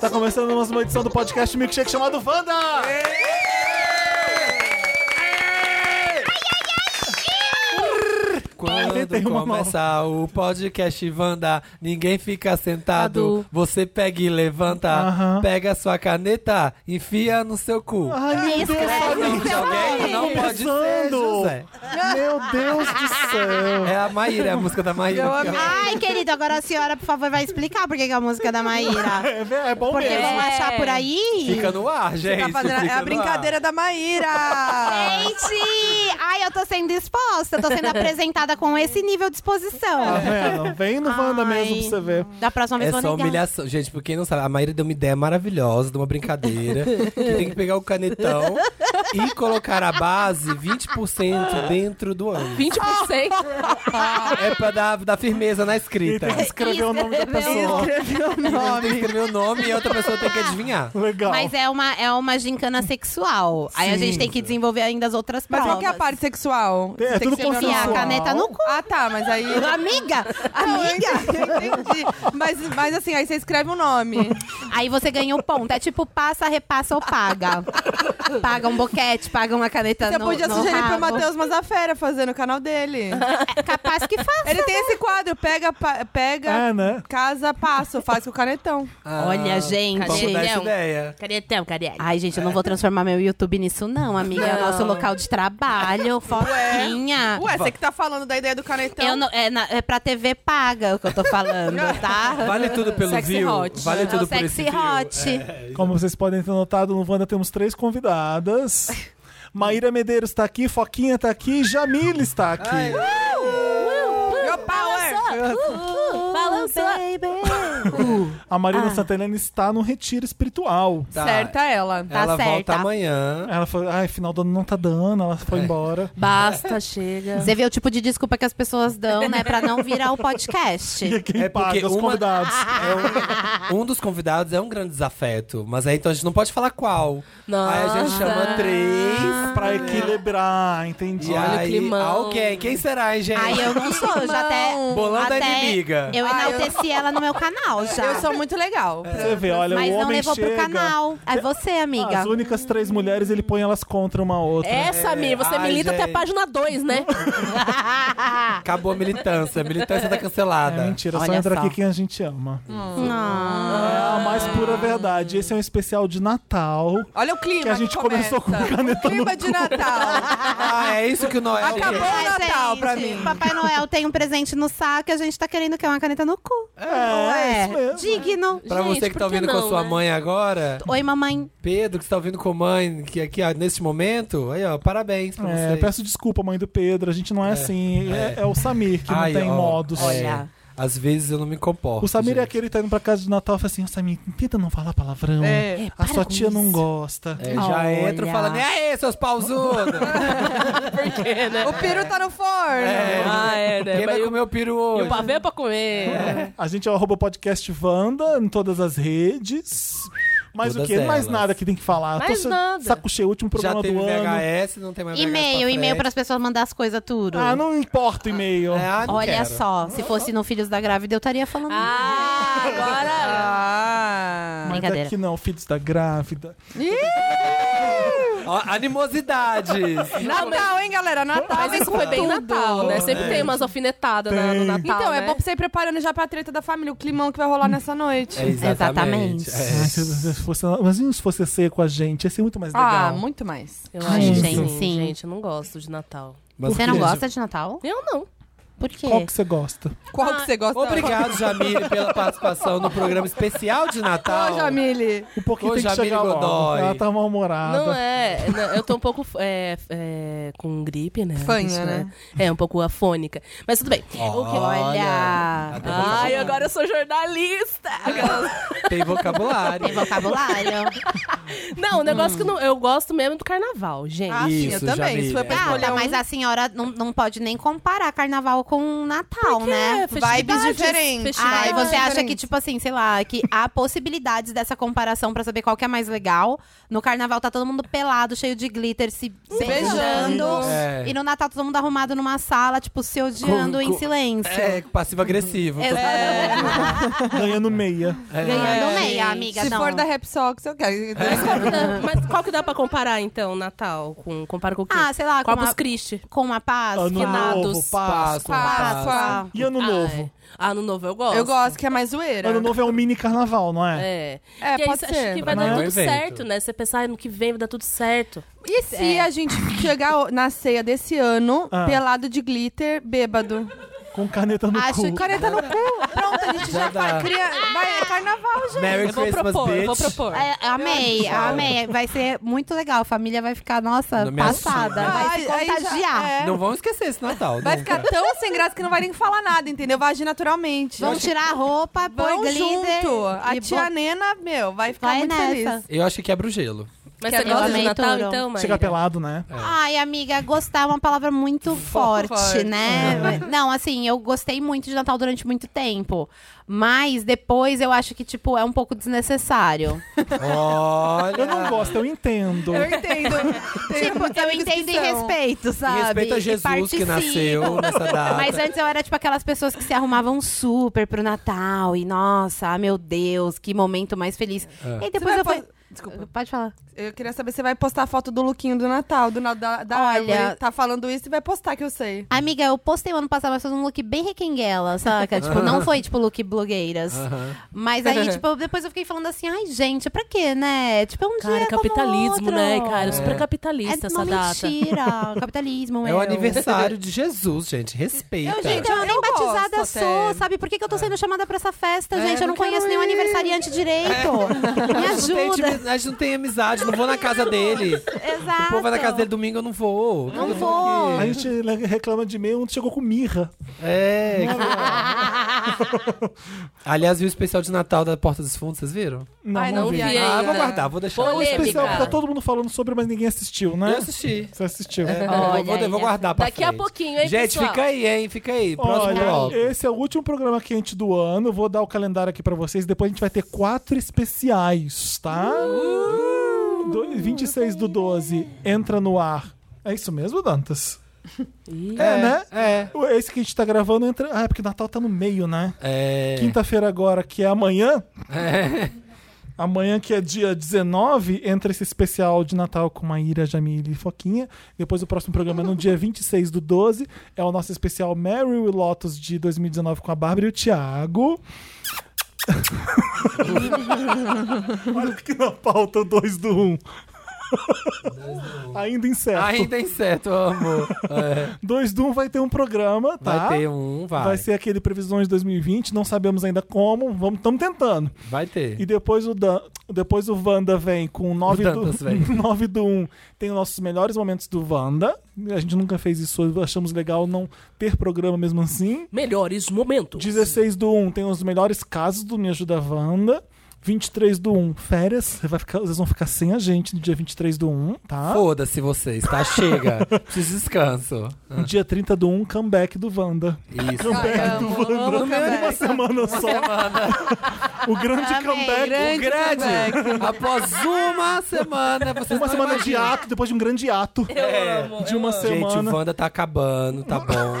Tá começando mais uma edição do podcast Milkshake chamado Wanda! Quando Tentei uma começar o podcast Wanda, ninguém fica sentado. Adu. Você pega e levanta, Aham. pega sua caneta, enfia no seu cu. Ai, meu Deus, escreve sabe? no De seu alguém nome. Ah, não pode ser, Pensando. José. Meu Deus do céu! É a Maíra, é a música da Maíra. Eu amei. Ai, querido, agora a senhora, por favor, vai explicar por que que é a música da Maíra. É, é bom Porque mesmo. vão achar por aí. Fica no ar, gente. Tá fazendo- é fica a no brincadeira da Maíra! Gente! Ai, eu tô sendo exposta, eu tô sendo apresentada com esse nível de exposição. Tá vendo? Vem no Wanda Ai. mesmo pra você ver. Da próxima ar. vez É eu só vou negar. humilhação. Gente, por quem não sabe, a Maíra deu uma ideia maravilhosa de uma brincadeira que tem que pegar o canetão e colocar a base 20% dentro do ânus. 20%? É pra dar, dar firmeza na escrita. Escrever o nome da pessoa. Tem que escrever o nome e a outra pessoa tem que adivinhar. Legal. Mas é uma, é uma gincana sexual. Aí a Sim. gente tem que desenvolver ainda as outras Mas provas. qual que é a parte sexual? É, Você tem tudo que chegar no Enfiar a consensual. caneta no cu. Ah, tá, mas aí. Amiga! Amiga! Entendi. Mas, mas assim, aí você escreve o nome. Aí você ganha o ponto. É tipo passa, repassa ou paga. Paga um boquete, paga uma caneta Você no podia no sugerir pro rabo. Matheus Mazafera fazer no canal dele. É capaz que faça. Ele tem esse quadro, pega, pa- pega, É, né? casa, passo, faz com o canetão. Olha, gente. Ah, Vamos dar essa Não. ideia. Carietão, cariete. Ai, gente, eu não vou transformar meu YouTube nisso, não, amiga. É o nosso local de trabalho, Ah, fotinha. Ué, então. você que tá falando da ideia do canetão. Eu não- é, na, é pra TV paga o que eu tô falando, tá? Vale tudo pelo Sexy view. hot. Vale É o tudo por sexy esse view. hot. Como vocês podem ter notado, no Wanda temos três convidadas. Maíra Medeiros tá aqui, Foquinha tá aqui, Jamile está aqui. Meu É. power! uh, Balançou. A Marina Santelena está no retiro espiritual. Tá. Certa ela. Tá Ela volta certa. amanhã. Ela falou, ai, final do ano não tá dando, ela foi embora. Basta, chega. Você vê o tipo de desculpa que as pessoas dão, né? Pra não virar o podcast. E quem É porque paga os uma- convidados. É um, um dos convidados é um grande desafeto, mas aí então a gente não pode falar qual. Aí a gente Nossa. chama três. Pra É. equilibrar, entendi. E Olha o aí, climão. alguém. Quem será, hein, gente? Aí eu não sou, eu já até. é Bolão da até inimiga. Eu Ah, eu- enalteci ela no meu canal Tá. já. Eu sou muito legal. Você vê, olha, mas o homem não levou chega. pro canal. É você, amiga. É. As únicas três mulheres, ele põe elas contra uma outra. É Essa, Mir, você Ai, milita gente. até a página 2, né? Acabou a militância. A militância tá cancelada. É mentira, só Olha entra só. Hum. Ah. aqui quem a gente ama. Não. É a mais pura verdade. Esse é um especial de Natal. Olha o clima Que a gente começou começa. com caneta no Clima de Natal. Ah, é isso que o Noel quer. Acabou. Bom Natal gente, pra mim. Papai Noel tem um presente no saco e a gente tá querendo que é uma caneta no cu. É, isso mesmo. Digno. Pra Gente, você que tá por que ouvindo com a não, sua né? mãe agora, Oi, mamãe. Pedro, que você tá ouvindo com a mãe, que aqui, ó, neste momento, aí, ó, parabéns pra É, você. peço desculpa, mãe do Pedro. A gente não é, assim. É, é o Samir que Ai, não tem ó, modos. Olha. Às vezes eu não me comporto. O Samir é gente. aquele que tá indo pra casa de Natal e fala assim: "Ó, Samir, tenta não falar palavrão. É. a sua tia não gosta. É, já Olha. entro falando, e aí, seus pausudos? Por quê, né? O peru tá no forno. É. Ah, é, né? Quem Mas vai e o- comer o peru E hoje? o pavê é pra comer. A gente é o arroba podcast Wanda em todas as redes. Mas Todas o quê? Mais elas. nada que tem que falar. Mais sa- nada. Saco cheio, último Já programa teve do ano. VHS, não tem mais VHS pra E-mail, e-mail frente. pras pessoas mandar as coisas tudo. Ah, não importa o e-mail. É, ah, não Olha quero. só, se fosse no Filhos da Grávida, eu estaria falando. Ah, agora... Ah. Mas brincadeira. aqui não, filhos da grávida. Ó, Animosidades. Tá Natal, hein, galera? Natal. Mas vem isso com foi bem tudo. Natal, né? Sempre tem umas alfinetadas na- no Tem. Natal, Então, né? é bom pra você ir preparando já pra treta da família, o climão que vai rolar nessa noite. É, exatamente. Exatamente. Ai, É. se- se fosse- mas e se você ser com a gente? Ia ser muito mais Ah, legal. muito mais. Eu Ai, acho que gente, sim, sim. gente, eu não gosto de Natal. Mas Você não queria- gosta de Natal? Eu não. Por quê? Qual que você gosta? Qual Ah, que você gosta? Obrigado, Jamile, pela participação no programa especial de Natal. Ô, Jamile. Um pouquinho Ô, tem que Jamile chegar logo. Godoy. Ela tá mal-humorada. Não é, não, eu tô um pouco é, é, com gripe, né? Fanha, Isso, né? É, um pouco afônica. Mas tudo bem. Ah. Olha. Ai, agora eu sou jornalista. Tem vocabulário. Tem vocabulário. Não, o negócio que eu não- eu gosto mesmo é do carnaval, gente. Ah, sim, eu Isso, também. Isso foi pra Ah, escolher tá, um. mas a senhora não, não pode nem comparar carnaval com Natal, né? festividades, Vibes Ah, diferentes. e festivais você acha é diferentes. que, tipo assim, sei lá, que há possibilidades dessa comparação pra saber qual que é mais legal. No carnaval tá todo mundo pelado, cheio de glitter, se Um beijando. É. E no Natal tá todo mundo arrumado numa sala, tipo, se odiando Com- É, em com- silêncio. É, passivo-agressivo. Exatamente. Ganhando meia. É. Ganhando mandam É, meia, gente. amiga. Se não. for da Rapsox, eu quero. Mas qual, que dá, mas qual que dá pra comparar, então, Natal? Com, compara com o quê? Ah, sei lá, com Corpus uma, Christi. com uma paz. Ano Ah, finados, novo, Páscoa, Páscoa. Páscoa. E ano novo? Ah, ano novo eu gosto. Eu gosto, que é mais zoeira. Ano novo é um mini carnaval, não é? É. E É, aí, pode acho ser. que vai Pra mim é dar um tudo evento. certo, né? Você pensar "Ah, no que vem vai dar tudo certo. E se a gente chegar na ceia desse ano, Ah. pelado de glitter, bêbado? É. Com caneta no Acho cu. que- Caneta no cu. Pronto, a gente já, Já dá. vai criar. Vai, é carnaval, gente. Merry eu vou Christmas, propor, eu bitch. vou propor. É, amei, amei. Vai ser muito legal. A família vai ficar, nossa, Não me assusta. passada. É, Vai se Aí- aí já- contagiar. é. Não vamos esquecer esse Natal. Vai nunca. ficar tão sem graça que não vai nem falar nada, entendeu? Vai agir naturalmente. Vão tirar a roupa, põe Vão glitter. junto. e A tia bota- Nena, meu, vai ficar Vai muito nessa. feliz. Eu acho que quebra o gelo. Mas Que você eu gosta de amei Natal, tudo. então, mãe? Chegar pelado, né? É. Ai, amiga, gostar é uma palavra muito forte, forte. né? Não, assim, eu gostei muito de Natal durante muito tempo. Mas depois eu acho que, tipo, é um pouco desnecessário. Olha. Eu não gosto, eu entendo. Eu entendo. Tem tipo, muitos eu amigos que entendo e são. respeito, sabe? E respeita E Jesus que participo. nasceu nessa data. Mas antes eu era tipo aquelas pessoas que se arrumavam super pro Natal. E nossa, ah, meu Deus, que momento mais feliz. É. E aí depois Você eu vai fui. pos- Desculpa. Pode falar. Eu queria saber se você vai postar a foto do lookinho do Natal, do, na- da, da Olha- árvore. Tá falando isso e vai postar, que eu sei. Amiga, eu postei o ano passado, mas foi um look bem requenguela, saca? tipo, não foi tipo look blogueiras. Mas aí, tipo, depois eu fiquei falando assim, ai, gente, pra quê, né? Tipo, é um Cara, dia como capitalismo, outro. né, cara? É, Super capitalista uma essa data. mentira. Capitalismo, É o um eu. aniversário de Jesus, gente. Respeita. Eu, gente, Então, eu nem Eu gosto batizada até. sou, sabe? Por que, que eu tô sendo chamada pra essa festa, É, gente? não Eu não quero conheço nenhum ir. aniversariante direito. a, Me gente não tem ajuda. intimi- a gente não tem amizade, não vou na casa dele. Exato. O povo vai na casa dele domingo, eu não vou. Não Eu vou. A gente reclama de e-mail, um chegou com mirra. É. é. Aliás, viu o especial de Natal da Porta dos Fundos, vocês viram? Não, Ai, não vi. vi ainda. ah, vou guardar, vou deixar. O Polêmica. especial que tá todo mundo falando sobre, mas ninguém assistiu, né? Eu assisti. Você assistiu. É, Olha eu vou, eu vou aí, guardar pra daqui a frente. pouquinho, hein, Gente, pessoal? fica aí, hein? Fica aí. Próximo bloco. Olha, esse é o último programa quente do ano. Vou dar o calendário aqui pra vocês. Depois a gente vai ter quatro especiais, tá? Do- 26 do 12 entra no ar. É isso mesmo, Dantas? Ih. É, né? É. Esse que a gente tá gravando entra. Ah, é porque o Natal tá no meio, né? É. Quinta-feira agora, que é amanhã. Amanhã, que é dia 19, entra esse especial de Natal com Maíra, Jamile e Foquinha. Depois o próximo programa é no dia 26 do 12. É o nosso especial Mary e Lotus de 2019 com a Bárbara e o Thiago. Olha que na pauta 2 do 1. Um. um. Ainda incerto. Ainda é incerto, amor. É. 2 do 1 um vai ter um programa, tá? Vai ter um, vai. Vai ser aquele Previsões 2020, não sabemos ainda como, vamos estamos tentando. Vai ter. E depois o, Dan, depois o Wanda vem com 9 O do, Dantas vem. 9 do 1. Tem os nossos melhores momentos do Wanda. A gente nunca fez isso, achamos legal não ter programa mesmo assim. Melhores momentos. 16 do 1 tem os melhores casos do Me Ajuda Wanda. 23 do 1, férias. Você vai ficar, vocês vão ficar sem a gente no dia 23 do 1, tá? Foda-se vocês, tá? Chega. Preciso de descanso. No dia 30 do 1, comeback do Wanda. Isso. Comeback do amo, amo Wanda. Uma comeback. semana só. O grande Amei, comeback. O grande, após uma semana, vocês Uma não semana de imaginam. ato, depois de um grande ato. Eu amo. de uma semana. Gente, o Wanda tá acabando, tá bom.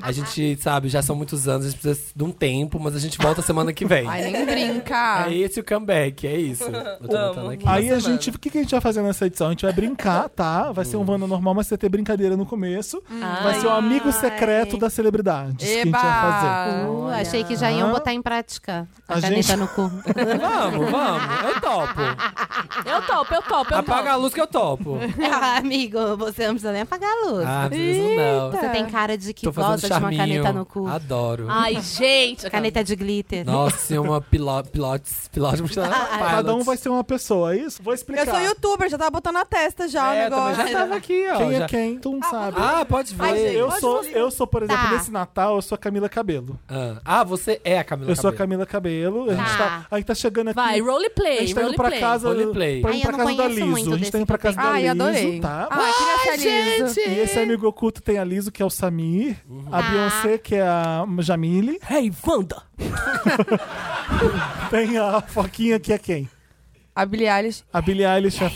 A gente, sabe, já são muitos anos, a gente precisa de um tempo, mas a gente volta semana que vem. Ai, nem brinca. É esse o comeback, é isso. Eu tô Amo. botando aqui. Aí a gente, o que, que a gente vai fazer nessa edição? A gente vai brincar, tá? Vai ser um Wanda normal, mas vai ter brincadeira no começo. Vai ser o amigo secreto das celebridades que a gente vai fazer. Eba! Uh, achei que já iam botar em prática a, A caneta gente- no cu. Vamos, vamos. Eu topo. Eu topo, eu topo, eu Apaga a topo. luz que eu topo. Ah, Amigo, você não precisa nem apagar a luz. Ah, preciso não. Você tem cara de que Tô fazendo gosta de uma charminho. caneta no cu. Adoro. Ai, gente. Caneta de glitter. Nossa, e uma pilo, pilotes, pilote, Cada um vai ser uma pessoa, é isso? Vou explicar. Eu sou youtuber, já tava botando na testa já o É, também negócio. já tava aqui, ó. um Quem já- é quem? Tu não sabe. Ah, pode ver. Ai, gente, eu, pode sou, escolher. eu sou, por exemplo, Tá. nesse Natal, eu sou a Camila Cabelo. Ah, Ah, você é a Camila Eu sou a Cabello. Camila Cabelo. A gente Tá. tá, a gente tá chegando aqui. Vai, a roleplay, gente tá indo pra roleplay. casa, roleplay. Pra indo Ai, eu pra não casa da conheço muito Liso. A gente tá indo desse pra casa da Ai, Liso, adorei. tá? Ai, queria ser liso. E esse amigo oculto tem a Liso, que é o Samir, a Tá. Beyoncé, que é a Jamile, Hey, Wanda. tem a Foquinha, que é quem? A Billie Eilish. A Billie Eilish. é-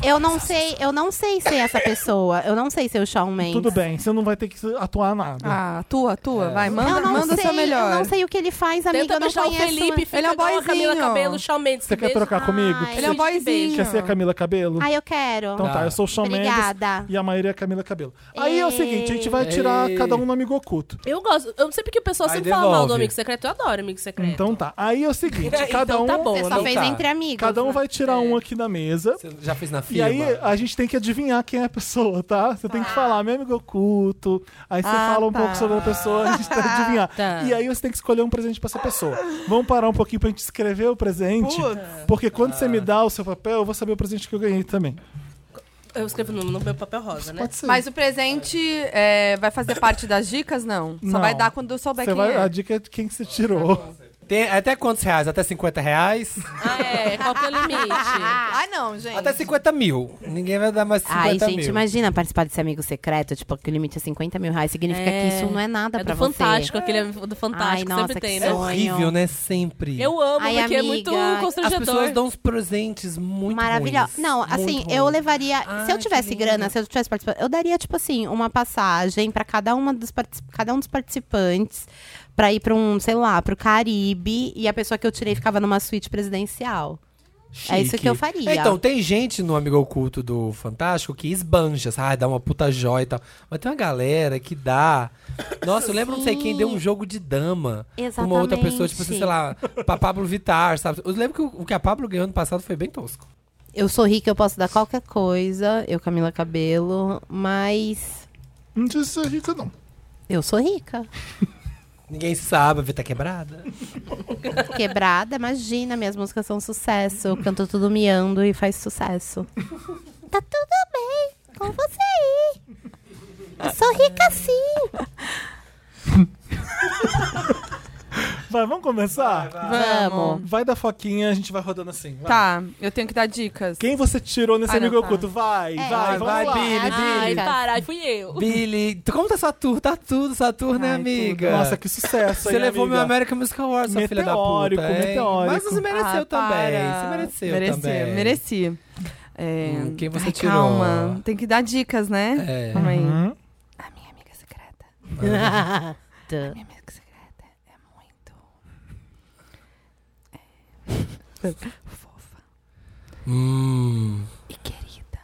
Eu não sei, eu não sei ser essa pessoa. Eu não sei ser o Shawn Mendes. Tudo bem, você não vai ter que atuar nada. Ah, tua, É. tua, vai, Eu manda, não manda sei, seu melhor. Eu não sei o que ele faz, amiga. Tenta eu não puxar o conheço. Felipe, Ele é fica um igual a Camila boyzinho. Cabelo, Shawn Mendes. Você quer beijo. trocar comigo? Ai, Ele é um Beijo. boyzinho. Quer ser a Camila Cabelo? Ai, eu quero. Então tá, eu sou o Shawn Mendes Obrigada. e a maioria é a Camila Cabelo. Aí é o Ei. seguinte, a gente vai tirar Ei. cada um no amigo oculto. Eu gosto. Eu não sei porque o pessoal Aí sempre fala mal do devolve. Amigo Secreto. Eu adoro Amigo Secreto. Então tá. Aí é o seguinte, cada Então um, tá bom. Você só não fez tá. entre amigos. cada um vai tirar um aqui da mesa. Você já fez na E firma? aí a gente tem que adivinhar quem é a pessoa, tá? Você tem que falar meu amigo oculto, aí você Ah, fala um tá. pouco sobre a pessoa, a gente tem que adivinhar. Tá. E aí você tem que escolher um presente pra essa pessoa. Vamos parar um pouquinho pra gente escrever o presente, porque quando você me dá o seu papel, eu vou saber o presente que eu ganhei também. Eu escrevo no, no meu papel rosa, né? Pode ser. Mas o presente é, vai fazer parte das dicas? Não. Só Não. vai dar quando eu souber Você quem vai- é. A dica é de quem que você tirou. Tem até quantos reais? Até 50 reais? Ah, é. Qual que é o limite? Ah, não, gente. Até 50 mil. Ninguém vai dar mais 50 Ai, gente, mil. imagina participar desse amigo secreto, tipo, que o limite é 50 mil reais, significa É. que isso não é nada É pra do você. Fantástico, aquele amigo do Fantástico. Ai, nossa, sempre tem, que né? É sonho. horrível, né? Sempre. Eu amo, Ai, porque é amiga, muito as As constrangedor. pessoas dão uns presentes muito Maravilhosa. ruins. Não, Muito assim, ruins. eu levaria. se Ai, eu que tivesse lindo. grana, se eu tivesse participado, eu daria, tipo assim, uma passagem pra cada, uma dos partici- cada um dos participantes pra ir pra um, sei lá, pro Caribe e a pessoa que eu tirei ficava numa suíte presidencial. É isso Chique. que eu faria. Então, tem gente no Amigo Oculto do Fantástico que esbanja, sabe? Dá uma puta joia e tal. Mas tem uma galera que dá. Nossa, eu lembro, não sei quem, deu um jogo de dama. pra Uma outra pessoa, tipo assim, Exatamente. sei lá, pra Pablo Vittar, sabe? Eu lembro que o, o que a Pablo ganhou ano passado foi bem tosco. Eu sou rica, eu posso dar qualquer coisa. Eu, Camila Cabelo, mas Não precisa ser rica, então não. eu sou rica. Ninguém sabe, a vida tá quebrada. Quebrada, imagina, minhas músicas são sucesso. Eu canto tudo miando e faz sucesso. Tá tudo bem com você aí. Eu sou rica sim. Vai, vamos começar? Vai, Vamos. da foquinha, a gente vai rodando assim. vai. Tá, eu tenho que dar dicas. Quem você tirou nesse Ah, não, amigo tá. oculto? Vai, É, vai, vai, vamos lá. Bi. Billy, Ai, Billy. caralho, fui eu. Billy, tu- como tá sua tour? Tá tudo, sua tour, né, Ai, amiga? Nossa, que sucesso, Você hein, levou amiga? meu American Music Awards, sua filha da puta. Meteórico, hein? meteórico. Mas você mereceu Ah, também. para. Você mereceu mereci, também. Mereci, É, Hum, quem você ai, tirou? Calma, tem que dar dicas, né? É. Calma aí. Uhum. A minha amiga secreta. Tá. Minha amiga secreta é muito... É... fofa Hum. e querida.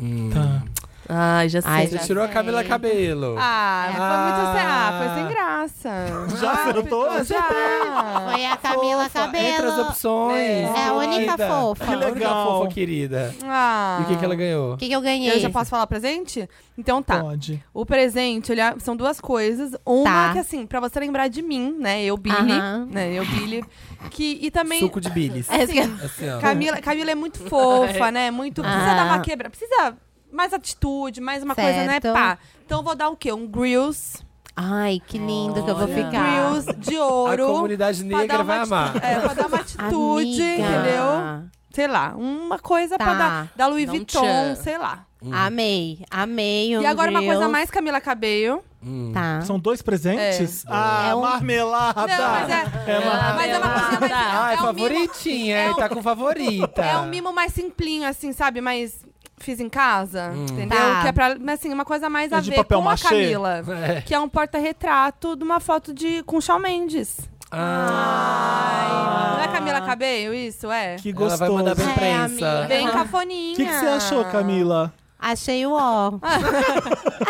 hum. Tá. Ai, já sei. Ai, já Você já- tirou a sei. Camila Cabelo. Ah, foi muito... Ah. sem- Ah, foi sem graça. Já acertou? Ah, Já. Foi a Camila Fofa, Entre as Cabelo. opções. É. É a única querida. fofa. Que Que legal. legal. fofa, querida. Ah. E o que, que ela ganhou? O que, que eu ganhei? Eu já posso falar o presente? Então tá. Pode. O presente, ele é- são duas coisas. Uma Tá. que, assim, pra você lembrar de mim, né? Eu, Billy. Aham. Né? Eu, Billy. Que, e também. Suco de bilis. É isso que eu- Assim, ó. Camila, Camila é muito fofa, né? Muito. Precisa Ah. dar uma quebra. Precisa mais atitude, mais uma coisa, né? Certo. Pá. Então eu vou dar o quê? Um grills. Ai, que lindo que eu vou Olha. ficar. Grills de A ouro. comunidade pra dar negra vai uma amar. ati- É, pra dar uma atitude, Amiga. entendeu? Sei lá, uma coisa Tá. pra dar. Da Louis Dá um Vuitton, tchan. sei lá. Hum. Amei, amei. um e agora uma coisa grill. mais Camila Cabello. Hum. Tá. São dois presentes? Ah, É um- marmelada! Não, mas é. É uma- Ah, Mas é uma coisa mais. Ai, é um mimo- Ah, favoritinha. é Ele um- tá com favorita. É um mimo mais simplinho, assim, sabe? Mais fiz em casa, entendeu? Tá. Que é pra, mas, assim, uma coisa mais Hum. É a de ver papel com machê? a Camila. É. Que é um porta-retrato de uma foto de, com o Shawn Mendes. Ah. Não é Camila Cabello isso? É? Que Ela vai gostoso. mandar pra É, imprensa. amiga. Bem Ah. O cafoninha. que, que você achou, Camila? Achei o ó.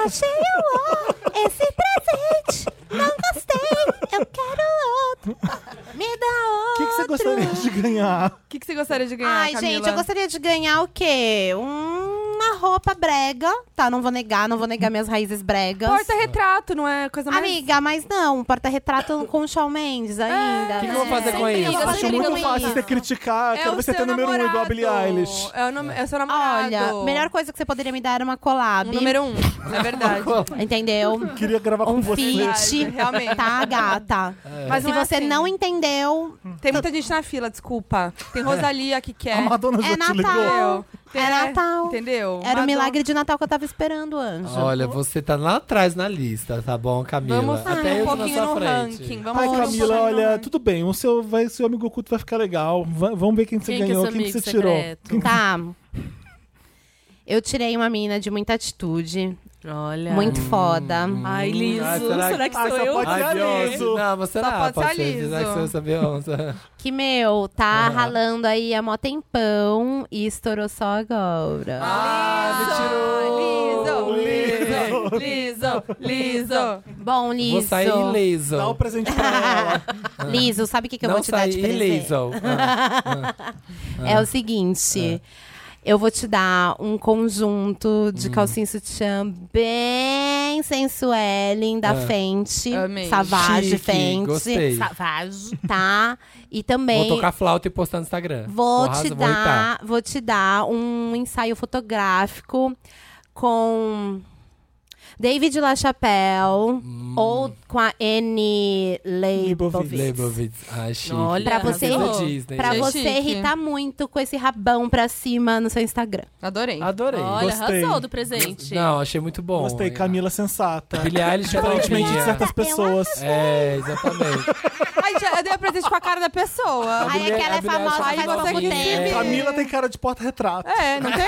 Achei o ó. Esse presente. Não gostei. Eu quero outro. Me dá O que, outro. que você gostaria de ganhar? O que, que você gostaria de ganhar, Ai, Camila? gente, eu gostaria de ganhar o quê? Uma roupa brega. Tá, não vou negar, não vou negar minhas raízes bregas. Porta-retrato, não é coisa mais... Amiga, mas não. um Porta-retrato com o Shawn Mendes ainda. O que que eu né? vou fazer com Sempre isso? eu Acho sempre muito ganho fácil isso. você criticar. É Quero o ver você ter seu número um igual a namorado. Billie Eilish. É o, nome, é o seu namorado. Olha, a melhor coisa que você poderia me dar era uma collab. Um número um, é verdade. Entendeu? Queria gravar com Um você. fit. Verdade, realmente. Tá, gata. Mas Se é você assim. não entendeu, Tem muita gente na fila, desculpa. Tem Rosalia que quer. A Madonna já É te ligou. Natal. Entendeu? Tem- né? É Natal. Entendeu? Era o Madonna- milagre de Natal que eu tava esperando, anjo. Olha, você tá lá atrás na lista, tá bom, Camila? Vamos subir Até um eu tô na pouquinho sua no frente. ranking. Vamos Ai, subir um Camila, pouquinho no olha, ranking. tudo bem. O seu, vai, seu amigo oculto vai ficar legal. Va- vamos ver quem você Quem que é ganhou, seu quem que amigo você tirou. secreto? Tá. Eu tirei uma mina de muita atitude, Olha. muito foda. Ai, Hum, liso. Ai, será será, que- que Ai, sou só eu? Ah, pode- Ai, Olha Beyoncé. isso. Não, você Só não. pode Pode ser ser. liso. Será que você essa Beyoncé? Que, meu, tá Ah. ralando aí há mó tempão e estourou só agora. Ah, me tirou. Liso, liso, liso, liso. Bom, Liso. Vou sair ileso. Dá o presente pra ela. Liso, sabe o que, que eu não vou te dar de sair presente? ileso. Ah, É o seguinte. Eu vou te dar um conjunto Hum. de calcinha sutiã bem sensuelen da Ah. Fenty. Amei. Savage chique, Fenty. Gostei. Savage. Tá? E também Vou tocar flauta e postar no Instagram. vou arrasar, te Vou hitar. dar, vou te dar um ensaio fotográfico com David LaChapelle Hum. ou com a Anne Leibovitz. Leibovitz. Leibovitz. Ai, chique. Olha, Pra você, arrasou. Disney, pra gente. você Chique. irritar muito com esse rabão pra cima no seu Instagram. Adorei. Adorei. Olha, Gostei. arrasou do presente. Não, achei muito bom. Gostei, Camila sensata. Billie Eilish é Aparentemente de fofinha. certas pessoas. É, exatamente. Ai, já, eu dei o presente com a cara da pessoa. Ai, Billie- aquela é a Billie famosa Eilish faz fofinha. pouco é. tempo. Camila tem cara de porta-retrato. É, não tem?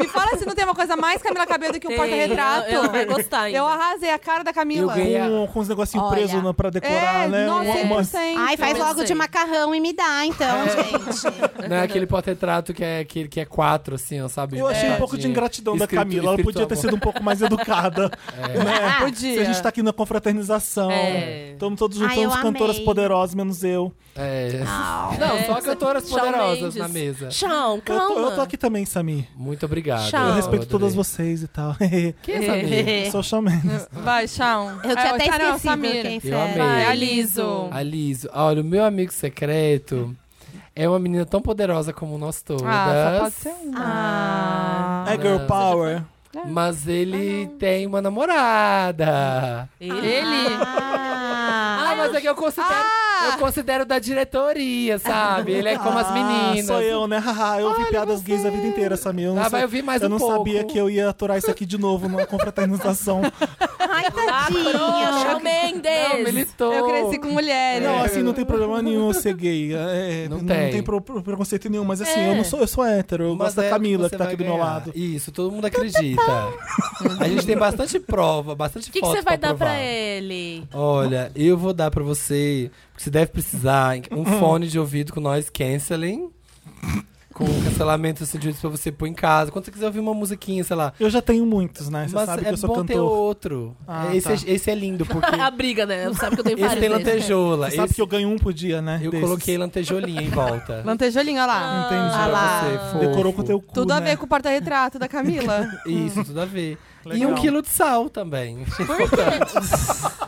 Me fala se não tem uma coisa mais Camila Cabelo do que o Tem, um porta-retrato. ela- ela vai gostar ainda. Eu arrasei a cara da Camila. Eu ganhei- Com, com os negocinhos Olha. presos na- pra decorar, É, né? nossa, Uma- uma- 100%. Ai, faz Também logo de sei. macarrão e me dá, então, gente. Não é Uhum. aquele porta-retrato que é, que, que é quatro, assim, ó, sabe? Eu achei um pouco de Tadinha. ingratidão Escrito- da Camila. Ela escrito podia ter amor. sido um pouco mais educada. né? Podia. Se a gente tá aqui na confraternização. É. Estamos todos Ai, eu juntando cantoras amei. poderosas, menos eu. É. Não, só cantoras Shawn poderosas Mendes. na mesa. Chão, Eu calma. tô, eu tô aqui também, Samir. Muito obrigado. Shawn. Eu Ah, respeito adorei. todas vocês e tal. Quem é essa menina? Sou Shawn Mendes. Vai, É, Chão. Eu tinha até esquecido quem foi. Eu amei. É, Vai, Aliso. A Liz. Olha, o meu amigo secreto é uma menina tão poderosa como nós todas. Ah, só pode ser Ah. uma. É Girl Power. Mas ele tem uma namorada. Ele. Ah, Ah. mas é que eu considero, eu considero da diretoria, sabe? Ele é como as Ah, meninas. Sou eu, né? Haha, eu ouvi piadas gays a vida inteira, Samir. Eu não, Ah, sei- vai ouvir mais eu um não pouco. sabia que eu ia aturar isso aqui de novo numa confraternização. Ai, Chão tadinho. Não, Ah, Mendes. militou. Eu cresci com mulheres. Não, assim, não tem problema nenhum eu ser gay. É, Não não, tem. tem, pro- pro- preconceito nenhum, mas assim, É. eu não sou, eu sou hétero, eu Mas gosto da é o Camila que, você tá vai aqui do meu ganhar. lado. Isso, todo mundo acredita. a gente tem bastante prova, bastante O que, que foto você vai pra dar provar. pra ele? Olha, eu vou dar pra você, porque você deve precisar, um Uhum. fone de ouvido com noise canceling. Com cancelamento assim, de ouvidos pra você pôr em casa. Quando você quiser ouvir uma musiquinha, sei lá. Eu já tenho muitos, né? Você Mas sabe é que eu sou bom ter cantor. outro. Ah, esse, tá. é, esse é lindo, porque A briga, né? Sabe que eu tenho esse vários tem desses. lantejola. Você sabe Esse- que eu ganho um por dia, né? eu desses. coloquei lantejolinha em volta. Lantejolinho, olha lá. Entendi. É. Pra Ah lá. você, fofo. Decorou com o teu cu, Tudo a né? ver com o porta-retrato da Camila. Isso, tudo a ver. E Legal. um quilo de sal também.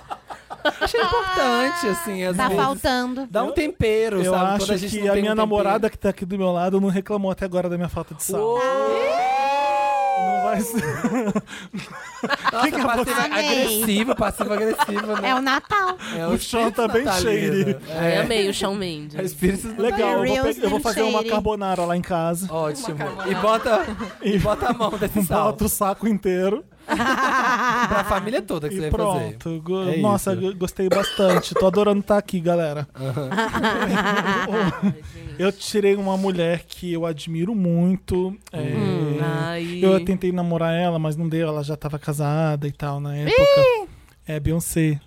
Achei importante, assim, às Tá vezes. faltando. Dá um tempero, Eu sabe? acho Quando a gente que não a tem minha um namorada que tá aqui do meu lado não reclamou até agora da minha falta de sal. tempero. Não vai ser. Nossa, passiva Amei. agressiva, passiva agressiva, né? É o Natal. É o chão espírito tá bem natalino. shady. É, Eu amei o Chão é o Mendes. espírito natalino. Legal, eu vou, Reels pe- eu vou and fazer uma shady. carbonara lá em casa. Ótimo. E bota, e bota a mão desse sal Boto o saco inteiro pra família toda que você um e vai fazer. pronto. Go- É Nossa, isso. go- gostei bastante. Tô adorando estar aqui, galera. eu tirei uma mulher que eu admiro muito. é, Hum, Ai. Eu tentei namorar ela, mas não deu. Ela já tava casada e tal na época. É Beyoncé.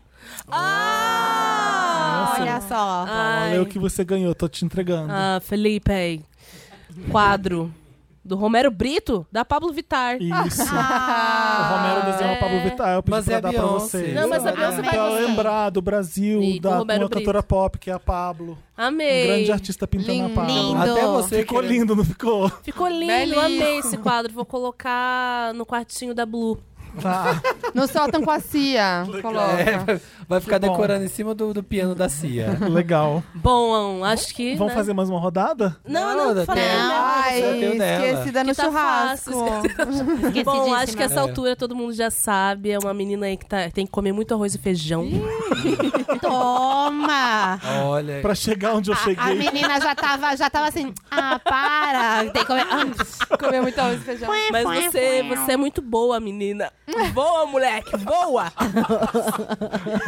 Ah! Olha só. Olha o que você ganhou, tô te entregando. Ah, Felipe. Quadro. Do Romero Brito, da Pablo Vittar. Isso. o Romero desenhou é. a Pablo Vittar, eu pedi Mas pra é a dar pra Beyoncé. é vocês. Não, mas a Beyoncé vai pra gostar. lembrar do Brasil, E com da Romero uma Brito. cantora pop, que é a Pablo. Um Amei. grande artista pintando Lindo. a Pablo. Lindo. Até você Ficou querendo- lindo, não ficou? Ficou lindo, Belíssimo. amei esse quadro. Vou colocar no quartinho da Blue. Tá. No sótão com a Cia. É, Coloca. vai- vai ficar Que bom. decorando em cima do, do piano da Cia. Legal. Bom, acho que. Vamos né? fazer mais uma rodada? Não, não, Nada, não falei. tem- né? Ai, Você deu nela. esquecida no Que tá fácil, churrasco. Bom, acho né? É. que essa altura todo mundo já sabe. É uma menina aí que tá- tem que comer muito arroz e feijão. Toma. Olha. Pra chegar onde eu A cheguei. menina já tava, já tava assim, ah, para. Tem que comer. Ah, Comeu assim, muito arroz e feijão. Mas você, você é muito boa, menina. Voa, moleque, voa!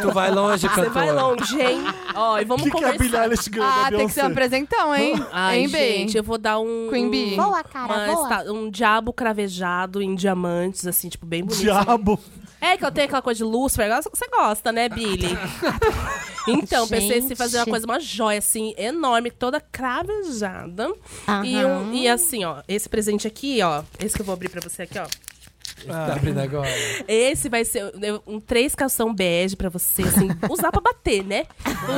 Tu vai longe, Você cantora. vai longe, hein? Ó, e O vamos que, é que a conversar. Billie Eilish ganha Ah, da tem que ser Beyoncé? um presentão, hein? Ai, hein, bem? gente, eu vou dar um... Queen Bee. Boa, uma cara, boa. esta- um diabo cravejado em diamantes, assim, tipo, bem bonito. Diabo. É que eu tenho aquela coisa de luz, você gosta, né, Billy? Então, pensei em se fazer uma Gente. coisa, uma joia, assim, enorme, toda cravejada. E, Aham. um- e assim, ó, esse presente aqui, ó, esse que eu vou abrir pra você aqui, ó. Tá abrindo agora. Esse vai ser eu- um três calção bege pra você, assim, usar pra bater, né?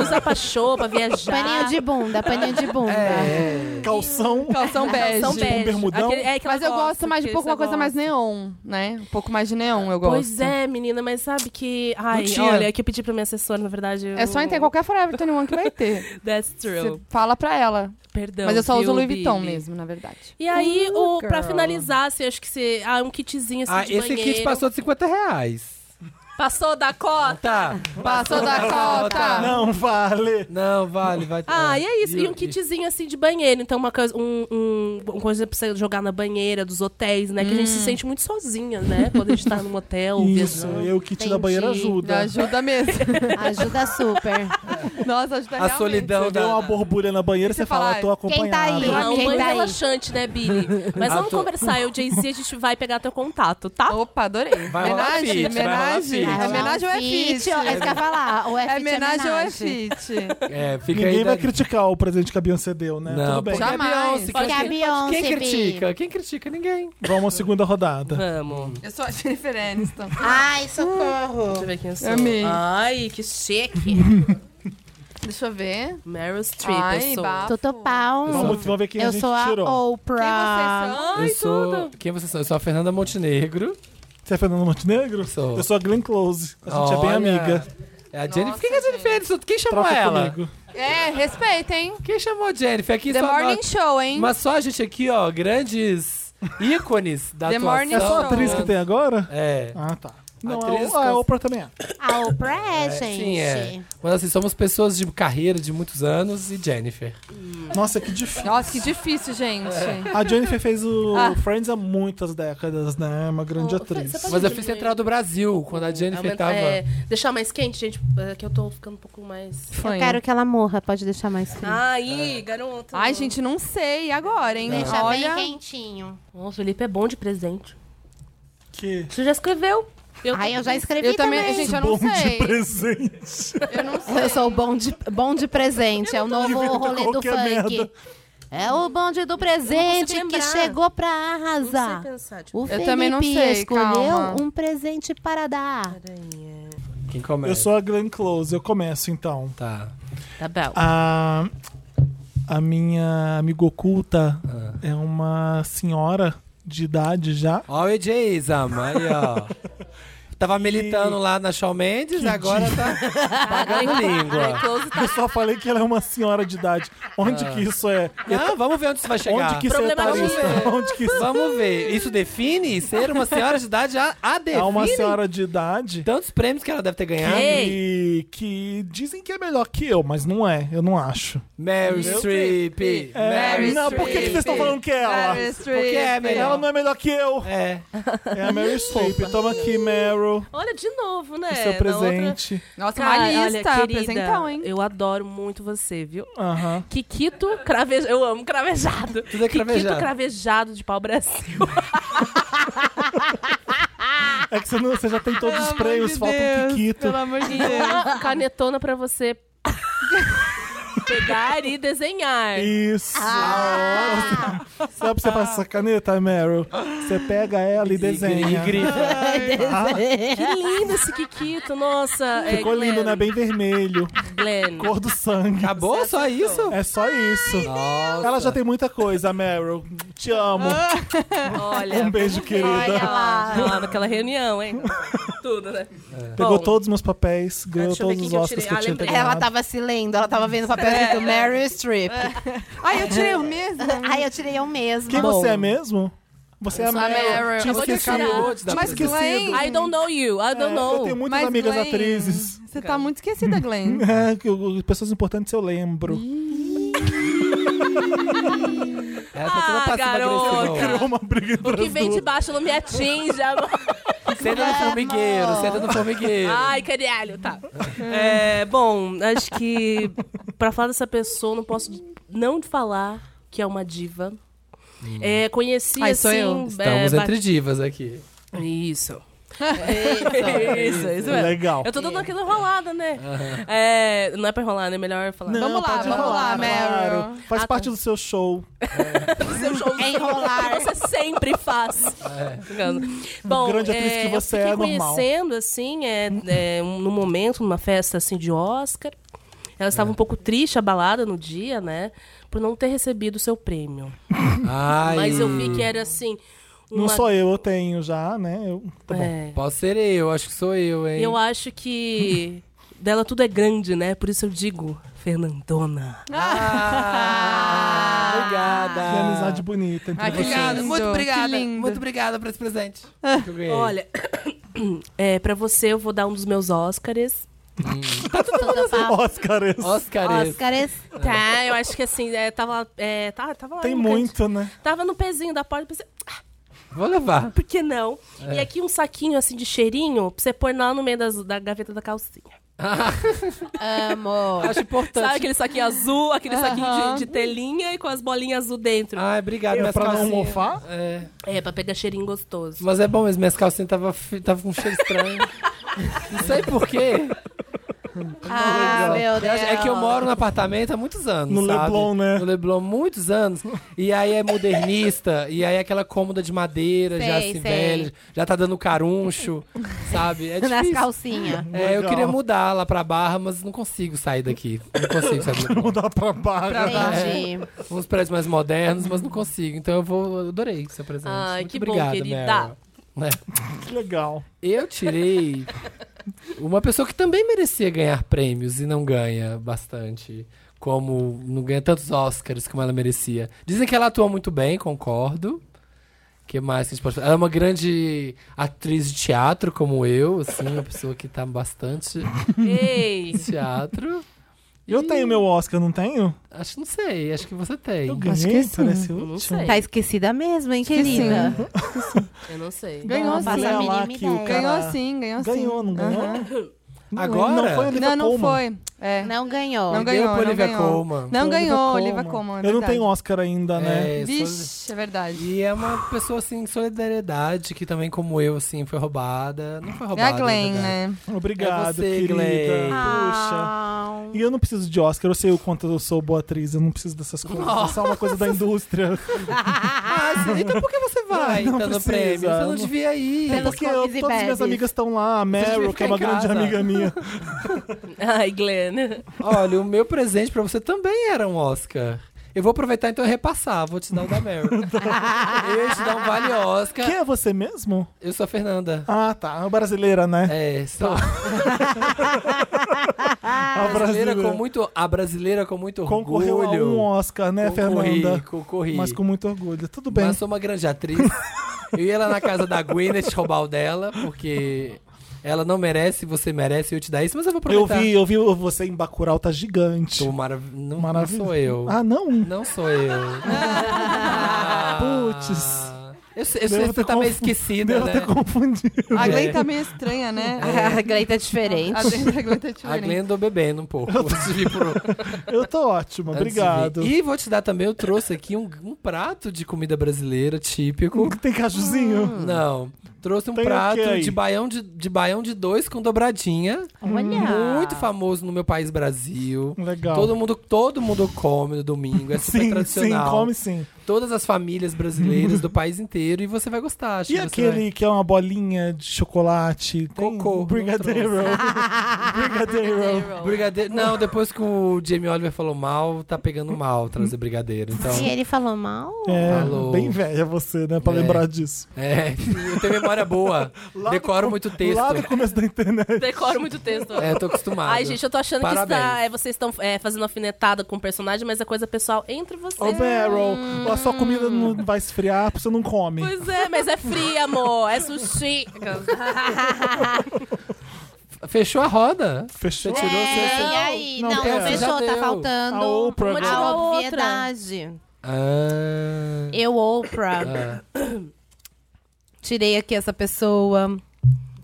Usar pra show, pra viajar. Paninho de bunda, paninho de bunda. É. Calção. Calção bege. Calção bege. bermudão. Aquele- é que ela Mas eu gosta, gosto mais de que um pouco esse uma coisa eu mais gosto. neon, né? Um pouco mais de neon eu gosto. Pois é, menina, mas sabe que. Ai, tinha. olha, é que eu pedi pra minha assessora, na verdade. um É só entrar em qualquer Forever 21 que vai ter. That's Você true. fala pra ela. Perdão. Mas eu só viu, uso Louis Vuitton Billy? mesmo, Hum, na verdade. E aí, Uh, o, pra girl. finalizar, assim, acho que você. Ah, um kitzinho assim Ah, de esse banheiro. kit passou de 50 reais. Passou da cota? Tá. Passou da cota. cota! Não vale. Não, vale, vai. Ah, e é isso. E um kit kitzinho assim de banheiro. Então, uma coisa, um, um, uma coisa pra você jogar na banheira dos hotéis, né? Que a gente Hum. se sente muito sozinha, né? Quando a gente tá num hotel, Isso, viajando. eu que tiro a Entendi. banheira ajuda. Ajuda mesmo. Ajuda super. Nossa, ajuda A realmente. solidão Você vê da... uma borbulha na banheira, você Você fala, fala, eu tô quem tá acompanhado. aí? Ah, Quem mãe tá aí? relaxante, né, Billy? Mas Ah, vamos tô- conversar. Eu, Jay-Z, a gente vai pegar teu contato, tá? Opa, adorei. Vai rolar homenagem, fit, vai rolar homenagem. fit. É homenagem ou é fit? É isso que eu ia falar. O É é homenagem ou é homenagem. fit? É, fica aí. Ninguém vai da- criticar o presente que a Beyoncé deu, né? Não, Tudo bem. porque é Jamais. Beyoncé, Porque a quem- Beyoncé, Quem critica? Quem critica? Ninguém. Vamos à segunda rodada. Vamos. Eu sou a Jennifer Aniston. Ai, socorro. Deixa eu ver quem eu sou. Amei. Ai, que chique. Deixa eu ver. Meryl Streep, eu Ai, sou. bafo. Tuto pau. Vamos, vamos ver quem a Eu gente sou a tirou. Oprah. Quem Ai, eu sou. tudo. Quem vocês são? Eu sou a Fernanda Montenegro. Você é Fernando Montenegro? Sou. Eu sou a Glenn Close. A gente é bem Olha, amiga. É a Jennifer. Nossa, Quem que é a Jennifer? Aniston? Quem chamou Troca ela? comigo. vocês são? É, respeita, hein? Quem chamou a Jennifer? É Aqui The só nós- Morning Show, hein? Mas só a gente aqui, ó, grandes ícones da The atuação. Morning É só a Não. atriz que tem agora? É. Ah, tá. Não, Atriz a, a, com- Oprah também é. A Oprah é, gente. Sim, é. Mas assim, somos pessoas de carreira de muitos anos e Jennifer. Nossa, que difícil. Nossa, que difícil, gente. É. A Jennifer fez o Ah. Friends há muitas décadas, né? É uma grande Oh, atriz. você pode- Mas eu fiz Central do Brasil, quando a Jennifer Aumenta- tava. é, deixar mais quente, gente, é que eu tô ficando um pouco mais. É. Eu quero que ela morra, pode deixar mais frio. Ah, Aí, garoto. Ai, gente, não sei. E agora, hein? Deixa Olha, bem quentinho. Nossa, o Felipe é bom de presente. Que Você já escreveu? Eu Ai, eu já escrevi eu também, também. gente, eu bom não de sei. presente. Eu não sei. Eu sou o bom de, bom de presente, é o novo Inventa rolê do qualquer funk. merda. É o bonde do presente lembrar. que chegou pra não sei arrasar. pensar. Tipo, O Felipe também não sei, escolheu calma. um presente para dar. peraí. Quem começa? Eu sou a Glenn Close, eu começo então. Tá. Tá bom. A, a minha amiga oculta é uma senhora de idade já. Ó, o EJism, aí, ó. Tava militando lá na Shawn Mendes, agora tá pagando língua. Close tá Eu só falei que ela é uma senhora de idade. Onde que isso é? Não, vamos ver onde isso vai chegar. Onde que isso é Problemático. etarista? Onde que isso Vamos ver. Isso define ser uma senhora de idade? A, a define é uma senhora de idade? tantos prêmios que ela deve ter ganhado. E É que dizem que é melhor que eu, mas não é, eu não acho. Mary Meu Streep. É, Mary não, por que, que Streep. vocês estão falando que é ela? Meryl Porque é melhor. Ela não é melhor que eu. É. É a Mary Streep. Toma aqui, Meryl, Olha, de novo, né? o seu Na presente. Nossa, Outra... uma Cara, lista. olha, querida, apresentão, hein? eu adoro muito você, viu? Aham. Kikito cravejado. Eu amo cravejado. Tudo é Kikito cravejado. cravejado de pau Brasil. É que você, não- você já tem todos os Pelo prêmios, amor falta de um Deus, Kikito. Pelo amor de E Deus. uma Tá canetona pra você pegar e desenhar. Isso! Sabe pra você faz essa caneta, Meryl? Você pega ela e desenha. E grita. Que lindo esse Kikito, nossa. é, Ficou lindo, Glenn, né? Bem vermelho. Glenn. Cor do sangue. Acabou só isso? É só isso. Nossa. Ela já tem muita coisa, Meryl. Te amo. Olha. um beijo, Olha querida. lá. Olha lá naquela reunião, hein? Tudo, né? É. Pegou Bom, Ah, todos os meus papéis, ganhou deixa eu ver todos quem os que eu Oscars que tirei. eu Ah, tinha lembrei. Ela pegado. tava se lendo, ela tava vendo o papel escrito Meryl Streep. Ai, eu tirei o mesmo. Aí eu tirei eu mesma. Quem você é mesmo? Você é a sou a Meryl. Meryl. Tinha Eu vou te esquecido. tirar. Acabou de dar Mas presente. Tá esquecido. Glenn, I don't know you, I don't É, Eu know. tenho muitas Mas amigas é Glenn- atrizes. você tá muito esquecida, Glenn. É, que eu- pessoas importantes eu lembro. Ela tá toda Ah, passiva garota. agressiva. Criou uma briga entre O que as vem de duas. baixo não me atinge, amor. Senta no formigueiro, senta no formigueiro. Ai, caralho, tá. É, bom, acho que pra falar dessa pessoa, não posso não falar que é uma diva. Hum. É, conheci Ai, assim. sou eu. Estamos é, ba- entre divas aqui. Isso. É, isso, isso mesmo. Legal. Eu tô dando aquela enrolada, né? É, não é pra enrolar, né? Melhor falar. Não, Vamos lá, pode vamos enrolar, lá, Meryl. tá Ah, claro. Ah, Faz tá. parte do seu show. do seu showzinho Enrolar. que você sempre faz. Brincando. Bom, grande é, atriz que você eu é, fiquei normal. conhecendo, assim, é, é, um- no momento, numa festa, assim, de Oscar. Ela estava um pouco triste, abalada no dia, né? Por não ter recebido o seu prêmio. Ai, Mas eu vi que era, assim... Uma... Não sou eu, eu tenho já, né? Eu, tá bom. É. Posso ser eu, acho que sou eu, hein? Eu acho que dela tudo é grande, né? Por isso eu digo, Fernandona. Ah, Que amizade obrigada. bonita entre Ai, que vocês. obrigada. Obrigado, muito Lindo, obrigada. que lindo. Muito obrigada por esse presente. que eu ganhei. Olha, é, para você eu vou dar um dos meus Oscars. Toda papo. Oscar, esse. Oscar. Oscars. Tá, eu acho que assim, é, tava, é, tá- tava lá Tem no canto. muito, né? Tava no pezinho da porta, pensei, ah, Vou levar. por que não? É. E aqui um saquinho assim de cheirinho pra você pôr lá no meio das- da gaveta da calcinha. Tá. Amo. Acho importante. Sabe aquele saquinho azul, aquele saquinho de, de telinha e com as bolinhas azul dentro. Ai, obrigado, minhas pra não calcinhas. mofar? É. É, pra pegar cheirinho gostoso. Mas é bom mesmo, minhas calcinhas tava, fi- tava com um cheiro estranho. Não sei por quê. Ah, meu Eu Deus. acho- É que eu moro no apartamento há muitos anos. No sabe? Leblon, né? No Leblon, muitos anos. E aí é modernista, e aí é aquela cômoda de madeira, já Sei, assim, sei. velha, já tá dando caruncho, sabe? É Nas difícil. calcinhas. É, eu Legal. queria mudar lá pra Barra, mas não consigo sair daqui. Não consigo sair do Leblon. Mudar pra barra. Entendi. Uns prédios mais modernos, mas não consigo. Então eu vou. eu Adorei seu presente. Ai, Muito que bom, obrigado, querida. Meryl. É. Que legal. Eu tirei uma pessoa que também merecia ganhar prêmios e não ganha bastante. Como não ganha tantos Oscars como ela merecia. Dizem que ela atua muito bem, concordo. que mais que a gente pode falar? Ela é uma grande atriz de teatro, como eu, assim, uma pessoa que tá bastante Ei! em teatro. Eu tenho meu Oscar, não tenho? Acho que não sei, acho que você Eu tem. ganhei, Acho que sim. parece Não útil. sei. Tá esquecida mesmo, hein, Esqueci. querida? Eu não sei. Ganhou Não sim. faço a Olha lá mínima que o ideia. cara- Ganhou sim, ganhou sim. Ganhou, não ganhou? Aham. Não, Agora? Não foi a Olivia Não, não Colman. foi. É. Não ganhou. Não Deu ganhou, pra não Olivia ganhou. Colman. Não Foi a Olivia ganhou, Colman. Oliva Colman. é Eu não verdade. tenho Oscar ainda, né? É, sou- Vixe, é verdade. E é uma pessoa, assim, de solidariedade, que também, como eu, assim, foi roubada. Não foi É a roubada. Glenn, na verdade. né? Obrigado, É você, querida. Glenn. Puxa. Ah. E eu não preciso de Oscar, eu sei o quanto eu sou boa atriz, eu não preciso dessas coisas. É só uma coisa da indústria. Ah, então por que você vai? Não Tá no precisa, prêmio. Você não- não devia ir. Pelos Porque eu, comes e todas as minhas bebes. amigas estão lá, a Meryl, devia que é uma ficar em grande casa. amiga minha. Ai, Glenn. Olha, o meu presente pra você também era um Oscar. Eu vou aproveitar então e repassar. Vou te dar o da Meryl. eu ia te dar um vale Oscar. Quem é você mesmo? Eu sou a Fernanda. Ah, tá. A brasileira, né? É, sou Ah, a a brasileira com muito, a brasileira com muito Concorreu orgulho. a um Oscar, né, Concorri, Fernanda? concorri. Mas com muito orgulho. Tudo bem. Mas sou uma grande atriz. eu ia lá na casa da Gwyneth roubar o dela, porque ela não merece, você merece, eu te dar isso, mas eu vou Eu aproveitar. vi, eu vi você em Bacurau, tá gigante. Tô marav não, não Maravilhoso. sou eu. Ah, não? Não sou eu. Putz. Eu, sei- eu sei Devo que ter você tá meio confu- esquecida, Devo né? ter confundido. A Glenn É. tá meio estranha, né? É. A Glenn tá diferente. A Glenn a Glenn tá A diferente. Glenn andou bebendo um pouco. antes de vir pro- Eu tô ótima, antes de vir. obrigado. E vou te dar também, eu trouxe aqui um, um prato de comida brasileira típico. Tem cajuzinho? Não. Trouxe um Tem o prato quê aí? de baião de, de baião de dois com dobradinha. Olha. Muito famoso no meu país Brasil. Legal. hum. Todo mundo, todo mundo come no domingo, é super sim, sim, tradicional. come sim. Todas as famílias brasileiras do país inteiro e você vai gostar. acho E que você aquele vai- que é uma bolinha de chocolate? Tem? Cocô, não Brigadeiro. Brigadeiro. Brigadeiro. Não, depois que o Jamie Oliver falou mal, tá pegando mal trazer brigadeiro. Então. E ele falou mal? É, Falou. bem velha você, né, pra É. lembrar disso. É, eu tenho memória boa. Lá do decoro com- muito texto. Lá do começo da internet. Decoro muito texto. É, tô acostumado. Ai, gente, eu tô achando que Parabéns. está, é, vocês estão é, fazendo alfinetada com o personagem, mas é coisa pessoal entre vocês. Ô, Meryl, a sua comida não vai esfriar, porque você não come. Pois é, mas é fria, amor. É sushi. Fechou a roda. Fechou? Você tirou É, seu- e aí? Não, Não, pera. Já fechou, tá deu. faltando A Oprah Uma agora. tirou a a outra. obviedade. Ah. Eu, Oprah, Ah. tirei aqui essa pessoa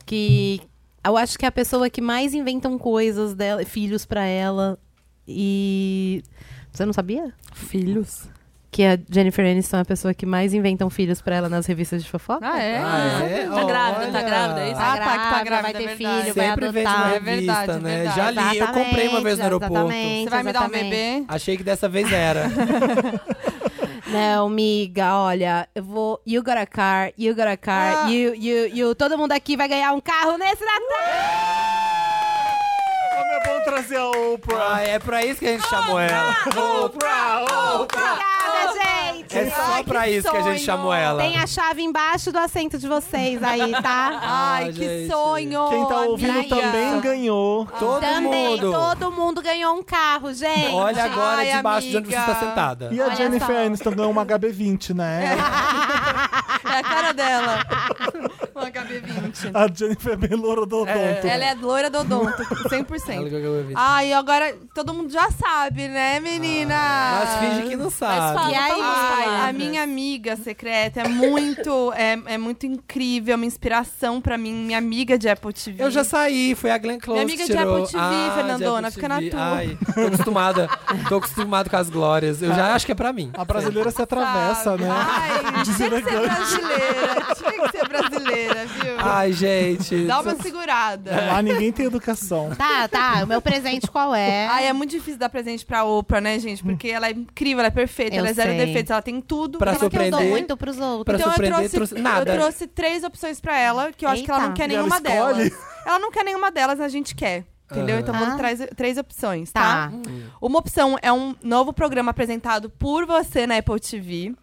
Que eu acho que é a pessoa que mais inventam coisas dela, filhos pra ela. E. Você não sabia? Filhos. Que a Jennifer Aniston é a pessoa que mais inventam filhos pra ela nas revistas de fofoca? Ah, é? é? Tá grávida, tá Olha. grávida, é isso? Ah, tá, que tá grávida, vai ter é verdade. filho, vai Sempre vende uma adotar. É revista, verdade, né? verdade. Já li, eu comprei uma vez no Exatamente, aeroporto. Você vai me dar um exatamente. bebê? Achei que dessa vez era. Não, miga, olha, eu vou. You got a car, you got a car, Ah. you, you, you. Todo mundo aqui vai ganhar um carro nesse Natal! Como é bom trazer a Oprah. Ah, é pra isso que a gente chamou ela. Oprah, Oprah. Obrigada, gente! É só Ai, pra que isso que a gente sonho. chamou ela. Tem a chave embaixo do assento de vocês aí, tá? Ai, Ah, que gente. sonho! Quem tá ouvindo amiga. também ganhou. Todo Também, mundo. todo mundo ganhou um carro, gente! Olha agora Ai, debaixo de onde você amiga. está sentada. E a Olha Jennifer só. Aniston ganhou uma HB20, né? É a cara dela. Uma HB20. A Jennifer é bem loura do odonto. Ela é loira do odonto, 100%. Ah, Ai, agora todo mundo já sabe, né, menina? Mas finge que não sabe. fala. E aí, Ai, a palavras. minha amiga secreta é muito, é, é muito incrível, é uma inspiração pra mim, minha amiga de Apple TV. Eu já saí, foi a Glenn Close Minha amiga que de tirou. Apple TV, Ah, Fernandona, de fica na Apple TV. tua. Ai, tô acostumada. tô acostumado com as glórias. Eu já acho que é pra mim. A brasileira se atravessa, Sabe? né? Ai, tinha que ser Deselegante. brasileira, tinha que ser brasileira, viu? Ai, gente. Dá uma segurada. Lá Ah, ninguém tem educação. Tá, tá, o meu presente qual é? Ai, é muito difícil dar presente pra Oprah, né, gente? Porque ela é incrível, ela é perfeita, Eu ela é zero sei. defeitos, ela tem tudo. Pra que ela que eu quer. dou surpreender. muito pros outros. Pra Então eu surpreender, trouxe, trouxe nada. eu trouxe três opções pra ela, que eu acho que ela não Eita. quer E ela nenhuma escolhe? delas. Ela não quer nenhuma delas, a gente quer. Entendeu? Aham. Então vou Ah. trazer três opções, Tá. tá? Uma opção é um novo programa apresentado por você na Apple TV.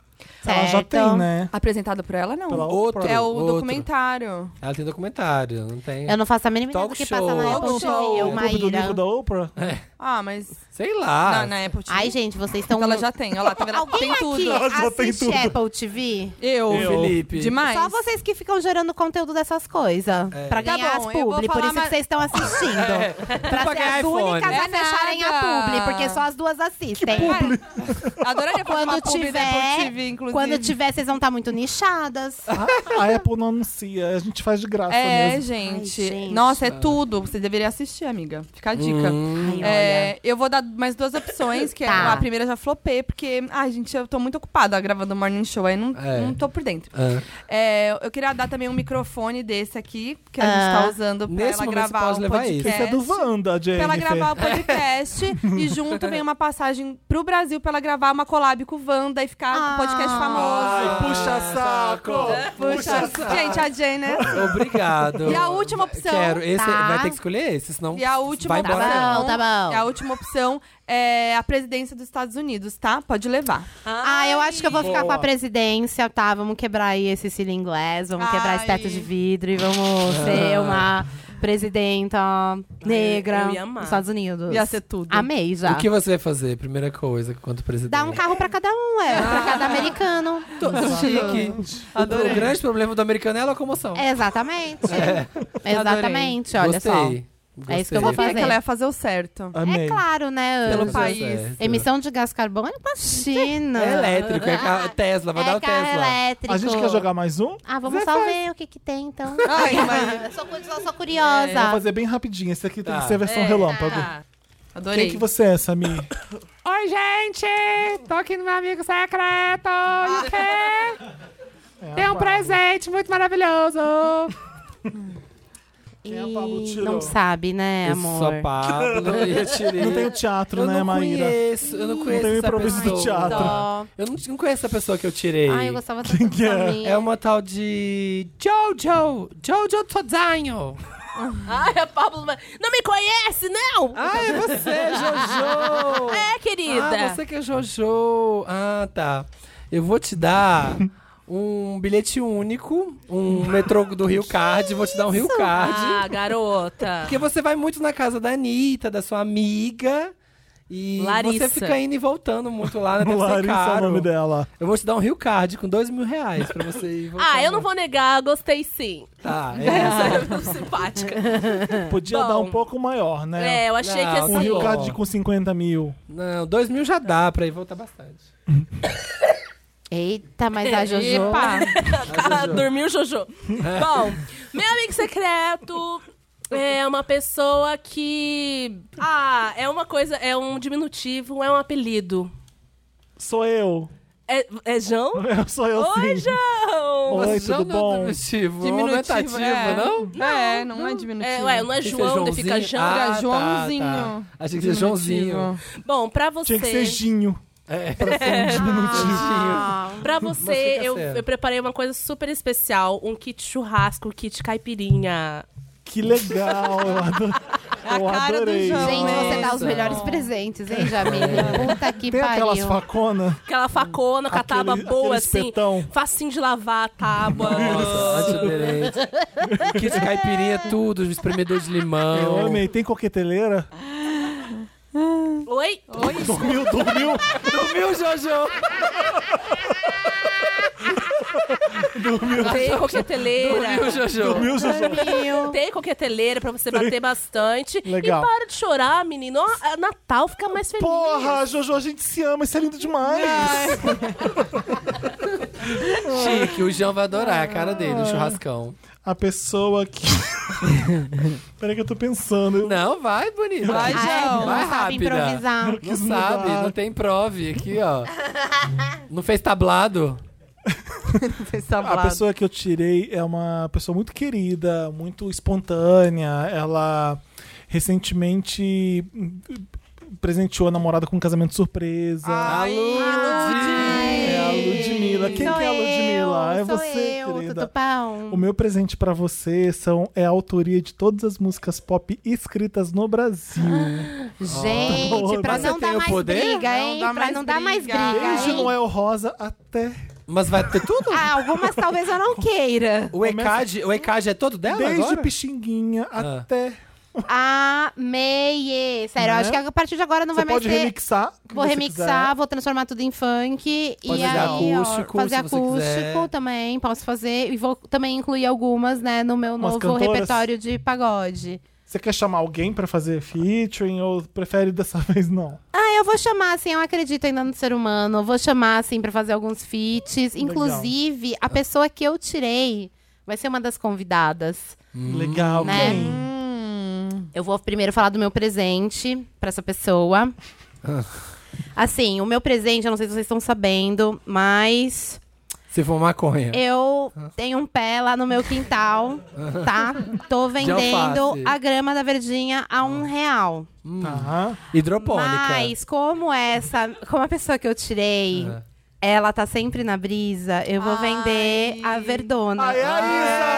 Ela já certo. tem, né? Apresentado por ela, não. Pela Outro. É o outro. documentário. Ela tem documentário, não tem. Eu não faço a mínima ideia do Talk que passa show. na Não Apple tá TV, eu, o clube do Maíra. livro da Oprah? Ah, mas Sei lá. né? na, na Apple TV. Ai, gente, vocês estão... Então ela já tem, olha lá, tá vendo? Ela Alguém tem aqui tudo. Ela já tem assiste tudo. Apple TV? Eu, Eu. Felipe. demais. Só vocês que ficam gerando conteúdo dessas coisas. Pra Tá ganhar bom, as eu vou publi. Por falar isso mais- que vocês estão assistindo. Pra pra ser ganhar as iPhone. né? únicas a É fecharem a nada. É, publi, porque só as duas assistem. Cara, Adoraria fazer uma Quando publi da tiver- Apple TV, inclusive. Quando tiver, vocês vão estar muito nichadas. A Apple não anuncia, a gente faz de graça É, mesmo. gente. Ai, gente. Nossa, é tudo. Você deveria assistir, amiga. Fica a dica. Hum. Ai, É, eu vou dar mais duas opções, que é Tá. a primeira eu já flopei, porque, ai, gente, eu tô muito ocupada gravando Morning Show, aí não, É. não tô por dentro. Ah. É, eu queria dar também um microfone desse aqui, que a gente Ah. tá usando pra Nesse ela momento você gravar pode o levar podcast. Isso isso. é do Wanda, Pra Jennifer. ela gravar o podcast e junto vem uma passagem pro Brasil pra ela gravar uma collab com o Wanda e ficar com o podcast Ah. famoso. Ai, puxa saco! Puxa, gente, a Jane, né? Obrigado. E a última opção, Quero. Esse, tá? Vai ter que escolher esse, senão E a última vai opção. embora. Tá bom, tá bom. E a última opção é a presidência dos Estados Unidos, tá? Pode levar. Ah, eu acho que eu vou ficar com Boa. a presidência, tá? Vamos quebrar aí esse cílio inglês, vamos quebrar esse Ai. Ah. teto de vidro e vamos ser uma presidenta negra eu ia amar. dos Estados Unidos. Ia ser tudo. Amei já. O que você vai fazer? Primeira coisa, quanto presidente. Dá um carro pra cada um, é. Pra Ah. cada americano. Chique. O, o grande problema do americano é a locomoção. É. Exatamente. É. Exatamente, olha Gostei. só. Gostei. É isso que eu Eu vou falei fazer. que ela ia fazer o certo. Ah, Amei. É claro, né? Pelo Anjo? país. Emissão de gás carbônico, imagina. É elétrico, é ca- Tesla, vai É dar o carro Tesla. elétrico. A gente quer jogar mais um? Tá. Ah, vamos só ver o que que tem, então. Ai, mas Eu sou, cu- só sou Vou curiosa. É, fazer bem rapidinho. Esse aqui tem Tá. que ser a É. versão relâmpago. adorei. Quem que você é, Sami? Oi, gente! Tô aqui no meu amigo secreto. E o quê? É, Tem um presente muito maravilhoso. Quem a É, Pablo Ih, tirou? Não sabe, né, Eu amor? sou Pablo e eu tirei. Não tem o teatro, eu né, não Maíra? conheço, eu não Não conheço tem o essa improviso pessoa. do teatro. Ó, Eu não, não conheço essa pessoa que eu tirei. Ai, eu gostava tanto Quem que é? da minha. É uma tal de Jojo, Jojo Todinho. Ai, a Pablo vai- não me conhece, não! Ah, é você, Jojo. É, querida. Ah, você que é Jojo. Ah, tá. Eu vou te dar um bilhete único, um metrô do Rio Card, vou te dar um Rio Card. Ah, garota. Porque você vai muito na casa da Anitta, da sua amiga. E Larissa. você fica indo e voltando muito lá, né? Deve ser Larissa é o caro. nome dela. Eu vou te dar um Rio Card com dois mil reais pra você ir voltando. Ah, eu não vou negar, gostei sim. Tá, é. Essa é simpática. Podia Bom. dar um pouco maior, né? É, eu achei Não, que Um assim. Rio Ó. Card com 50 mil. Não, dois mil já dá pra ir voltar bastante. Eita, mas a Jojo. Ah, Dormiu, Jojo. Bom, meu amigo secreto é uma pessoa que. Ah, é uma coisa, é um diminutivo, é um apelido. Sou eu. É, é João? Eu sou eu Oi, sim. João! Oi, Mas não tudo é bom? Diminutivo, é um Diminutivo, aumentativo, né? é. não? é, não, é diminutivo. É, né? ué, não Tem é que ser João, daí fica Joãozinho. João. Ah, tá, Fica Joãozinho. tá. Achei que ia ser Joãozinho. Bom, pra você. Ah, Tinha que ser Ginho. É. Pra ser um diminutivo. Ah, Pra Mas você, fica eu, sério. eu preparei uma coisa super especial: um kit churrasco, um kit caipirinha. Que legal. Eu, adoro, É eu a cara do adorei. É. João. Gente, você dá os Nossa. melhores presentes, hein, Jamile? Puta que Tem aquelas pariu. faconas? Aquela facona com a Aquele- tábua boa, aquele assim. espetão. Facinho de lavar a tábua. Nossa, antiderente. Kit caipirinha, tudo, um espremedor de limão. Eu amei. Tem coqueteleira? Oi? Oi? Dormiu, dormiu. Dormiu, Jojo? Tem coqueteleira. Dormiu, Jojo? Dormiu, Jojo. Tem coqueteleira pra você bater bastante. Legal. né? E para de chorar, menino. Ó, Natal fica mais feliz. Porra, Jojo, a gente se ama. Isso é lindo demais. Chique, o João vai adorar a cara dele, o churrascão. A pessoa que... Peraí que eu tô pensando. Eu- Não, vai, bonito. Ai, Vai, João. não Vai sabe rápida. improvisar. Não quis sabe, mudar. não tem prove aqui, ó. Não fez tablado? fez A pessoa que eu tirei é uma pessoa muito querida, muito espontânea. Ela recentemente hum, presenteou a namorada com um casamento surpresa. Alô, É a Ludmilla. Quem Sou que é a Ludmilla? eu, é sou você, eu, querida. Tutupão. O meu presente pra você são, é a autoria de todas as músicas pop escritas no Brasil. Tá Gente, pra Mas você não tem dar o mais poder? briga, Não hein? dá Pra mais não dar mais briga. briga, Desde hein? Noel Rosa até. Mas vai ter tudo? Ah, algumas talvez eu não queira. O ECAD, o ECAD é todo dela desde agora? Pixinguinha Ah. até. Ah, Amei! Sério, eu Né? acho que a partir de agora não você vai mais pode ter. remixar. o que Vou você remixar, vou transformar tudo em funk. Pode e fazer aí, ó, acústico, fazer se você acústico quiser. também, posso fazer. E vou também incluir algumas, né, no meu Umas novo cantoras? repertório de pagode. quiser. Você quer chamar alguém pra fazer featuring ou prefere dessa vez não? Ah, eu vou chamar, assim, eu acredito ainda no ser humano. Eu vou chamar, assim, pra fazer alguns feats. Inclusive, a pessoa que eu tirei vai ser uma das convidadas. Hum. Legal, Né? quem? Eu vou primeiro falar do meu presente pra essa pessoa. Assim, o meu presente, eu não sei se vocês estão sabendo, mas Se for maconha. É, eu tenho um pé lá no meu quintal, tá? Tô vendendo alface. a grama da verdinha a um real. Hum. Tá. Hidropônica. Mas como essa, como a pessoa que eu tirei, Ah. É. ela tá sempre na brisa, eu vou vender a verdona. Ai, Alisa!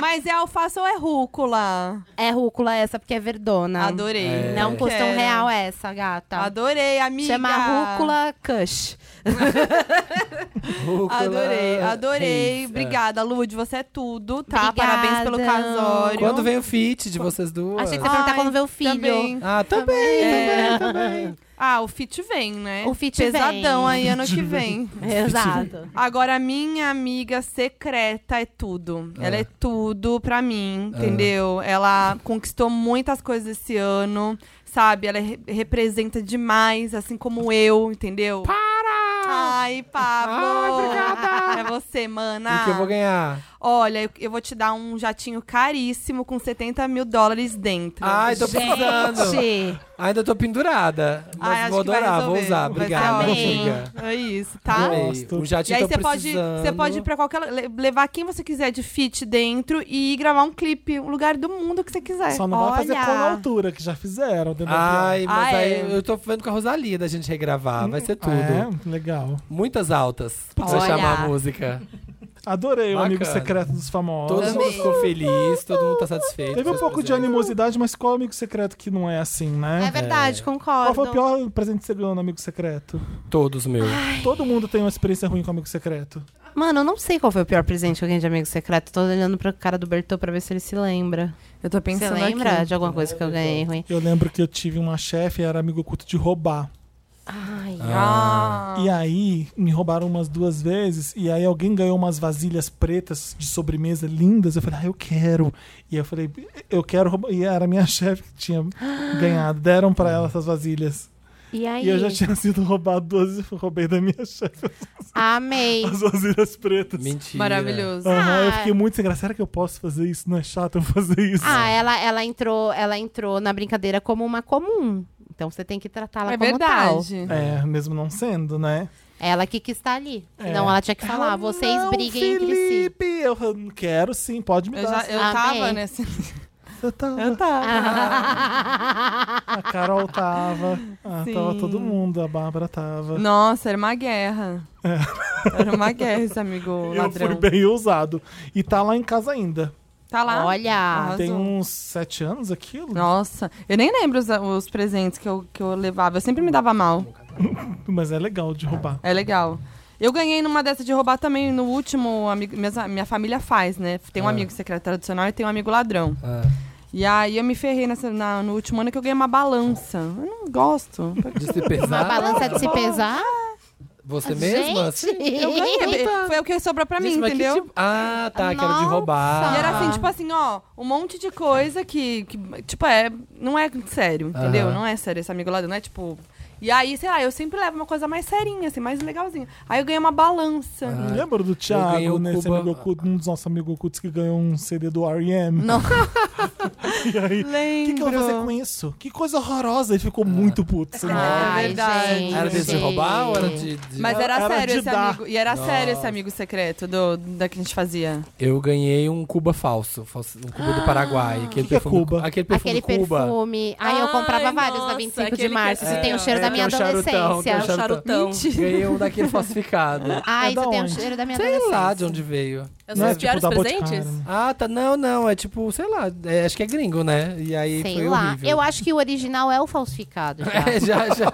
Mas é alface ou é rúcula? É rúcula essa, porque é verdona. Adorei. Não custa um Quero. real essa, gata. Adorei, amiga. Chama rúcula cush. Rúcula, é Adorei, adorei. reis. Obrigada, Lud, você é tudo, tá? Obrigada. Parabéns pelo É. casório. Quando vem o feat de vocês duas? Achei que você ia perguntar Ai, quando vê o filho. Também. Ah, também, também, É. também. Ah, o fit vem, né? O fit Pesadão vem. aí ano que vem. Exato. Agora, minha amiga secreta é tudo. Ela é tudo pra mim, É. entendeu? Ela conquistou muitas coisas esse ano, sabe? Ela re- representa demais, assim como eu, entendeu? Para! Ai, Pablo! obrigada! É você, mana. O que eu vou ganhar? Olha, eu, eu vou te dar um jatinho caríssimo com 70 mil dólares dentro. Ai, tô precisando. Gente, Ainda tô pendurada. Mas Ai, acho vou que vai adorar, vou resolver. usar. Vai ser Obrigada, ótimo. amiga. É isso, tá? Adorei. Gosto. O jatinho E aí tô você pode, você precisando. pode ir pra qualquer le- levar quem você quiser de fit dentro e gravar um clipe, um lugar do mundo que você quiser. Só não vai fazer Olha! com a altura, que já fizeram. dentro da Ai, mas Ah, aí é. eu tô vendo com a Rosalia da gente regravar. Vai ser tudo. É, legal. Muitas altas. Vai Olha. chamar a música. Adorei o Amigo Bacana. Secreto dos Famosos. Todo mundo ficou feliz, todo mundo tá satisfeito. Teve um Vocês pouco de fizeram. animosidade, mas qual Amigo Secreto que não é assim, né? é verdade, Qual concordo. foi o pior presente que você ganhou no Amigo Secreto? Todos meus. Todo mundo tem uma experiência ruim com Amigo Secreto. Mano, eu não sei qual foi o pior presente que eu ganhei de amigo secreto. Tô olhando pra cara do Bertô pra ver se ele se lembra. Eu tô Você pensando lembra aqui. de alguma coisa que eu ganhei ruim? Eu lembro que eu tive uma chefe, era amigo oculto de roubar. Ai, Ah, E aí, me roubaram umas duas vezes, e aí alguém ganhou umas vasilhas pretas de sobremesa lindas. Eu falei, ah, eu quero. E eu falei, eu quero roubar. E era a minha chefe que tinha ganhado. Deram pra ela essas vasilhas. E aí? E eu já tinha sido roubado duas roubei da minha chefe Amei. as vasilhas pretas. Mentira. Maravilhoso. Aham, eu Ah. fiquei muito sem graça. Será que eu posso fazer isso? Não é chato eu fazer isso? Ah, ela, ela entrou, ela entrou na brincadeira como uma comum. Então você tem que tratá-la é como tal. verdade. É, mesmo não sendo, né? Ela que quis estar ali. É. Não, ela tinha que falar, Então, Ah, vocês não, briguem entre si. Felipe, eu não quero sim, pode me Eu, dar. já, eu Amei. tava nesse. Eu tava, Eu tava. Tá. A Carol tava. Ah, tava Sim. Hum. todo mundo, a Bárbara tava. Nossa, era uma guerra. Era uma guerra esse amigo eu ladrão. fui bem ousado. E tá lá em casa ainda. Tá lá. Olha. Arrasou. Tem uns sete anos aquilo? Nossa, eu nem lembro os, os presentes que eu, que eu levava. Eu sempre me dava mal. Mas é legal de roubar. É legal. Eu ganhei numa dessa de roubar também no último. Amigo, minhas- minha, família faz, né? Tem É. um Ah. amigo secreto tradicional e tem um amigo ladrão. Ah, E aí eu me ferrei nessa, na- no último ano que eu ganhei uma balança. Eu não gosto. de se A pesar. balança de se pesar? Você mesma? assim? Gente! Eu ganhei. Foi o que sobrou pra mim, Gente, mas que entendeu? tipo- Ah, tá, que era de Nossa. roubar. E era assim, tipo assim, ó, um monte de coisa que, que, tipo, é, não é sério, entendeu? Aham. Não é sério esse amigo lá, não é tipo. E aí, sei lá, eu sempre levo uma coisa mais serinha, assim, mais legalzinha. Aí eu ganhei uma balança. Ah. Lembra do ganhei Thiago, o né? Esse Cuba- amigo oculto, um dos nossos amigos ocultos que ganhou um CD do R.E.M. Não. E aí, o que, que eu vou fazer Lembro. com isso? Que coisa horrorosa. Ele ficou muito puto. Assim, Ah, Ai, é verdade. gente. Era desse de roubar ou era de. de- Mas era, Era de sério esse dar. amigo. E era Nossa. sério esse amigo secreto do, da que a gente fazia. Eu ganhei um Cuba falso, falso- um Cuba Ah. do Paraguai. Aquele O que é perfume, Cuba? Aquele perfume Aquele Cuba. perfume. Ai, eu comprava Ai, vários nossa, na 25 de aquele março. que- Isso é, tem o cheiro é, da que minha é um charutão, que é um adolescência. Charutão. Ganhei um daquele falsificado. É Ai, da isso tem o onde? cheiro da minha Sei lá de adolescência. onde veio. Eu Não sou é os tipo piores da presentes? Boticário. Ah, tá. Não, não. É tipo, sei lá. é, acho que é gringo, né? E aí Sei foi lá. horrível. Eu acho que o original é o falsificado. já. É, já, já.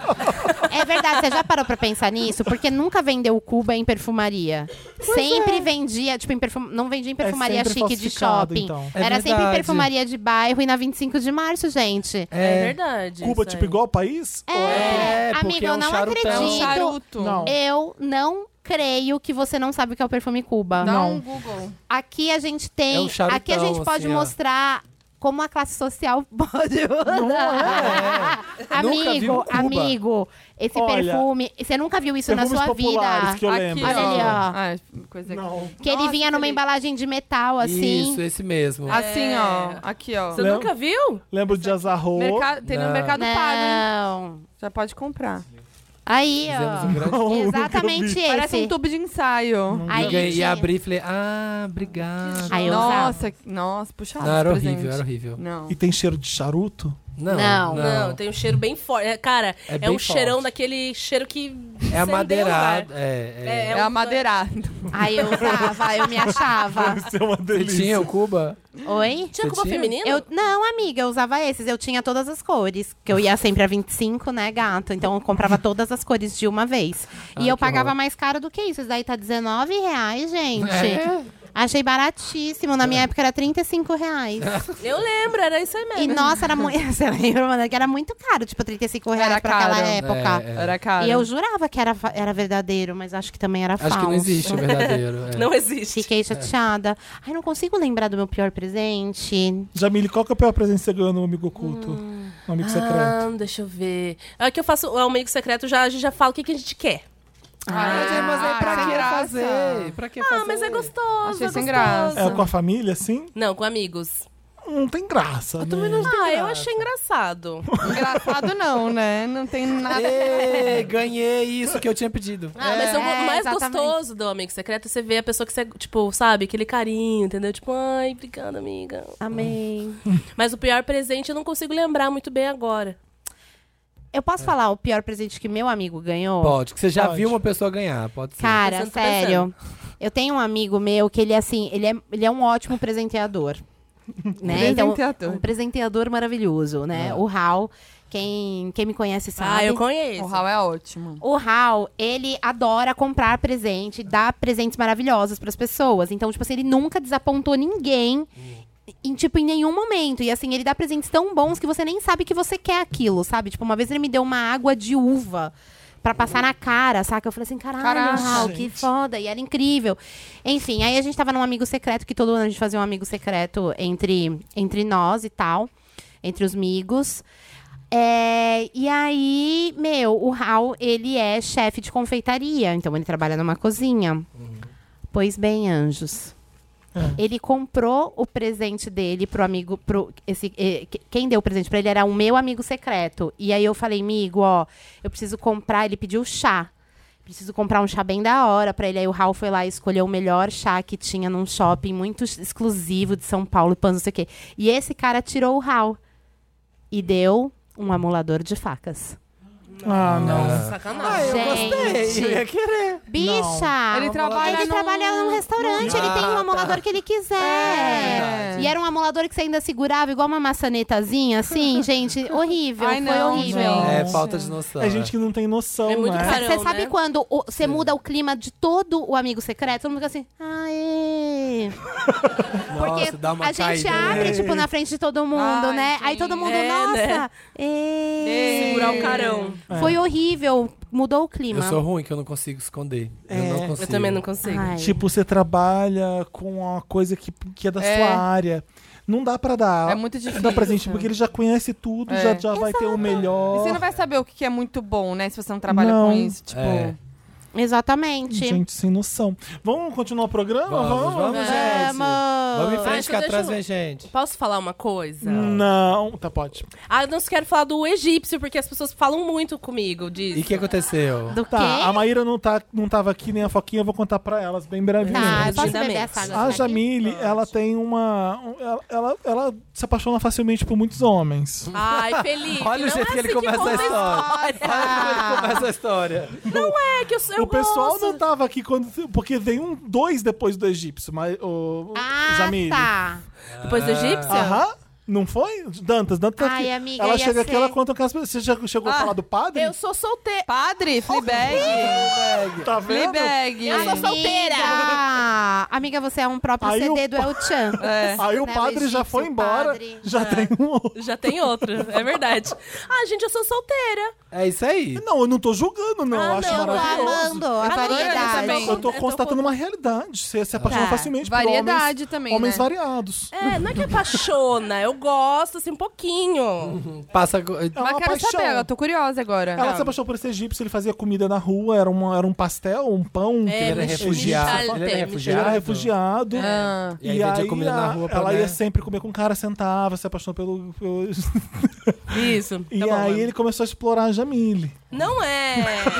É verdade, você já parou pra pensar nisso? Porque nunca vendeu Cuba em perfumaria. sempre é. vendia, tipo, em perfum... não vendia em perfumaria É sempre chique de falsificado, shopping. então. É Era sempre em verdade. perfumaria de bairro e na 25 de março, gente. É, É, verdade. Cuba, isso tipo, aí. igual país? É, É, porque amigo, é um eu não charutão. É um Sim. acredito. charuto. Não. Eu não creio que você não sabe o que é o perfume Cuba. Dá um Google. Aqui a gente tem, É um charutão, aqui a gente pode assim, ó. mostrar como a classe social pode é. mudar. Nunca vi um amigo, Cuba. amigo, esse Olha, perfume, você nunca viu isso na Perfumes sua populares vida. que eu lembro. Olha ali, ó. Ah, coisa aqui. Não. Que ele Nossa, vinha numa Felipe. embalagem de metal, assim. Isso, esse mesmo. Assim, ó. Aqui, ó. Você Não. nunca viu? Lembro de Azarro. Merca- Tem Não. no Mercado Pago, Tá hein? Não. Já pode comprar. Aí, Fizemos um ó. grande... Exatamente esse. Parece um tubo de ensaio. Aí, e ganhei, e tinha- abri e falei, ah, obrigado. Aí eu usava. nossa, que- nossa, puxado. Não, era esse presente. horrível, era horrível. Não. E tem cheiro de charuto? Não, não. Não. Não, tem um cheiro bem forte. É, Cara, É é, bem um cheirão forte. daquele cheiro É que. incendeia o amadeirado. lugar. É, é. É, É amadeirado. Aí eu usava, eu me achava. Isso é uma Você delícia. tinha o Cuba? Oi? Tinha Você Cuba tinha? feminina? Eu, não, amiga, eu usava esses. Eu tinha todas as cores. Que eu ia sempre a 25, né, gato? Então eu comprava todas as cores de uma vez. Ai, E eu que pagava horror. mais caro do que isso. Isso daí tá 19 reais, gente. É. Achei baratíssimo. Na minha época era 35 reais. Eu lembro, era isso aí E mesmo. nossa, era muito. Você lembra, mano? Que era muito caro, tipo, 35 reais Era pra aquela caro. época. É, é. Era caro. E eu jurava que era, fa- era verdadeiro, mas acho que também era Acho falso. que não existe o verdadeiro. é. Não existe. Fiquei chateada. Ai, não consigo lembrar do meu pior presente. Jamile, qual que é o pior presente que você ganhou no Amigo Oculto? No Amigo Secreto? Ah, deixa eu ver. É que eu faço o amigo secreto, já, a gente já fala o que, que a gente quer. Ah, mas é- mas é pra sem que graça. fazer? Pra que fazer? Ah, mas é gostoso. Achei é sem gostoso. graça. É com a família, assim? Não, com amigos. Não tem graça, né? Ah, eu achei engraçado. É. Engraçado não, né? Não tem nada. Ê, ganhei isso que eu tinha pedido. Ah, mas É. o É, mais exatamente. gostoso do amigo secreto é você ver a pessoa que você, tipo, sabe, aquele carinho, entendeu? Tipo, ai, obrigada, amiga. Amém. Mas o pior presente eu não consigo lembrar muito bem agora. Eu posso falar o pior presente que meu amigo ganhou? É. Pode, que você já Pode. viu uma pessoa ganhar, pode ser. Cara, Pensando, tô sério. Eu tenho um amigo meu que ele, assim, ele é, ele é um ótimo presenteador. né? Então, Presenteador. um presenteador maravilhoso, né? Ah. O Hal, quem, quem me conhece sabe. Ah, eu um conheço. O Raul é ótimo. O Hal, ele adora comprar presente, dar presentes maravilhosos pras pessoas. Então, tipo assim, ele nunca desapontou ninguém. Em, tipo, em nenhum momento. E assim, ele dá presentes tão bons que você nem sabe que você quer aquilo, sabe? Tipo, uma vez ele me deu uma água de uva pra passar na cara, saca? Eu falei assim, caralho, Caraca, Hal, gente. que foda. E era incrível. Enfim, aí a gente tava num amigo secreto, que todo ano a gente fazia um amigo secreto entre, entre nós e tal. Entre os amigos. É, e aí, meu, o Hal, ele é chefe de confeitaria, então ele trabalha numa cozinha. Pois bem, anjos. Ele comprou o presente dele pro amigo. Pro, esse, eh, que- quem deu o presente pra ele era o meu amigo secreto. E aí eu falei, amigo, ó, eu preciso comprar. Ele pediu chá. Preciso comprar um chá bem da hora pra ele. Aí o Raul foi lá e escolheu o melhor chá que tinha num shopping muito exclusivo de São Paulo, pano, não sei o quê. E esse cara tirou o Raul e deu um amulador de facas. Ah, não. Sacanagem. eu Ah, Gostei, eu ia querer. Bicha! Ele trabalha Ele num- trabalha num restaurante, ele tem o amulador que ele quiser. E era um amulador que você ainda segurava igual uma maçanetazinha, assim, gente. Horrível, Ai, foi não, horrível. gente. É, falta de noção. É gente que não tem noção, É muito né? caro. Você Não, sabe né? quando o- você muda o clima de todo o amigo secreto? Todo mundo fica assim, né? aê! Nossa, Porque dá uma a gente caída. né? abre, tipo, na frente de todo mundo, Ai, né? Aí todo mundo, É, nossa! né? ê". Segurar o carão. Foi horrível, mudou o clima. Eu sou ruim que eu não consigo esconder. Eu não consigo. Eu também não consigo. Ai. Tipo, você trabalha com uma coisa que, que é da É. sua área. Não dá pra dar. É muito difícil. Dá pra gente, porque ele já conhece tudo, É. já, já vai ter o melhor. E você não vai saber o que que é muito bom, né? Se você não trabalha Não. com isso. Tipo, É. Exatamente. Gente, sem noção. Vamos continuar o programa? Vamos, vamos, gente. Vamos em Vamos! frente, que Acho que eu atrás deixo- vem gente. Posso falar uma coisa? Hum. Não. Tá, pode. Ah, eu não quero falar do egípcio, porque as pessoas falam muito comigo disso. E o que aconteceu? Do Tá, quê? a Maíra não, tá, não tava aqui, nem a Foquinha, eu vou contar pra elas bem brevemente. Tá, Sim, posso sim. beber essa água? A daqui? Jamile, ela tem uma. um- Ela, ela, ela se apaixona facilmente por muitos homens. Ai, Felipe. Olha o não jeito é que ele assim começa conta a história. história. Essa história. É que eu, eu o pessoal gosto. não tava aqui quando. Porque vem um dois depois do egípcio, mas. O, o Ah, Jamile. tá. Depois do egípcio? Ah. Aham. Não foi? Dantas, Dantas tá Ai, aqui. amiga, ela ia chega aqui, ser. Ah, ela conta que as pessoas. Você já chegou a falar do padre? Eu sou solteira. padre, Fleabag. Tá vendo? Fleabag. Eu sou Tá solteira. Amiga, amiga, você é um próprio Aí CD o do El Chan. É. Aí o Né, o padre já egípcio, foi o embora. padre. Ah. Já tem um outro. Já tem outro, é verdade. Ah, gente, eu sou solteira. É isso aí. Não, eu não tô julgando, não. eu Ah, acho não, Tô maravilhoso. amando Ah, não, a eu variedade. também. Eu tô Eu tô constatando uma realidade. Você se apaixona Tá. facilmente por tipo, homens. Variedade também, Homens né? variados. É, não é que apaixona, eu gosto, assim, um pouquinho. Passa. co- É uma Mas quero paixão. saber, eu tô curiosa agora. Ela se apaixonou por esse egípcio, ele fazia comida na rua, era, uma, era um pastel, um pão. que É, Ele era Michel refugiado. Michel Ele era Temer. Ele refugiado. era refugiado. Ah. E aí vendia comida na rua pra ela né? ia sempre comer com o cara, sentava, se apaixonou pelo. pelo- Tá Isso. tá e bom, aí mano. ele começou a explorar a Jamile. Não é.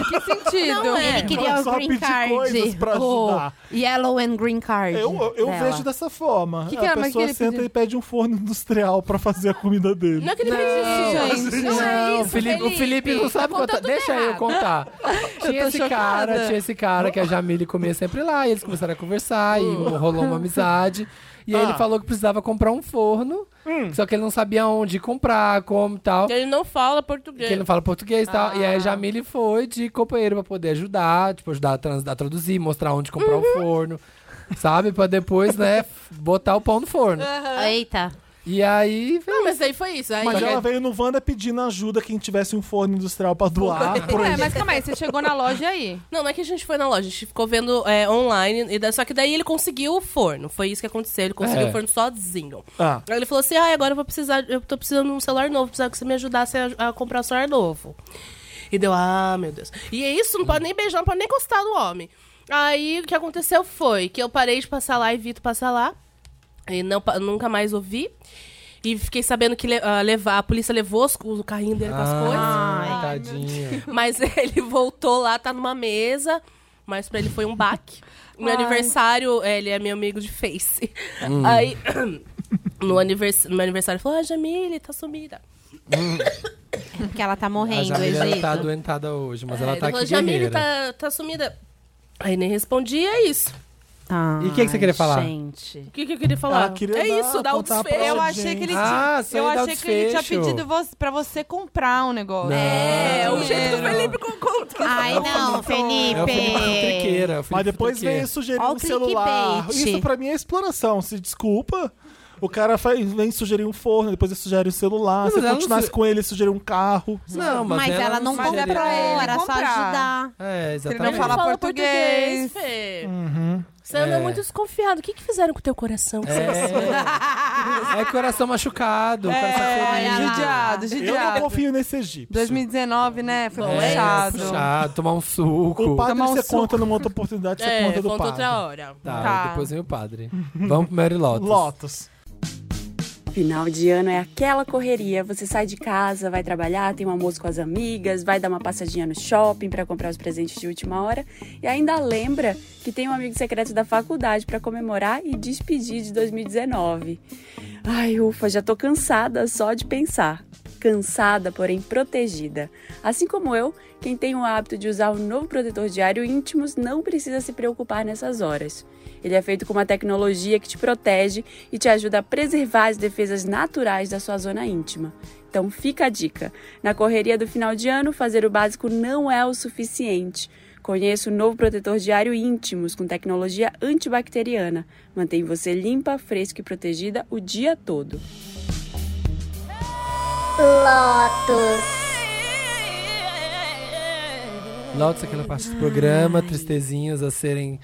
Que sentido? Não é. Ele queria o um Começou a green pedir card. coisas pra Oh. O ajudar. yellow and green card. Eu, eu dela. vejo dessa forma. Que que a era, mas pessoa que ele senta pediu? e pede um forno industrial pra fazer a comida dele. Não é que ele fez isso, gente. Não, é Não, isso, Felipe, assim, "Ah, o Felipe não sabe Conta contar. tudo Deixa eu errado. contar. Tinha esse cara, tinha esse cara que a Jamile comia sempre lá, e eles começaram a conversar, e rolou uma amizade. E aí Ah. ele falou que precisava comprar um forno, só que ele não sabia onde comprar, como e tal. Ele não fala Que português. ele não fala português e tal. E aí a Jamile foi de companheiro pra poder ajudar, tipo, ajudar a, trans, a traduzir, mostrar onde comprar o forno. Sabe? Pra depois, né, botar o pão no forno. Eita. E aí, Não, Ah, mas aí foi isso. Aí Mas Só que- é- ela veio no Wanda pedindo ajuda quem tivesse um forno industrial pra doar. pro É, mas calma aí, você chegou na loja e aí? Não, não é que a gente foi na loja, a gente ficou vendo é, online, e da- só que daí ele conseguiu o forno. Foi isso que aconteceu, ele conseguiu É. o forno sozinho. Ah. Aí ele falou assim: ah, agora eu vou precisar, eu tô precisando de um celular novo, precisava que você me ajudasse a, a comprar um celular novo. E deu, ah, meu Deus. E é isso, não pode nem beijar, não pode nem encostar no homem. Aí o que aconteceu foi que eu parei de passar lá e Vito passar lá. E não, pa- nunca mais ouvi. E fiquei sabendo que le- ah, levar, a polícia levou os- o carrinho dele com as Ah. coisas. Ai, tadinho. Mas ele voltou lá, tá numa mesa. Mas pra ele foi um baque. Meu aniversário, é, ele é meu amigo de face. Hum. Aí, no, anivers no meu aniversário, ele falou: Ah, Jamile, tá sumida. Porque ela tá A morrendo, Jamile ela Egito. tá adoentada hoje, mas É, ela tá ele aqui falou: Jamile, guerreira. tá, tá sumida. Aí nem respondi, é isso. Ai, E o que que você queria falar? Ah, Gente. O que, que eu queria falar? Ela queria é dar- isso, dá o contar pra desfecho. um Eu gente. achei que ele tinha, Ah, sei eu dar o achei que ele tinha desfecho. pedido vo pra você comprar um negócio. É, Ah, o jeito que o dinheiro. Felipe conta. Ai, não, É o Felipe Felipe. Futriqueira. é o Felipe Mas depois Futriqueira. vem sugerir Ó o um celular. clickbait. Isso pra mim é exploração, se desculpa. O cara faz- vem sugerir um forno, depois ele sugere um celular. Não, se mas ela continuasse não su- com ele, ele sugere um carro. Não, mas, Mas ela não mas é comprou, pra sugeriu. ele era só comprar. ajudar. É, não exatamente. falar português. Fê. Uhum. Você anda É. muito desconfiado. O que, que fizeram com o teu coração? É, é coração machucado, coração É, ferido. judiado, Eu não judiado. confio nesse egípcio. 2019, né? Foi Bom, é puxado. Puxado, tomar um O suco. padre Tomar um você suco. conta numa outra oportunidade, você É, conta do conta padre. outra hora. Tá, Tá. depois vem o padre. Vamos pro Mary Lotus. Lotus. Final de ano é aquela correria. Você sai de casa, vai trabalhar, tem um almoço com as amigas, vai dar uma passadinha no shopping pra comprar os presentes de última hora e ainda lembra que tem um amigo secreto da faculdade pra comemorar e despedir de 2019. Ai, ufa, já tô cansada só de pensar. Cansada, porém protegida. Assim como eu, quem tem o hábito de usar o novo protetor diário íntimos não precisa se preocupar nessas horas. Ele é feito com uma tecnologia que te protege e te ajuda a preservar as defesas naturais da sua zona íntima. Então fica a dica: na correria do final de ano, fazer o básico não é o suficiente. Conheça o novo protetor diário íntimos com tecnologia antibacteriana. Mantém você limpa, fresca e protegida o dia todo. Lotus, aquela parte do programa, tristezinhas a serem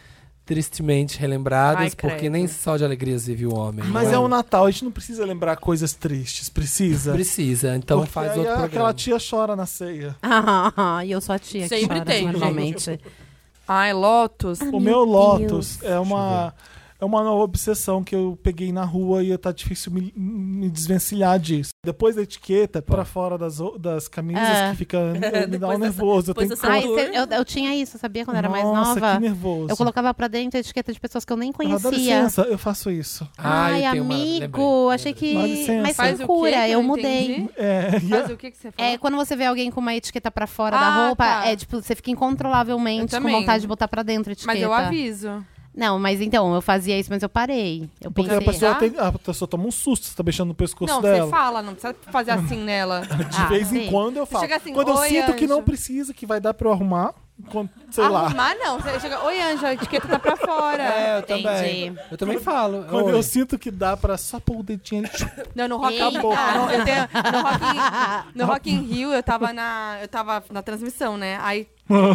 tristemente relembradas, Ai, credo. porque nem só de alegrias vive o homem. Mas não é o Natal, a gente não precisa lembrar coisas tristes, precisa? Precisa, então Porque faz aí é outro aquela programa. tia chora na ceia. Ah, e eu sou a tia que Sempre chora tem, gente. normalmente. Ai, Lotus. o meu Lotus é uma é uma nova obsessão que eu peguei na rua e tá difícil me, me desvencilhar disso. Depois da etiqueta, pra fora das, o- das camisas É. que fica me dá um Depois da- nervoso. Eu depois tenho da que Ai, Sabor. cê- eu, eu tinha isso, sabia? Quando eu era mais Nossa, nova. que nervoso. Eu colocava pra dentro a etiqueta de pessoas que eu nem Ah, Dá conhecia. licença, eu faço isso. Ai, Ah, eu tenho uma- amigo, lembrei. achei que. Dá licença. Mas Faz sem o cura, quê? Que eu não mudei. entendi? É, e Faz o que, que você fala? É, quando você vê alguém com uma etiqueta pra fora Ah, da roupa, tá. é tipo, você fica incontrolavelmente Eu com também. vontade de botar pra dentro a etiqueta. Mas eu aviso. Não, mas então, eu fazia isso, mas eu parei. Eu porque pensei. "Ah, a pessoa, tá? tem- a pessoa toma um susto, você tá mexendo no pescoço Não, dela. você fala, não precisa fazer assim nela. De vez em sim. quando eu falo. chega assim, quando eu "Oi, sinto que não anjo." precisa, que vai dar pra eu arrumar, quando- sei lá. Arrumar não. Você chega, Oi, Anja, a etiqueta tá pra fora. É, eu Entendi. também. Eu também falo. Quando eu Oi. sinto que dá pra só pôr o dedinho ali. tchup, Não, no Rock in Acabou. Não, eu tenho- no, Rock in, no Rock in Rio, eu tava na, eu tava na transmissão, né? Aí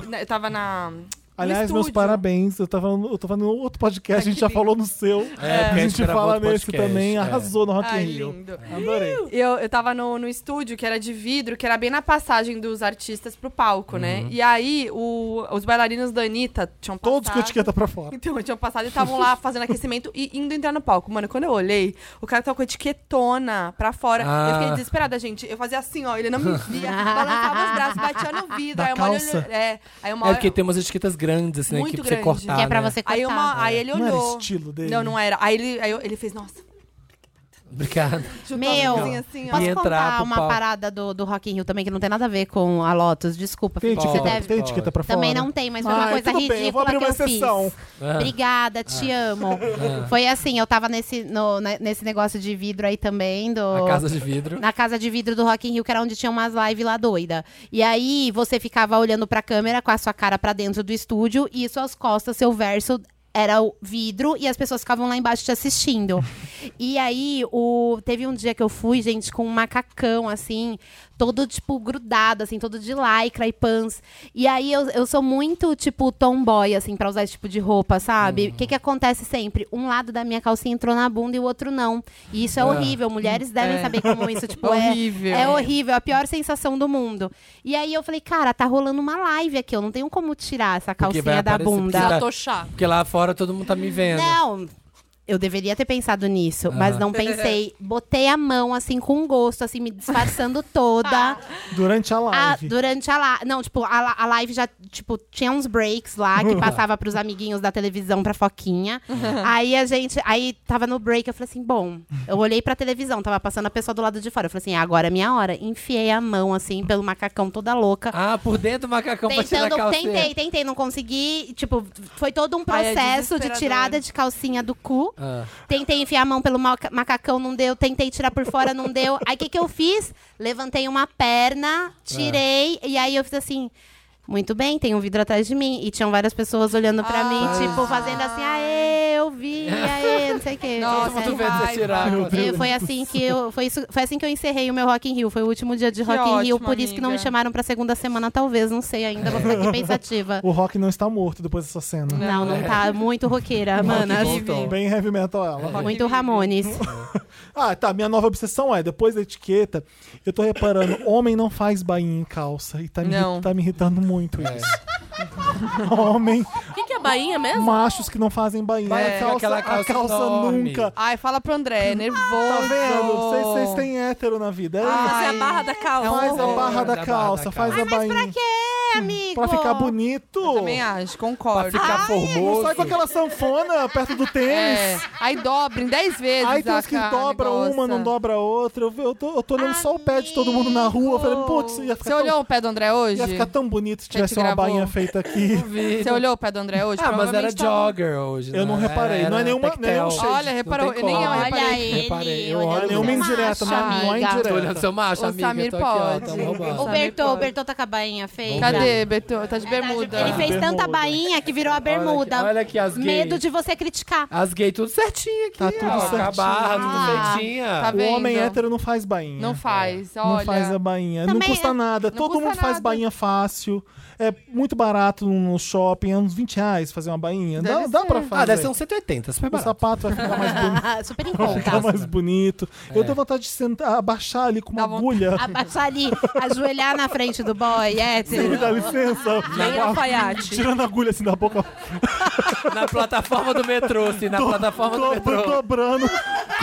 na- eu tava na. no Aliás, meus estúdio. parabéns. Eu tava, eu tava no outro podcast, a gente já falou no seu. É, a porque gente gravou fala outro nesse podcast, também. é. Arrasou no Rock in Ai, Rio. lindo. Adorei. Eu, eu tava no, no estúdio que era de vidro, que era bem na passagem dos artistas pro palco, Uhum. né? E aí o- os bailarinos da Anitta tinham passado. Todos com etiqueta pra fora. Então, eu tinha passado e estavam lá fazendo aquecimento e indo entrar no palco. Mano, quando eu olhei, o cara tava com a etiquetona pra fora. Eu Ah. fiquei desesperada, gente. Eu fazia assim, ó, ele não me via, balançava os braços, batia no vidro. Da aí uma hora calça? ele- é, aí uma É hora- porque tem umas etiquetas grandes, assim, né, Muito que pra você grande. cortar. Que é pra né? você cortar. Aí, uma, aí ele Não era olhou. estilo dele. Não, é. não era. Aí ele, aí eu- ele fez, nossa, Obrigado. chutou Meu, a mãozinha assim, ó. posso E entrar contar pro uma palco. parada do, do Rock in Rio também que não tem nada a ver com a Lotus? Desculpa, Tem Felipe, Pode, você etiqueta, deve... tem etiqueta pra fora. Também não tem, mas foi uma Ai, coisa tudo bem, eu ridícula vou abrir uma que eu exceção. fiz. Ah. Ah, Obrigada, te Ah. amo. Foi assim, eu tava nesse, no- ne- nesse negócio de vidro aí também. Do... A casa de vidro. Na casa de vidro do Rock in Rio, que era onde tinha umas lives lá doida. E aí você ficava olhando pra câmera com a sua cara pra dentro do estúdio e suas costas, seu verso era o vidro e as pessoas ficavam lá embaixo te assistindo. e aí o teve um dia que eu fui, gente, com um macacão assim, todo tipo grudado assim, todo de lycra e pants. E aí eu, eu sou muito tipo tomboy assim pra usar esse tipo de roupa, sabe? Uhum. O que que acontece sempre? Um lado da minha calcinha entrou na bunda e o outro não. E Ah. isso é horrível. Mulheres devem saber como isso tipo é Horrível. é horrível, a pior sensação do mundo. E aí eu falei, cara, tá rolando uma live aqui, eu não tenho como tirar essa Porque vai calcinha da aparecer- bunda. Tá. Já tô chá. Porque lá fora todo mundo tá me vendo. Não. Eu deveria ter pensado nisso, Ah. mas não pensei. Botei a mão, assim, com gosto, assim, me disfarçando Ah. toda. Durante a A- live. durante a live. Não, tipo, a, la- a live já, tipo, tinha uns breaks lá que passava pros amiguinhos da televisão pra Foquinha. aí a gente. Aí tava no break, eu falei assim, bom, eu olhei pra televisão, tava passando a pessoa do lado de fora. Eu falei assim, agora é minha hora. Enfiei a mão, assim, pelo macacão toda louca. Ah, por dentro do macacão pra tirar a Tentando, calcinha. tentei, tentei, não consegui. Tipo, foi todo um Ai, é processo de desesperador. tirada de calcinha do cu. Ah. Tentei enfiar a mão pelo maca- macacão, não deu. Tentei tirar por fora, não deu. Aí o que, que eu fiz? Levantei uma perna, tirei, É. e aí eu fiz assim. Ah. Muito bem, tem um vidro atrás de mim. E tinham várias pessoas olhando pra mim, tipo, fazendo assim, aê, eu resolvi, e aí, não sei o quê. É. Nossa, Pois é. Tu vê Ai, tirar. meu Deus. Eu- foi assim que eu foi, isso, foi assim que eu encerrei o meu Rock in Rio. Foi o último dia de Que Rock in Rio, ótimo, por isso que não me amiga. chamaram pra segunda semana, talvez, não sei ainda, vou ficar aqui pensativa. O Rock não está morto depois dessa cena. Não, não tá muito roqueira, manas. voltou. Bem heavy metal É. ela. Muito Ramones. Ah, tá. Minha nova obsessão é, depois da etiqueta, eu tô reparando, homem não faz bainha em calça. E tá me, Não. É. tá me irritando muito isso. homem, O que, que é bainha mesmo? machos que não fazem bainha. Bainha a com calça, aquela a calça calça enorme. nunca. Ai, fala pro André, é nervoso. Ah, Tá vendo? Vocês- Vocês têm É um hétero na vida. É isso. Fazer Ai. a barra da calça. é Faz a horror. barra da Da barra da calça, Ah, faz a calça. bainha. Pra quê, é, amigo? Pra ficar bonito. Também acho, concordo. Ah, Ficar Não formoso. sai com aquela sanfona perto do É. tênis. Aí dobrem 10 vezes. Aí tem uns que a cara, dobra negócio. uma, não dobra a outra. Eu, eu tô, eu tô olhando só o pé de todo mundo na rua. Eu falei, putz, ia Você ficar tão olhou o pé do André hoje? Ia ficar tão bonito se Já te tivesse uma gravou? bainha feita aqui. Você olhou o pé do André hoje? Ah, mas era Provavelmente tá tava- jogger hoje. Eu não era- reparei. Não é era nenhuma- tactel. nenhum shade. Olha, reparou, é tem nem como. eu Olha reparei. ele. Reparei, eu olha olho o nenhuma macho, indireta, não, não é amiga. indireta. Tô olhando seu macho, O amiga. Samir tô aqui, ó. tá pode. Tamo roubando. O Bertô, o Bertô tá com a bainha feita. Cadê, Beto? Tá de bermuda. Ele fez Bermuda. tanta bainha que virou a bermuda. aqui- olha aqui as gays. Medo de você criticar. As gays tudo certinho aqui. Tá tudo ó, Com certinho. a barra, tudo Ah. certinha. Tá O vendo? homem hétero não faz bainha. Não faz, Não olha. faz a bainha. não Também custa é- nada. Todo custa mundo faz nada. bainha fácil. É muito barato no shopping. É uns 20 reais fazer uma bainha. Dá, Deve dá pra fazer. Ah, deve ser uns 180, super O barato. sapato vai ficar mais bonito. Ah, Super em Vai ficar conta. mais bonito. Eu tenho vontade de sentar, abaixar ali com uma Dá vontade. agulha. Abaixar ali, ajoelhar na frente do boy, É, Me hétero. dá licença. Nem alfaiate. Tirando a agulha assim da boca. Na plataforma do metrô, assim, na plataforma do Dobro- metrô. dobrando,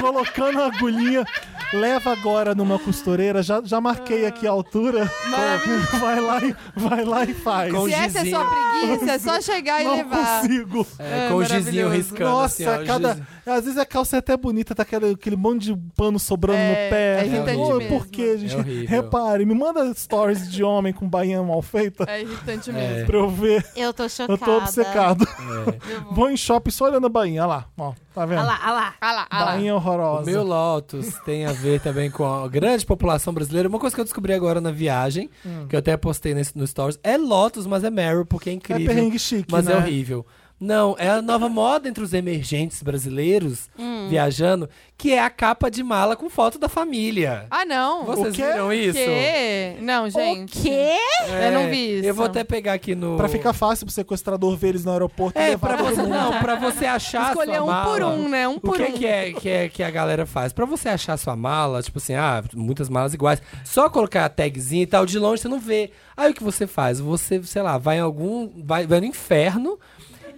colocando a agulhinha. Leva agora numa costureira, já, já marquei aqui a altura. Vai lá e, vai lá e faz. Com Se essa é gizinho. sua preguiça, é só chegar e Não levar. consigo. É, com o gizinho maravilhoso. riscando. assim, ó, Nossa, o cada. giz- Às vezes a calça é até bonita, tá aquele, aquele monte de pano sobrando no É, pé. é irritante Pô, mesmo. Por que, gente? É horrível. Repare, me manda stories de homem com bainha mal feita É irritante mesmo. pra eu ver. Eu tô chocada. Eu tô obcecado. Vou em shopping só olhando a bainha. Olha lá, ó. Tá vendo? Olha lá, olha lá. Ah lá, ah lá. Bainha O horrorosa. É meu Lotus tem a ver também com a grande população brasileira. Uma coisa que eu descobri agora na viagem, que eu até postei nesse, no Stories, é Lotus, mas é Meryl, porque é é incrível. perrengue chique, mas né? é horrível. Não, é a nova moda entre os emergentes brasileiros Hum. viajando, que é a capa de mala com foto da família. Ah, não. Vocês quê? viram isso? Que? Não, gente. O quê? É, Eu não vi isso. Eu vou até pegar aqui no. Pra ficar fácil pro sequestrador ver eles no aeroporto e É, levar pra todo você, mundo. não, pra você achar a Escolher sua um mala. por um, né? Um O por que, um. que, é, que, é, que a galera faz? Pra você achar sua mala, tipo assim, ah, muitas malas iguais, só colocar a tagzinha e tal, de longe você não vê. Aí o que você faz? Você, sei lá, vai em algum. vai, vai no inferno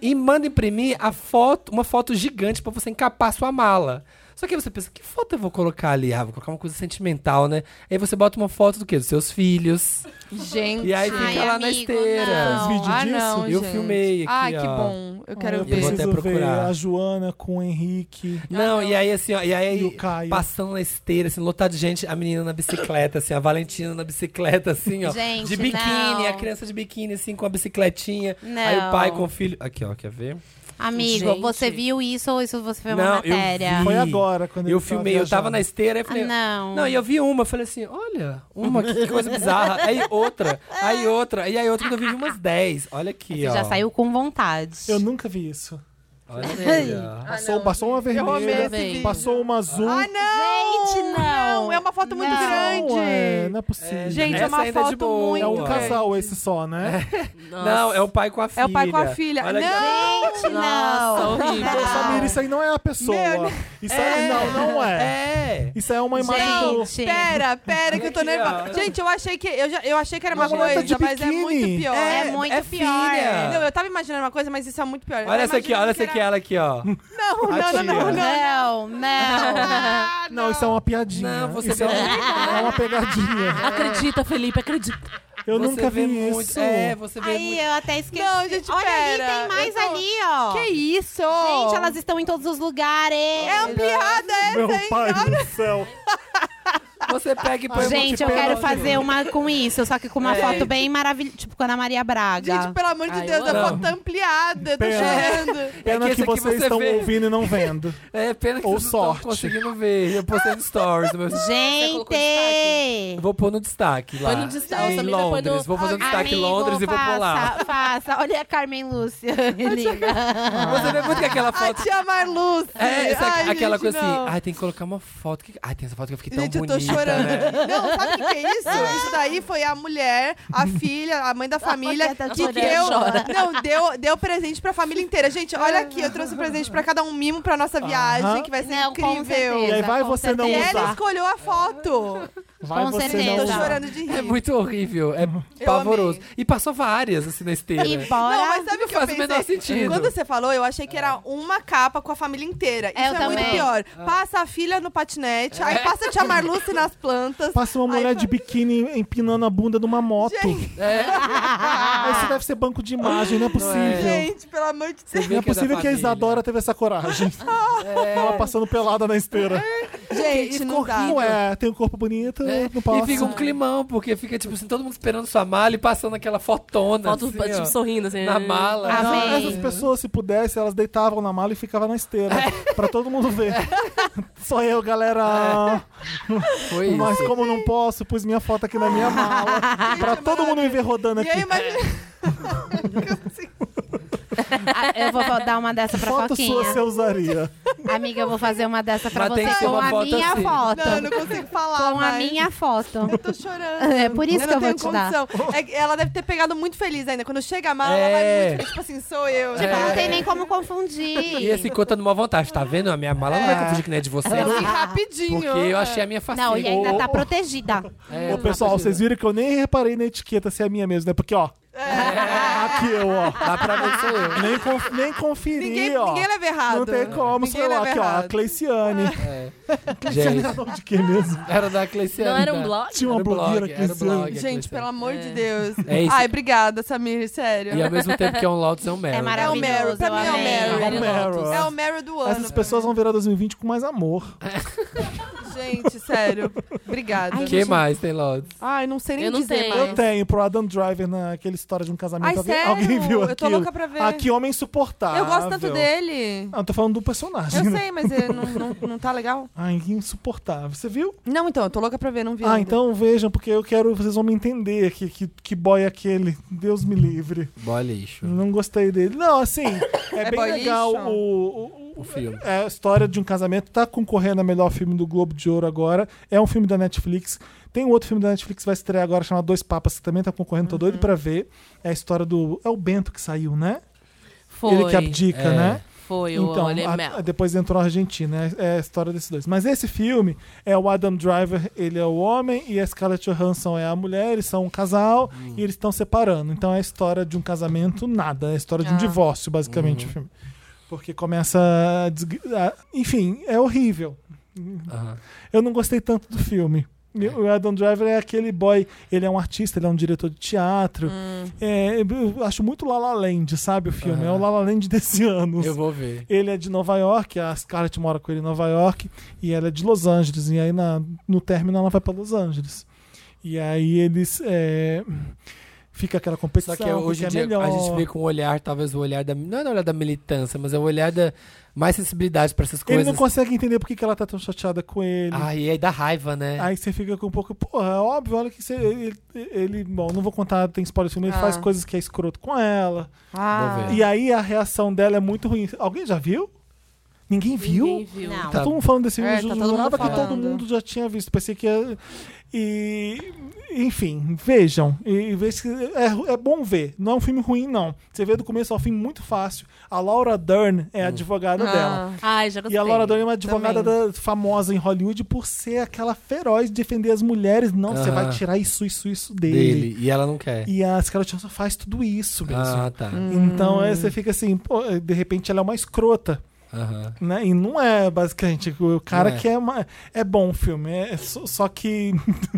e manda imprimir a foto, uma foto gigante pra você encapar sua mala. Só que aí você pensa, que foto eu vou colocar ali? Ah, vou colocar uma coisa sentimental, né? Aí você bota uma foto do quê? Dos seus filhos. Gente. E aí fica Ai, lá na amigo, esteira. não. Os vídeos ah, disso? não, Eu gente. filmei aqui, Ai, que ó. bom. Eu Ah, quero eu vou ver. até preciso ver procurar. a Joana com o Henrique. Não, e aí assim, ó, e aí E o Caio. passando na esteira, assim, lotado de gente, a menina na bicicleta, assim, a Valentina na bicicleta, assim, ó. Gente, de biquíni, não. a criança de biquíni, assim, com a bicicletinha. Não. Aí o pai com o filho. Aqui, ó, quer ver? Amigo, Gente. você viu isso ou isso você viu uma Não, eu matéria? vi. Foi agora, quando ele eu tava filmei, eu tava Tá viajando. na esteira e falei. Ah, não. Não, e eu vi uma, eu falei assim, olha, uma, que coisa bizarra. Aí outra, aí outra, e aí outra, quando eu vi umas 10. Olha aqui, Você ó. já saiu com vontade. Eu nunca vi isso. Olha aqui, ó. Passou, passou uma amei vermelha, esse vídeo. passou um uma azul. Ah, não! Gente, não. É uma foto muito Não, não, é, grande. não é possível. É, Gente, Essa é uma ainda é de foto boa. muito É um Ué. casal esse só, né? Não, é o pai com a filha. É o pai com a filha. Olha aqui, ó. Não! Gente, não. Ô, Samir, isso aí não é a pessoa. Meu Isso aí não, não é. É. Isso aí é uma imagem do... Gente, Pera, pera, que eu tô Aqui, nervosa. ó. Gente, eu achei que. Eu, já- eu achei que era uma Uma mulher tá coisa, de mas é biquíni. muito pior. É muito é pior. filha. Não, eu tava imaginando uma coisa, mas isso é muito pior. Eu Olha tava essa aqui, ó, imaginando olha essa aqui, era- ela aqui, ó. Não, A não, não, tia. não, não. não, não. Não, isso é uma piadinha. Não, você isso é vê- uma, é uma pegadinha. Acredita, Felipe, acredita. Eu Você nunca vi vê muito- isso. É, você vê Aí muito. eu até esqueci. Não, gente, Olha pera. ali, tem mais Então, Eu tô- ali, ó. Que isso? Gente, elas um estão em todos os lugares. É uma piada essa, Meu hein? pai do céu. Você pega e põe Gente, eu multiplayer no- quero fazer uma com isso, só que com É. uma foto bem maravilhosa. Tipo, com a Ana Maria Braga. Gente, pelo amor de Ai, eu Deus, a amo. foto tá ampliada, eu tô Pera. chorando. É Pena que que, esse aqui vocês você estão vê. ouvindo e não vendo. É pena que Ou vocês não sorte. estão conseguindo ver. Eu postei no stories. Mas... colocou destaque? Gente! Vou pôr no destaque lá. Põe no destaque, Em amiga, põe no- Londres. Vou fazer um destaque em Amigo, Londres e vou pôr lá. Faça, faça. Olha a Carmen Lúcia. linda. Você vê muito que aquela A foto... tia Marluce. É, essa- Ai, aquela gente, coisa não. assim. Ai, tem que colocar uma foto. que- Ai, tem essa foto que eu fiquei tão Gente, eu bonita, tô chorando. né? Não, sabe o que, que é isso? Ah. Isso daí foi a mulher, a filha, a mãe da família Quieta, que chora, deu. chora. Não, deu, deu presente pra família inteira. Gente, olha aqui, eu trouxe um presente pra cada um mimo pra nossa viagem, Aham. que vai ser Não, com certeza. E incrível. aí vai com você não E certeza. ela usar. escolheu a foto. Vai Com você Eu certeza. tô não usar. chorando de É rir. muito horrível. É Eu pavoroso. amei. E passou várias, assim, na esteira. E bora. Não, mas sabe o Não que eu faz o pensei? menor sentido. Quando você falou, eu achei que era uma capa com a família inteira. Isso é muito também. pior. Passa a filha no patinete, aí passa a tia Marluce nas plantas. Passa uma Aí mulher fa- de biquíni empinando a bunda de uma moto. Gente, Isso deve ser banco de imagem, não é possível. gente, pelo amor de Deus. Vê Não é que é da possível que a família. Isadora teve essa coragem. Ela passando pelada na esteira. Gente, não dá. Não é, tem um corpo bonito, É, não posso. E fica um climão, porque fica, tipo assim, todo mundo esperando sua mala e passando aquela fotona. Foto, assim, ó, tipo, sorrindo, assim. na mala. Ah, Não, Amém. essas pessoas, se pudesse, elas deitavam na mala e ficavam na esteira. pra todo mundo ver. Só eu, galera. Foi É. isso. Mas como não posso, pus minha foto aqui na minha mala. pra todo mundo me ver rodando é E aqui. aí, imagina. Ah, Eu vou dar uma dessa pra foto sua Foquinha. você usaria. Amiga, eu vou fazer uma dessa pra Mas tem que você ser com uma a foto minha assim. foto. Não, eu não consigo falar. Com a mais. minha foto. Eu tô chorando. É por isso que eu não eu vou tenho te dar. condição. É que ela deve ter pegado muito feliz ainda. Quando chega a mala, ela É. vai muito feliz. Tipo assim, sou eu. Tipo, É. não tem nem como confundir. E esse conta numa vontade, tá vendo? A minha mala não vai confundir que não é de você. Eu vim rapidinho. Porque eu achei a minha facinha. Não, e ainda Ô, tá ô. protegida. É, Ô, pessoal, rapidinho. vocês viram que eu nem reparei na etiqueta se é minha mesmo, né? Porque, ó. Aqui eu, ó. Dá pra ver né? sou eu. Nem, conf nem conferi, Ninguém, ó. ninguém leva errado. não tem como, sei Ninguém lá, leva aqui, ó, errado. a Cleiciane. Cleiciane era Gente, É nome de quem mesmo? era da Cleiciana. Não era um blog? Tinha Era uma o blog, blogueira era o blog. Cleiciane. Gente, pelo amor de Deus. É isso. Ai, obrigada, Samir, sério. E ao mesmo tempo que é um Lotus, é um Meryl. É É o maravilhoso. Meryl, pra eu mim é o amei. Meryl. É o Meryl. É o Meryl do ano. Essas pessoas vão virar 2020 com mais amor. Gente, sério. Obrigada. O que mais tem Lotus? Ai, não sei nem Eu não dizer tenho. mais. Eu tenho pro Adam Driver naquela história de um casamento. Ai, alguém, sério? alguém viu aquilo? Eu tô louca pra ver. Ah, que homem insuportável. Eu gosto tanto dele. Ah, eu tô falando do personagem. Eu né? sei, mas ele não, não, não tá legal? Ai, que insuportável. Você viu? Não, então, eu tô louca pra ver, não vi. Ah, ainda. então vejam, porque eu quero. Vocês vão me entender que, que, que boy é aquele. Deus me livre. Boa lixo. Não gostei dele. Não, assim, é, É bem boy legal lixo? o- o, O filme. É a história de um casamento, tá concorrendo a melhor filme do Globo de Ouro agora. É um filme da Netflix. Tem um outro filme da Netflix que vai estrear agora, chamado Dois Papas, que também tá concorrendo, tô doido pra ver. É a história do. É o Bento que saiu, né? Foi. Ele que abdica, É. né? Foi o Então, Olha a- Mel. a- depois entrou na Argentina, é, é a história desses dois. Mas esse filme é o Adam Driver, ele é o homem, e a Scarlett Johansson é a mulher, eles são um casal e eles estão separando. Então é a história de um casamento, nada, é a história de um Ah. divórcio, basicamente, o filme. Porque começa. a desg- a- Enfim, é horrível. Aham. Eu não gostei tanto do filme. E O Adam Driver é aquele boy, ele é um artista, ele é um diretor de teatro. É, eu acho muito La La Land, sabe o filme? É o La La Land desse ano. Eu vou ver. Ele é de Nova York, a Scarlett mora com ele em Nova York, e ela é de Los Angeles, e aí na- no término ela vai pra Los Angeles. E aí eles. é, fica aquela competição. Só que hoje quem em é dia melhor. a gente vê com o olhar, talvez o olhar da. Não é o olhar da militância, mas é o olhar da mais sensibilidade pra essas Ele coisas. não consegue entender por que que ela tá tão chateada com ele. Ah, e aí dá raiva, né? Aí você fica com um pouco. Porra, é óbvio, olha que você. Ele, ele- bom, não vou contar, tem spoiler do filme, ele Ah. faz coisas que é escroto com ela. Ah, Vou ver. E aí a reação dela é muito ruim. Alguém já viu? Ninguém viu? Ninguém viu. Não. Tá todo mundo falando desse filme, É, eu tá todo mundo jurava que falando. todo mundo já tinha visto. Pensei que ia... E, enfim, vejam. E, e veja que é, é bom ver. Não é um filme ruim, não. Você vê do começo ao fim muito fácil. A Laura Dern é a advogada Ah, dela. Ai, já E gostei. a Laura Dern é uma advogada Também. da- famosa em Hollywood por ser aquela feroz de defender as mulheres. Não, você Aham. vai tirar isso, isso, isso dele. Dele. E ela não quer. E a Scarlett Johansson faz tudo isso mesmo. Ah, tá. Então Hum. aí você fica assim, pô, de repente ela é uma escrota Aham. né? E não é basicamente o cara Não é. que é uma, é bom o filme, é, é só, só que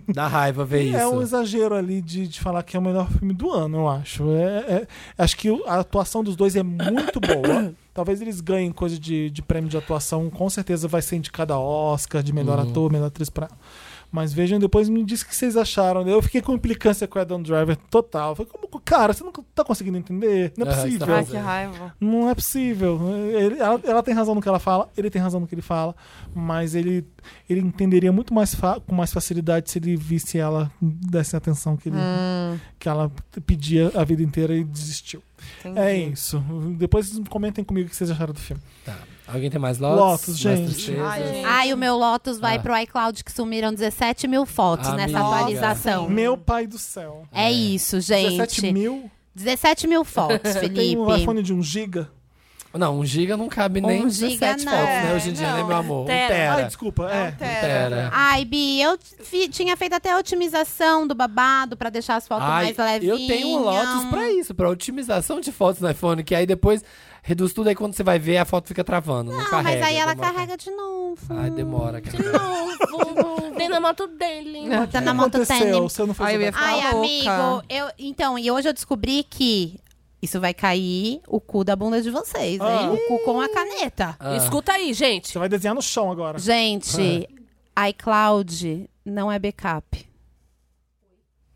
Dá raiva ver isso. é um exagero ali de, de falar que é o melhor filme do ano, eu acho. É- é- acho que o- a atuação dos dois é muito boa. Talvez eles ganhem coisa Uhum. de, de prêmio de atuação, com certeza vai ser indicada a Oscar de melhor ator, melhor atriz pra. Mas vejam depois me diz o que vocês acharam. né? Eu fiquei com implicância com o Adam Driver total. Falei, como, cara, você não tá conseguindo entender? Não é Ah, você possível. tá Ai, que raiva. Não é possível. Ele- ela, ela tem razão no que ela fala, ele tem razão no que ele fala, mas ele, ele entenderia muito mais fa- com mais facilidade se ele visse ela desse a atenção que, ele, Hum. Hum, que ela pedia a vida inteira e desistiu. É isso. Depois vocês comentem comigo o que vocês acharam do filme. Alguém tem mais lotes? Lotus, Mais gente. tristeza? Ai, gente. Ai, é. o meu Lotus vai Ah. pro iCloud que sumiram 17 mil fotos Amiga. nessa atualização. Meu pai do céu. É isso, Então. gente. 17 mil? 17 mil fotos, Tem Felipe. um iPhone de 1 giga? Não, um giga não cabe nem Um giga 17 não. fotos, né? Hoje em dia, É, né, não. meu amor? Um Tera. Ai, tera. desculpa. É. Tera. Ai, Bi, eu fi- tinha feito até a otimização do babado pra deixar as fotos Ai, mais levinhas. Eu tenho um Lotus pra isso, pra otimização de fotos no iPhone, que aí depois reduz tudo, aí quando você vai ver, a foto fica travando. Não, Não, carrega. Ah, mas aí ela demora. carrega de novo. Ai, Hum. demora, cara. De novo. Tem na moto dele. Tá O na que moto aconteceu? tênis. Você não fez Ai, eu o ia ficar Ai, louca. amigo, eu. Então, e hoje eu descobri que isso vai cair o cu da bunda de vocês, Ah. hein? O cu com a caneta. Ah. Escuta aí, gente. Você vai desenhar no chão agora. Gente, iCloud não é backup.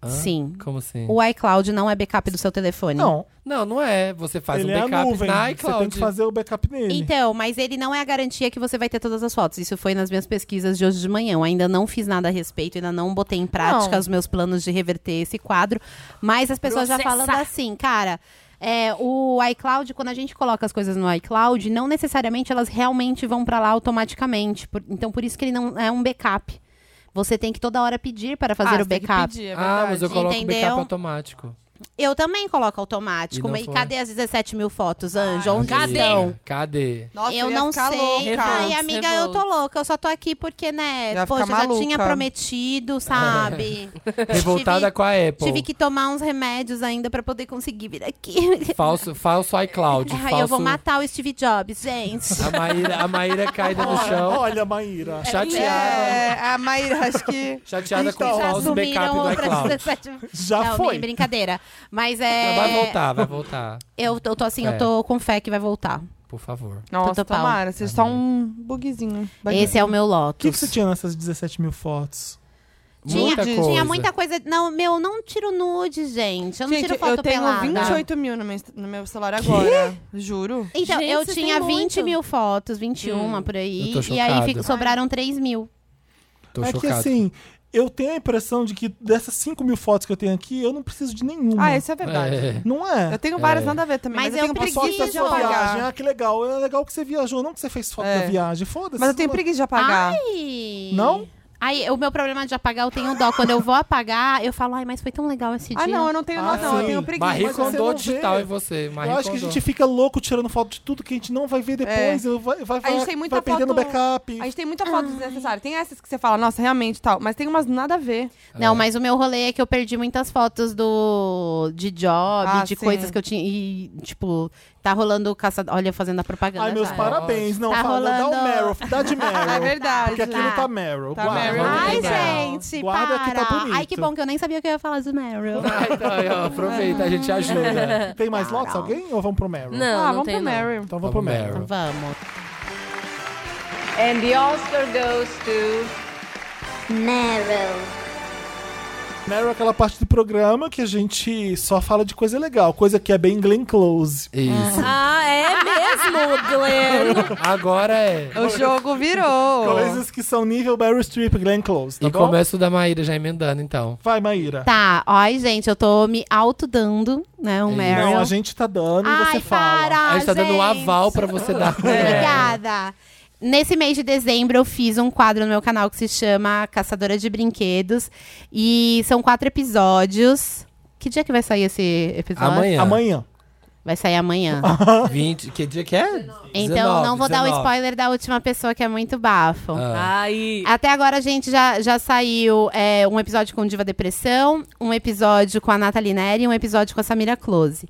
Hã? Sim. Como assim? O iCloud não é backup do seu telefone. Não, Ah. Não, não é. Você faz ele um é a backup nuvem. na Você tem iCloud. que fazer o backup nele. Então, mas ele não é a garantia que você vai ter todas as fotos. Isso foi nas minhas pesquisas de hoje de manhã. Eu ainda não fiz nada a respeito, ainda não botei em prática Não. os meus planos de reverter esse quadro. Mas as pessoas já Processar. falando assim, cara. é, o iCloud, quando a gente coloca as coisas no iCloud, não necessariamente elas realmente vão pra lá automaticamente. Por- então, por isso que ele não é um backup. Você tem que toda hora pedir para fazer Ah, o você tem que backup. pedir, é Ah, mas eu verdade. coloco o Entendeu? backup automático. Eu também coloco E automático. não E foi. cadê as 17 mil fotos, Ah, Anjo? Onde Cadê? estão? Cadê? Nossa, eu ia não ficar sei. louca. Ai, amiga, eu tô Revolta. louca. Eu só tô aqui porque, né? Ia poxa, ficar já tinha maluca. prometido, sabe? Revoltada tive, com a Apple. Tive que tomar uns remédios ainda pra poder conseguir vir aqui. Falso, falso iCloud. Ai, falso... eu vou matar o Steve Jobs, gente. A Maíra, a Maíra caída no Olha, chão, olha, Maíra. chateada. É, a Maíra, acho que... Chateada com Então, o Já falso backup sumiram do outras iCloud. 17. Já não, foi. Nem brincadeira. Mas Mas Vai é. voltar, vai voltar. Eu, eu tô assim, É. eu tô com fé que vai voltar. Por favor. Nossa, Tudo pau. tomara. Seja só um bugzinho. Esse é o meu O Lotus. que, que você tinha nessas 17 mil fotos? Tinha, Muita tinha coisa. muita coisa. Não, meu, não tiro nude, gente. Eu não Gente, tiro foto eu tenho pelada. 28 mil no meu, inst- no meu celular agora. Juro. Então, Gente, eu vocês tinha têm 20 muito. mil fotos, 21 Hum, por Eu aí. tô E aí chocado. fico- sobraram 3 mil. Tô é que chocado. assim, eu tenho a impressão de que dessas 5 mil fotos que eu tenho aqui, eu não preciso de nenhuma. Ah, isso é verdade. É. Não é? Eu tenho várias É. nada a ver também. Mas Mas, eu eu tenho As fotos da preguiça de sua viagem. apagar. Ah, que legal. É legal que você viajou, não que você fez foto É. da viagem. Foda-se. Mas eu tenho Não- é. preguiça de apagar. Ai. Não? Aí, o meu problema de apagar, eu tenho dó. Quando eu vou apagar, eu falo, ai, mas foi tão legal esse Ah, dia. não, eu não tenho Ah, nada, não. sim. Eu tenho preguiça. Marie Mas você Kondo é não digital vê. em você. Marie Eu acho que a Kondo. gente fica louco tirando foto de tudo que a gente não vai ver depois. Eu- Vai, vai, É. A gente vai- tem muita vai perdendo foto- backup. A gente tem muita foto desnecessária. Tem essas que você fala, nossa, realmente tal. Mas tem umas nada a ver. Não, mas o meu rolê é que eu perdi muitas fotos do de job, Ah, de sim. coisas que eu tinha. E, tipo, tá rolando caça. Olha, fazendo a propaganda. Ai, meus já. parabéns. Não, Tá fala, dá o rolando- Meryl. Dá de Meryl. É verdade. Porque aqui não tá Meryl. Tá guarda. Meryl. Ai, Legal. gente, Guarda que para. tá bonito. Ai, que bom que eu nem sabia que eu ia falar do Meryl. Ah, então, aí, ó, aproveita, a gente ajuda. É. Tem mais lotes? Alguém? Ou vamos pro Meryl? Não, ah, não vamos tem pro não. Mary. Então vamos Vamos pro Meryl. Meryl. Então Vamos. And the Oscar goes to. Meryl é aquela parte do programa que a gente só fala de coisa legal, coisa que é bem Glenn Close. Isso. Ah, é mesmo, Glenn. Ah. Agora é. O jogo É. assim, virou. Coisas que são nível Meryl Streep e Glenn Close, tá e é- bom? começa o da Maíra já emendando, então. Vai, Maíra. Tá, ai, gente, eu tô me autodando, né? Um É isso. Meryl. Não, a gente tá dando e você Ai, fala. para, a gente tá dando um Ah, gente. aval pra você dar. Obrigada. Nesse mês de dezembro, eu fiz um quadro no meu canal que se chama Caçadora de Brinquedos. E são quatro episódios. Que dia que vai sair esse episódio? Amanhã. Ah, Amanhã. Vai sair amanhã. 20. Que dia que é? então, 19, não vou dar o 19. spoiler da última pessoa, que é muito bafo. Ah. Ai. Até agora a gente já, já saiu é, um episódio com Diva Depressão, um episódio com a Nathalie Neri e um episódio com a Samira Close.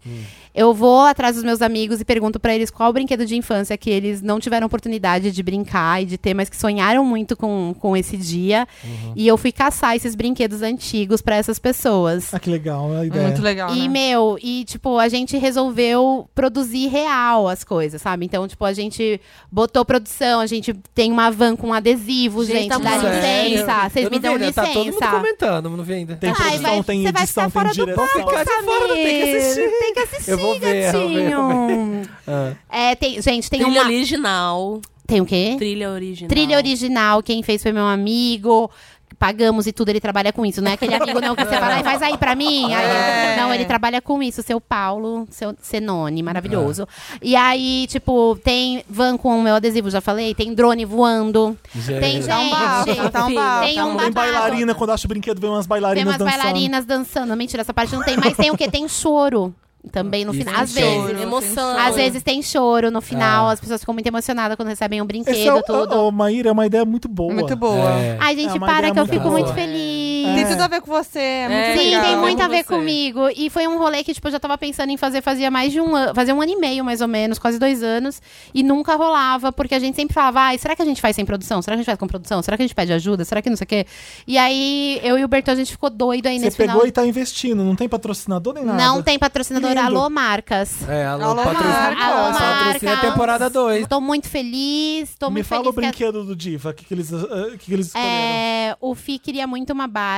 Eu vou atrás dos meus amigos e pergunto pra eles qual brinquedo de infância que eles não tiveram oportunidade de brincar e de ter, mas que sonharam muito com, com esse dia. E eu fui caçar esses brinquedos antigos pra essas pessoas. Ah, que legal a ideia. Muito legal, E, né? meu, e, tipo, a gente resolveu produzir real as coisas, sabe? Então, tipo, a gente botou produção, a gente tem uma van com adesivo, Gente, gente, tá dá muito Sério? licença, vocês Eu me não dão vi ainda, licença. Tá todo mundo comentando, mas não vi ainda. Tem Ai, produção, mas tem você vai edição, ficar fora tem do direção. Ficar de fora, tem que assistir. Tem que assistir, Eu vou ver, eu vou ver, eu vou gatinho. Ah. É, tem, gente, tem Trilha uma... original. Tem o quê? Trilha original. Trilha original, quem fez foi meu amigo. Pagamos e tudo, ele trabalha com isso. Não é aquele amigo não que você vai lá e faz aí pra mim. Aí, É. Não, ele trabalha com isso, seu Paulo, seu Senone, maravilhoso. É. E aí, tipo, tem van com o meu adesivo, já falei. Tem drone voando. Gente. É. Tem Tá um bafo, gente. tá um bafo. Tem um Tem babado. bailarina, quando acha o brinquedo, vem umas Tem bailarinas umas dançando. bailarinas dançando. Mentira, essa parte não tem. Mas tem o quê? Tem choro. Também no Isso, final. Às tem vezes. choro. Emoção. Às vezes tem choro no final. Ah. As pessoas ficam muito emocionadas quando recebem um brinquedo, Esse é, o- tudo. ô, Maíra, é uma ideia muito boa. Muito boa. É. Ai, É gente, uma para ideia que eu muito fico boa. muito É. feliz. Tem tudo a ver com você, é muito É, Sim, legal. tem muito a ver Com você. comigo. E foi um rolê que, tipo, eu já tava pensando em fazer fazia mais de um ano, fazia um ano e meio, mais ou menos, quase dois anos. E nunca rolava, porque a gente sempre falava, ai, será que a gente faz sem produção? Será que a gente faz com produção? Será que a gente pede ajuda? Será que não sei o quê? E aí, eu e o Bertão, a gente ficou doido aí Você nesse pegou final. e tá investindo, não tem patrocinador nem nada. Não tem patrocinador, Lindo. alô, marcas. É, alô, Alô, patrocina. Marcos. Alô, Patrocina a Marcos. temporada 2. Tô muito feliz, tô Me muito fala o feliz. que é a- brinquedo do Diva, o que, que eles, ah, que, que eles escolheram. É, o Fi queria muito uma Barbie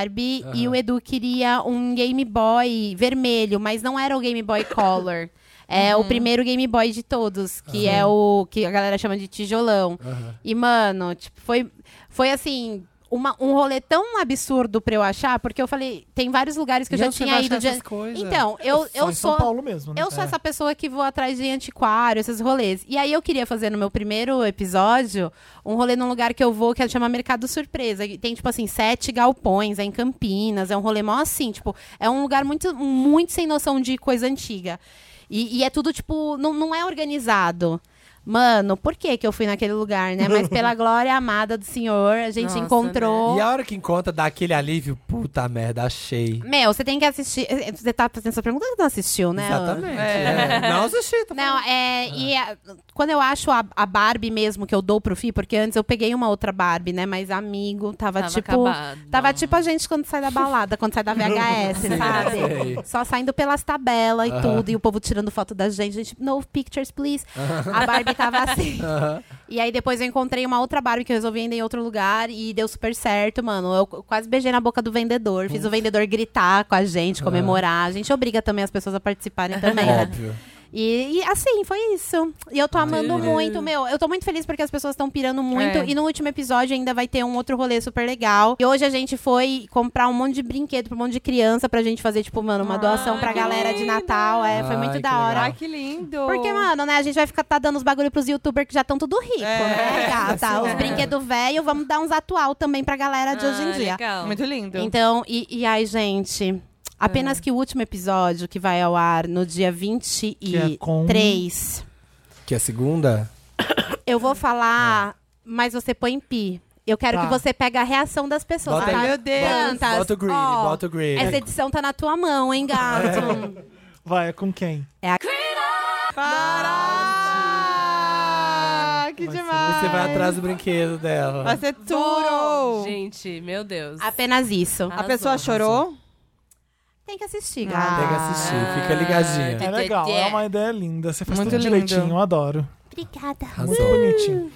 e o Edu queria um Game Boy vermelho, mas não era o Game Boy Color. É o primeiro Game Boy de todos, que é o que a galera chama de tijolão. E, mano, tipo, foi, foi assim. uma- um rolê tão absurdo pra eu achar, porque eu falei, tem vários lugares E que eu já onde você tinha vai ido achar de. essas coisas? Então, eu, Só eu em sou. São Paulo mesmo, né? Eu sou É. essa pessoa que vou atrás de antiquário, esses rolês. E aí eu queria fazer no meu primeiro episódio um rolê num lugar que eu vou que chama Mercado Surpresa. E Tem, tipo assim, sete galpões, é em Campinas, é um rolê mó assim, tipo, é um lugar muito, muito sem noção de coisa antiga. E, e é tudo, tipo, não, não é organizado. Mano, por que que eu fui naquele lugar, né? Mas pela glória amada do senhor, a gente Nossa, encontrou. né? E a hora que encontra, dá aquele alívio. Puta merda, achei. Meu, você tem que assistir. Você tá fazendo essa pergunta que não assistiu, né? Exatamente. É. Não, assisti. Tá Não, é. E a- quando eu acho a, a Barbie mesmo que eu dou pro Fih, porque antes eu peguei uma outra Barbie, né? Mas amigo, tava, Tava tipo. acabado. Tava tipo a gente quando sai da balada, quando sai da VHS, sei. sabe? Só saindo pelas tabelas e tudo, e o povo tirando foto da gente. Gente, no pictures, please. A Barbie tava assim. Aham. E aí depois eu encontrei uma outra Barbie que eu resolvi ainda em outro lugar e deu super certo, mano. Eu qu- quase beijei na boca do vendedor, fiz o vendedor gritar com a gente, comemorar. A gente obriga também as pessoas a participarem também, né? Óbvio. E, e, assim, foi isso. E eu tô amando muito, meu. Eu tô muito feliz porque as pessoas estão pirando muito. É. E no último episódio ainda vai ter um outro rolê super legal. E hoje a gente foi comprar um monte de brinquedo pra um monte de criança pra gente fazer, tipo, mano, uma doação pra galera de Natal. É, foi Ai, muito que da hora. Ai, que lindo. Porque, mano, né, a gente vai ficar tá dando os bagulho pros youtubers que já estão tudo rico, né, gata? Os brinquedos velho, vamos dar uns atual também pra galera é de hoje em Ah, dia. Legal. Muito lindo. Então, e, e ai, gente. Apenas que o último episódio, que vai ao ar no dia é com- 23, Que é a segunda? eu vou falar, mas você põe em pi. Eu quero Ah. Tá. que você pegue a reação das pessoas. Bota tá? aí. Meu Deus. Tantas. Bota o Greedy, Ó, bota o Greedy. Essa edição tá na tua mão, hein, gato? Vai, é com quem? É a Para! Que demais. Você vai atrás do brinquedo dela. Vai ser tudo. Gente, meu Deus. Apenas isso. A pessoa Arrasou, chorou? Tem que assistir, Ah. Tem gato. que assistir, fica ligadinha. É legal, é uma ideia linda. Você faz Muito tudo lindo. direitinho, eu adoro. Obrigada. Muito Arrasou. bonitinho.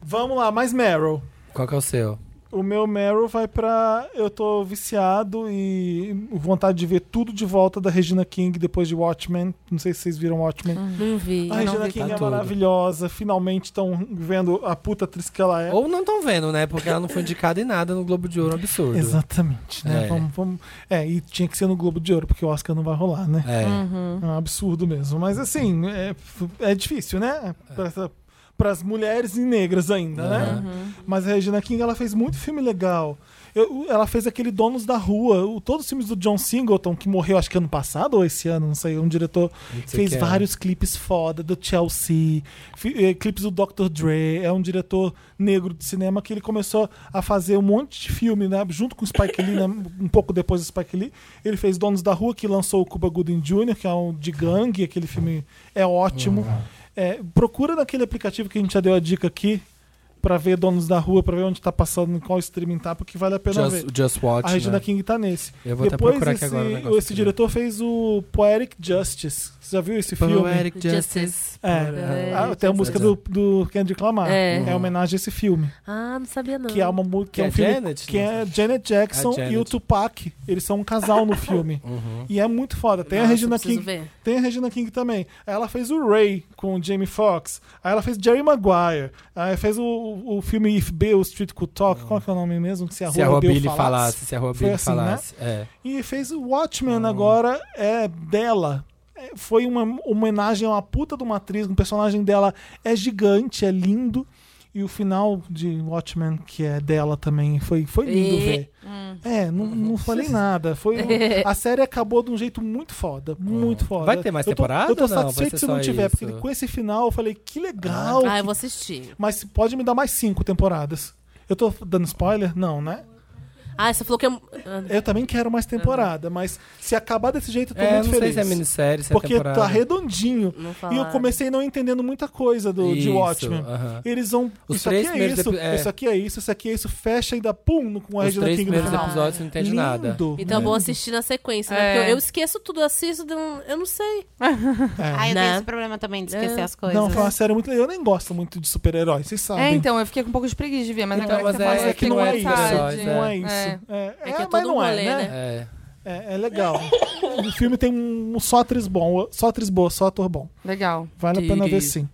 Vamos lá, mais Meryl. Qual que é o seu? O meu Meryl vai pra. Eu tô viciado e vontade de ver tudo de volta da Regina King depois de Watchmen. Não sei se vocês viram Watchmen. Não vi. a Uhum. não Regina vi. King Tá é tudo. maravilhosa. Finalmente estão vendo a puta atriz que ela é. Ou não estão vendo, né? Porque ela não foi indicada em nada no Globo de Ouro, um absurdo. Exatamente, né? É. Vamos, vamos... É, e tinha que ser no Globo de Ouro, porque o Oscar não vai rolar, né? É. Uhum. É um absurdo mesmo. Mas assim, é, é difícil, né? Pra essa- pras mulheres e negras ainda, né? Mas a Regina King, ela fez muito filme legal. eu- ela fez aquele Donos da Rua. O- todos os filmes do John Singleton, que morreu acho que ano passado ou esse ano, não sei, um diretor, sei fez quem é. vários clipes foda do Chelsea, fi- eh, clipes do Dr. Dre. É um diretor negro de cinema que ele começou a fazer um monte de filme, né? Junto com o Spike Lee, né, um pouco depois do Spike Lee. Ele fez Donos da Rua, que lançou o Cuba Gooding Jr., que é um de gangue. Aquele filme é ótimo. Hum. É, procura naquele aplicativo que a gente já deu a dica aqui, pra ver Donos da Rua, pra ver onde tá passando, em qual streaming tá, porque vale a pena Just, ver. Just Watch. A Regina né? King tá nesse. Eu vou até Depois procurar esse, aqui agora o negócio esse aqui. diretor fez o Poetic Justice. Você já viu esse filme? Poetic Justice. É, Ah, tem a música do, do Kendrick Lamar. É. É homenagem a esse filme. Ah, não sabia não. Que é, uma, mu- que é um Que filme é Janet, que não é Janet Jackson Ah, Janet. Uhum. e o Tupac. Eles são um casal no filme. E é muito foda. Tem a Regina preciso King. ver. Tem a Regina King também. Aí Ela fez o Ray com o Jamie Foxx. Aí ela fez Jerry Maguire. Aí fez o, o o filme If Bill Street Could Talk. Qual que é o nome mesmo? Se a Se a Rua Rua Bill Billy falasse. falasse, se a Rua Foi Billy assim, falasse. É. E fez o Watchmen agora, é dela. É, Foi uma homenagem a uma puta de uma atriz. O personagem dela é gigante, é lindo. E o final de Watchmen, que é dela também, foi, foi lindo E- ver. Hum. É, não, não falei nada. Foi um- a série acabou de um jeito muito foda. Muito foda. Hum. Vai ter mais Eu tô- temporada Eu tô, ou não? Vai satisfeito se ser não só tiver, isso? porque com esse final eu falei, que legal. Ah, eu que- vou assistir. Mas pode me dar mais cinco temporadas. Eu tô dando spoiler? Não, né? Ah, você falou que é. ah, Eu também quero mais temporada, mas se acabar desse jeito, eu tô É, não muito sei feliz. se é minissérie, se é porque temporada. tá redondinho. Não E eu falaram. comecei não entendendo muita coisa do, de Isso, Watchmen. aham. Eles vão. Os isso três aqui é primeiros isso, epi- é. isso aqui é isso, isso aqui é isso, fecha e dá pum no- com a Os Regina três King no primeiros final. episódios não entende nada. Lindo. É. Então eu vou assistir na sequência, É. né? Porque eu, eu esqueço tudo, eu assisto, eu eu não sei. Ah, eu Né? tenho esse problema também de esquecer É. as coisas. É. Não, foi uma série muito. Eu nem gosto muito de super-heróis, vocês sabem. É, então, eu fiquei com um pouco de preguiça de ver, mas Então, agora mas que você é- fala, é eu que fiquei com não é isso, vontade. episódios, Não é É. isso. É, É que é é, mas todo não um é, rolê, né? né? É. É, é legal. o filme tem um só atriz bom, só atriz boa, só ator bom. Legal. Vale a pena Que- ver sim.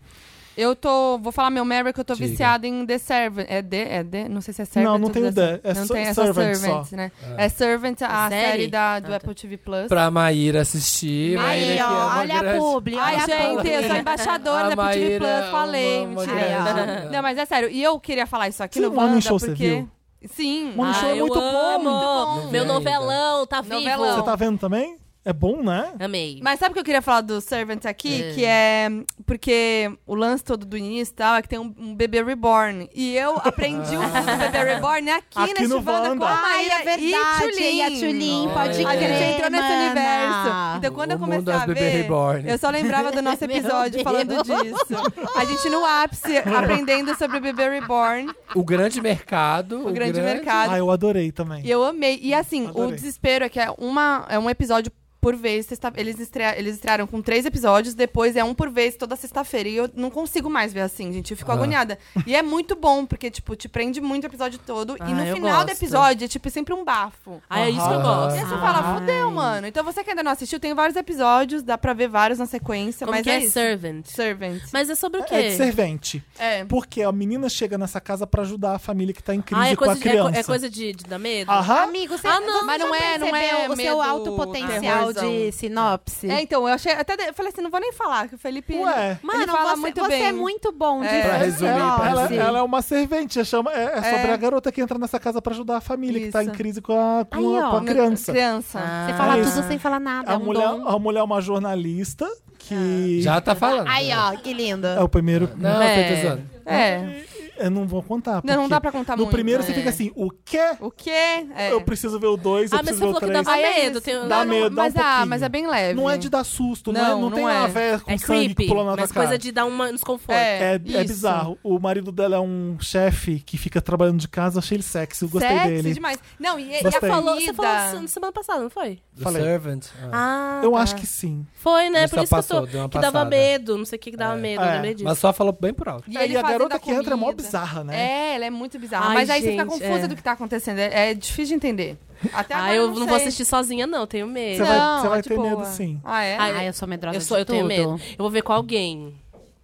Eu tô. Vou falar meu Mary que eu tô Diga. viciada em The Servant. É The? É The? Não sei se é Servant. Não, não ou tem o The, é não só- tem, é Servant só Servant, só. né? É Servant, a Série? série, da, do Ah, tá. Apple TV Plus. Pra Maíra assistir. Maíra Aí, que é ó, uma olha grande... a publi, Ai, olha a gente, publi. eu sou embaixadora A da Apple TV Maíra Plus. Falei, uma- uma mentira. grande- não, mas é sério. E eu queria falar isso aqui Sim, no o Morning Wanda, Show, você porque... viu? Sim. Morning Ah, Show é eu muito bom, amo. muito bom. Meu Não vi novelão, tá vivo. Novelão. Você tá vendo também? É bom, né? Amei. Mas sabe o que eu queria falar do Servant aqui? Que é. Porque o lance todo do início e tal é que tem um, um bebê reborn. E eu aprendi o Ah. bebê reborn aqui, Aqui neste no Wanda com Wanda. a Ai, Maíra é verdade. e E a Tulin, pode É. A gente crer, entrou nesse mana. universo. Então, quando O eu mundo comecei das a bebê ver, reborn. eu só lembrava do nosso Meu episódio Deus. falando disso. A gente no ápice, aprendendo sobre o bebê reborn, O grande mercado. o grande mercado. Ah, eu adorei também. E eu amei. E assim, Adorei. o desespero é que é, uma, é um episódio por vez. sexta- eles, estrea- eles estrearam com três episódios, depois é um por vez toda sexta-feira. E eu não consigo mais ver assim, gente. Eu fico Ah. agoniada. E é muito bom, porque, tipo, te prende muito o episódio todo. Ah, e no eu final do gosto. episódio é, tipo, sempre um bafo. Ah, é isso que Aham. eu E gosto. aí você fala, fudeu, mano. Então você que ainda não assistiu, tem vários episódios, dá pra ver vários na sequência, Como mas que é, é, isso. Servant? Servant. Mas é sobre o quê? É de servente. É. Porque a menina chega nessa casa pra ajudar a família que tá em crise ah, é com a coisa, de, é co- criança. é coisa de, de dar medo? Aham. Amigo, você, Ah, não, mas você não já é- não é percebeu o seu medo, alto potencial terrorzão. de sinopse? É, então, eu achei. Até de- eu falei assim, não vou nem falar, que o Felipe. Ué. ele, Mano, ele fala você, muito você bem. é muito bom de É. Pra resumir, Ela, pra ela- sinopse. resumir. ela é uma servente, é chama, é, é sobre É. a garota que entra nessa casa pra ajudar a família que tá em Isso. né, crise com a, com Aí, a- ó. com a criança. Criança. Você fala É tudo isso. sem falar nada, é A um mulher, dom. a mulher é uma jornalista que. Já tá um falando. Aí, ó, que lindo. É o primeiro. Não, É. tô zoando. É. Eu não vou contar. Não, não porque dá pra contar No muito. primeiro né? você fica assim, o quê? O quê? É. Eu preciso ver o dois, eu Ah, mas preciso ver você o falou que três. dava Aí é medo. isso. Tem... Dá não, medo, dá um mas, ah, pouquinho. mas é bem leve. Não é de dar susto, não, é, Não, não, não tem é. uma véia com É sangue creepy, pulando na tua mas cara. coisa de dar uma desconforto. É, É. é isso. bizarro. O marido dela é um chefe que fica trabalhando de casa, eu achei ele sexy, eu gostei Sexy dele. demais. Não, e, e a Gostei. Falou, você comida... falou isso na semana passada, não foi? The Falei. Servant. Ah. Ah, Eu tá. acho que sim. Foi, né? Mas Por só isso passou, que deu eu tô... uma Que dava passada. medo, não sei o que que dava medo, tá É. eu lembrei disso. Mas só falou bem por alto. E, É, ele e a fazendo garota que entra é mó comida. bizarra, né? É, ela é muito bizarra. Ai, mas aí você fica gente, confusa é. do que tá acontecendo. É, é difícil de entender. Até agora Ah, eu não, não sei. vou assistir sozinha, não, tenho Você medo. vai- Não, você vai é de ter medo, boa. sim. Ah, é? Ah, Ai, eu sou medrosa Eu, sou, de eu tenho tudo. medo. Eu vou ver com alguém.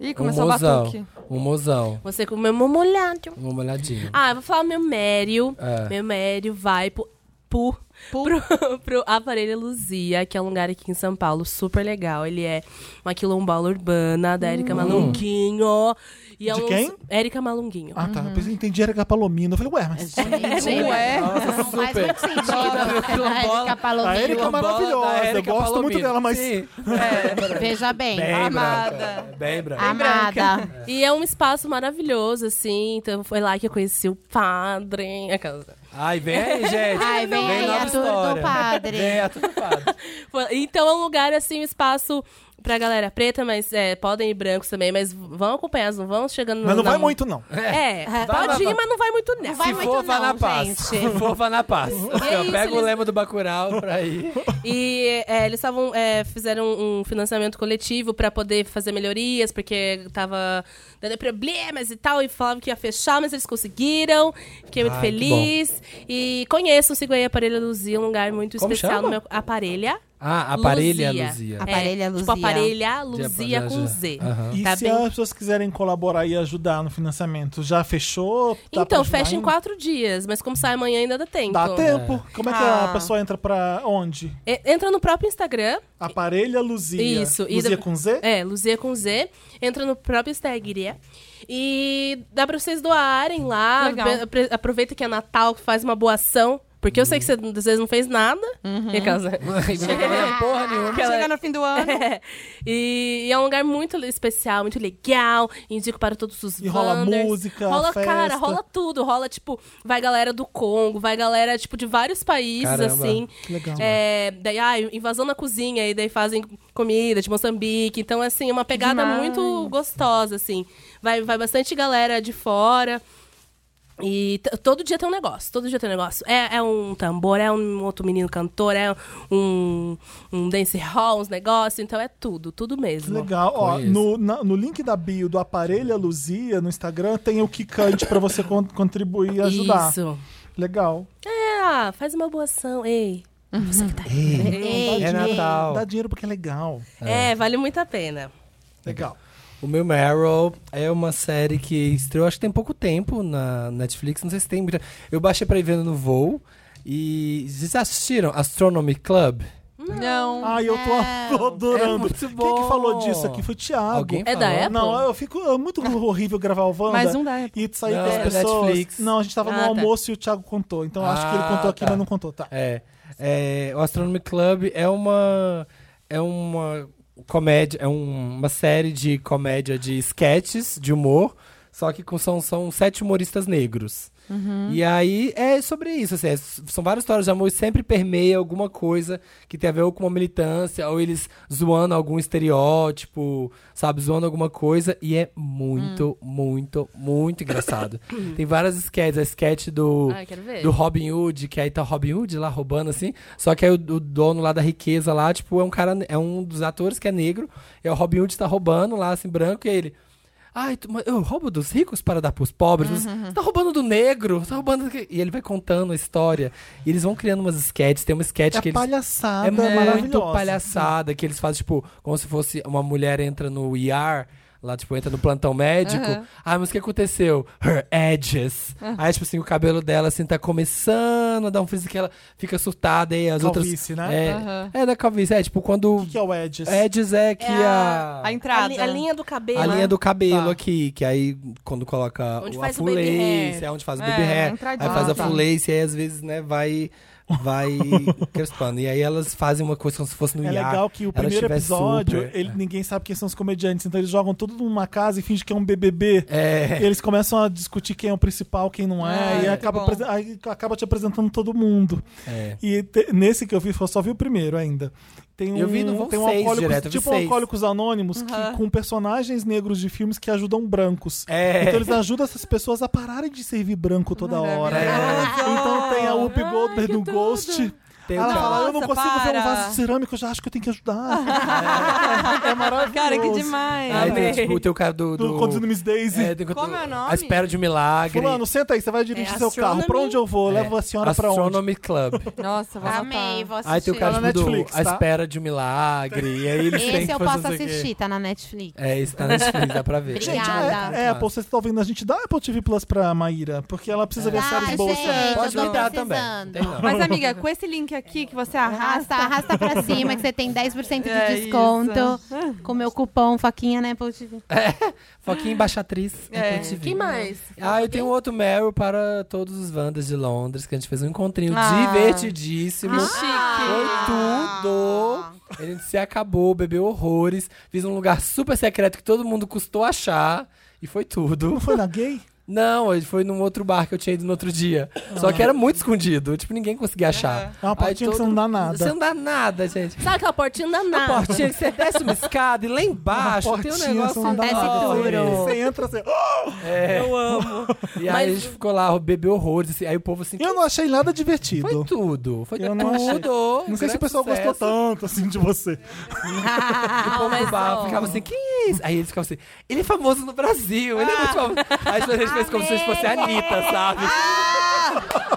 Ih, Um começou o mozão. batuque. Um mozão. Você com o meu molhado. Uma olhadinha. Ah, eu vou falar meu Mério. É. Meu Mério vai pro, pro pro, pro Aparelho Luzia, que é um lugar aqui em São Paulo super legal. Ele é uma quilombola urbana da Érica Malunguinho. E é Hum. De um- quem? Érica Malunguinho. Ah, tá. Eu pensei, entendi, era Gapalomino. Eu falei, ué, mas. É, Gente, Ué. Ah, não faz super. muito tá sentido. A Erika Palomino. A Erika é maravilhosa, eu gosto muito dela, mas- Sim, Veja bem. bem branca. Amada. Bem branca. Amada. E é um espaço maravilhoso, assim. Então foi lá que eu conheci o padre. Aquelas- Ai, vem aí, gente. Ai, vem aí nova a tour do história. padre. Vem a tour do padre. Foi- Então é um lugar, assim, um espaço pra galera preta, mas é, podem ir brancos também, mas vão acompanhar, não vão chegando no- Mas não na- vai muito, não. É, Vai, pode vai, ir, vai. mas não vai muito nessa. vai Se muito for, vá não, na paz. gente. Se for, vá na paz. Assim, é ó, isso, pega o eles- lema do Bacurau pra ir. E é, eles estavam é, fizeram um financiamento coletivo pra poder fazer melhorias, porque tava dando problemas e tal, e falavam que ia fechar, mas eles conseguiram. Fiquei muito Ai, que feliz. E conheçam, sigam aí a Aparelha Luzia, um lugar muito Como especial chama? no meu aparelha. Ah, aparelha Luzia. Luzia. É, Aparelha Tipo Luzia. aparelha Já- Luzia já- com já. Z. Aham. E Tá se bem. as pessoas quiserem colaborar e ajudar no financiamento, já fechou? Dá pra Então, ajudar fecha em ainda? quatro dias, mas como sai amanhã ainda dá tempo. Dá tempo. Como é que a Ah. pessoa entra pra onde? E- Entra no próprio Instagram, Aparelha Luzia. Isso, e Luzia da- com Z? É, Luzia com Z. Entra no próprio Instagram. E dá pra vocês doarem lá. Legal. Apre- apre- Aproveita que é Natal, que faz uma boa ação. Porque eu sei que você às vezes não fez nada. E, aquelas- É, É Porra nenhuma. aquela- Chega no fim do ano. e, e é um lugar muito le- especial, muito legal. Indico para todos os E rola Wanders. música, Rola, cara, festa. rola tudo. Rola, tipo, vai galera do Congo, vai galera, tipo, de vários países, Caramba, assim. que legal. É, daí, ah, invasão na cozinha, e daí fazem comida de Moçambique. Então, assim, é uma pegada Demais. muito gostosa, assim. Vai, vai bastante galera de fora. E t- todo dia tem um negócio, todo dia tem um negócio. É, é um tambor, é um outro menino cantor, é um, um dance hall, uns negócios, então é tudo, tudo Que mesmo. Legal. Ó, Conheço. no, na- no link da bio do Aparelha Luzia, no Instagram, tem o Kikante pra você con- contribuir e ajudar. Isso. Legal. É, ah, faz uma boa ação, ei. Você que tá aí. Ei, É Natal. Dá dinheiro porque é legal. É, vale muito a pena. Legal. O meu Meryl é uma série que estreou, acho que tem pouco tempo na Netflix, não sei se tem muita. Eu baixei pra ir vendo no voo. E vocês assistiram Astronomy Club? Não. Ai, eu tô, tô adorando. É muito Quem bom. que falou disso aqui? Foi o Thiago. Alguém É falou? da época? Não, eu fico é muito horrível gravar o Wanda. Mais um da época. E sair Não, com as é da pessoas. Netflix. Não, a gente tava no Ah, tá. almoço e o Thiago contou. Então acho que ele Ah, contou aqui, tá. mas não contou. Tá. É, é, O Astronomy Club é uma. É uma comédia. É um- uma série de comédia de sketches de humor. Só que com- são, são sete humoristas negros. E aí é sobre isso. assim, é- são várias histórias de amor e sempre permeia alguma coisa que tem a ver ou com uma militância, ou eles zoando algum estereótipo, sabe, zoando alguma coisa. E é muito, muito, muito engraçado. tem várias sketches. A sketch do Ah, quero ver. do Robin Hood, que aí tá o Robin Hood lá roubando assim. Só que aí o, o dono lá da riqueza lá, tipo, é um cara, é um dos atores que é negro, e o Robin Hood tá roubando lá assim branco e ele Ai, tu- mas eu roubo dos ricos para dar pros pobres. Você tá roubando do negro, tá roubando. do que-" E ele vai contando a história. E eles vão criando umas sketches. Tem uma sketch É que eles. palhaçada É muito maravilhosa. palhaçada que eles fazem, tipo, como se fosse uma mulher entra no ER, lá, tipo, entra no plantão médico. Ah, mas o que aconteceu? Her edges. Aí, tipo assim, o cabelo dela, assim, tá começando a dar um frizz que ela fica surtada e as Calvície, outras... né? É, é da calvície. É, tipo, quando... O que é o Edges? Edges é que É a... A A, entrada. li- a linha do cabelo. né? A linha do cabelo Tá. aqui, que aí quando coloca Onde o, faz a o full baby hair. lace, é onde faz o É, baby hair, entradinha. aí faz a Ah, tá. full lace, e aí às vezes, né, vai vai crespando. E aí elas fazem uma coisa como se fosse no É IAR. legal que o Ela primeiro estiver episódio, super. é. ele, ninguém sabe quem são os comediantes, então eles jogam tudo numa casa e fingem que é um BBB. É. Eles começam a discutir quem é o principal, quem não é, Ah, e é, acaba, bom. apresen- aí acaba te apresentando todo mundo. É. E te- nesse que eu vi, eu só vi o primeiro ainda. Tem um, Eu vi no Vão tem um Seis Alcoólicos- direto, eu vi tipo um seis. Alcoólicos Anônimos, que, com personagens negros de filmes que ajudam brancos. É. Então eles ajudam essas pessoas a pararem de servir branco toda hora. É. Então tem a Whoopi Goldberg no Ghost. Tem Ela o- fala, eu não Nossa, consigo ver um para. vaso cerâmico, eu já acho que eu tenho que ajudar. é maravilhoso. Cara, que demais. Aí tem, tipo, tem o cara do... "Ah, Do Conduzindo Miss Daisy. é, tem- Como é o nome? A Espera de um Milagre. Fulano, senta aí, você vai dirigir É seu carro. Pra Astronomy? onde eu vou? É. Levo a senhora pra onde? Astronomy Club. Nossa, vou Amei, anotar. vou assistir. Aí tem o cara Tá na tipo, do Netflix, A tá? Espera de um Milagre. E aí eles têm Esse que eu fazer posso não sei o quê. assistir, tá na Netflix. É, isso tá na Netflix, dá pra ver. Obrigada. Gente, Obrigada. é, é, Apple, vocês estão ouvindo a gente dá Apple TV Plus pra Maíra, porque ela precisa ver Ah, séries gente, boas. eu Pode tô me dar também. precisando. Tem não. Mas, amiga, com esse link link aqui que você arrasta. Arrasta, arrasta pra cima que você tem 10% de É desconto com o meu cupom Foquinha, né? Apple TV. Foquinha embaixatriz. É. Apple TV. Quem mais? Ah, eu tenho outro Meryl para todos os Wandas de Londres, que a gente fez um encontrinho Ah. divertidíssimo. Ah. Foi tudo. A gente se acabou, bebeu horrores. Fiz um lugar super secreto que todo mundo custou achar. E foi tudo. Não foi na gay? Não, ele foi num outro bar que eu tinha ido no outro dia. Só que era muito escondido. Tipo, ninguém conseguia achar. É uma portinha que você não dá nada. Você não dá nada, gente. Sabe aquela portinha Uma danada? portinha que você desce uma escada e lá embaixo tem um Portinha, negócio. você não dá Acontece nada. tudo. Você entra assim. Eu amo. É. E aí a gente ficou lá, bebeu horrores. Assim, aí o povo assim. Eu não achei nada divertido. Foi tudo. Foi Eu tudo. não achei. Não sei se o grande pessoal sucesso. gostou tanto assim de você. O povo do bar ficava assim, quem é esse? Aí eles ficavam assim, ele é famoso no Brasil, ele é muito famoso. Aí a gente fez como se a gente fosse a Anitta, sabe?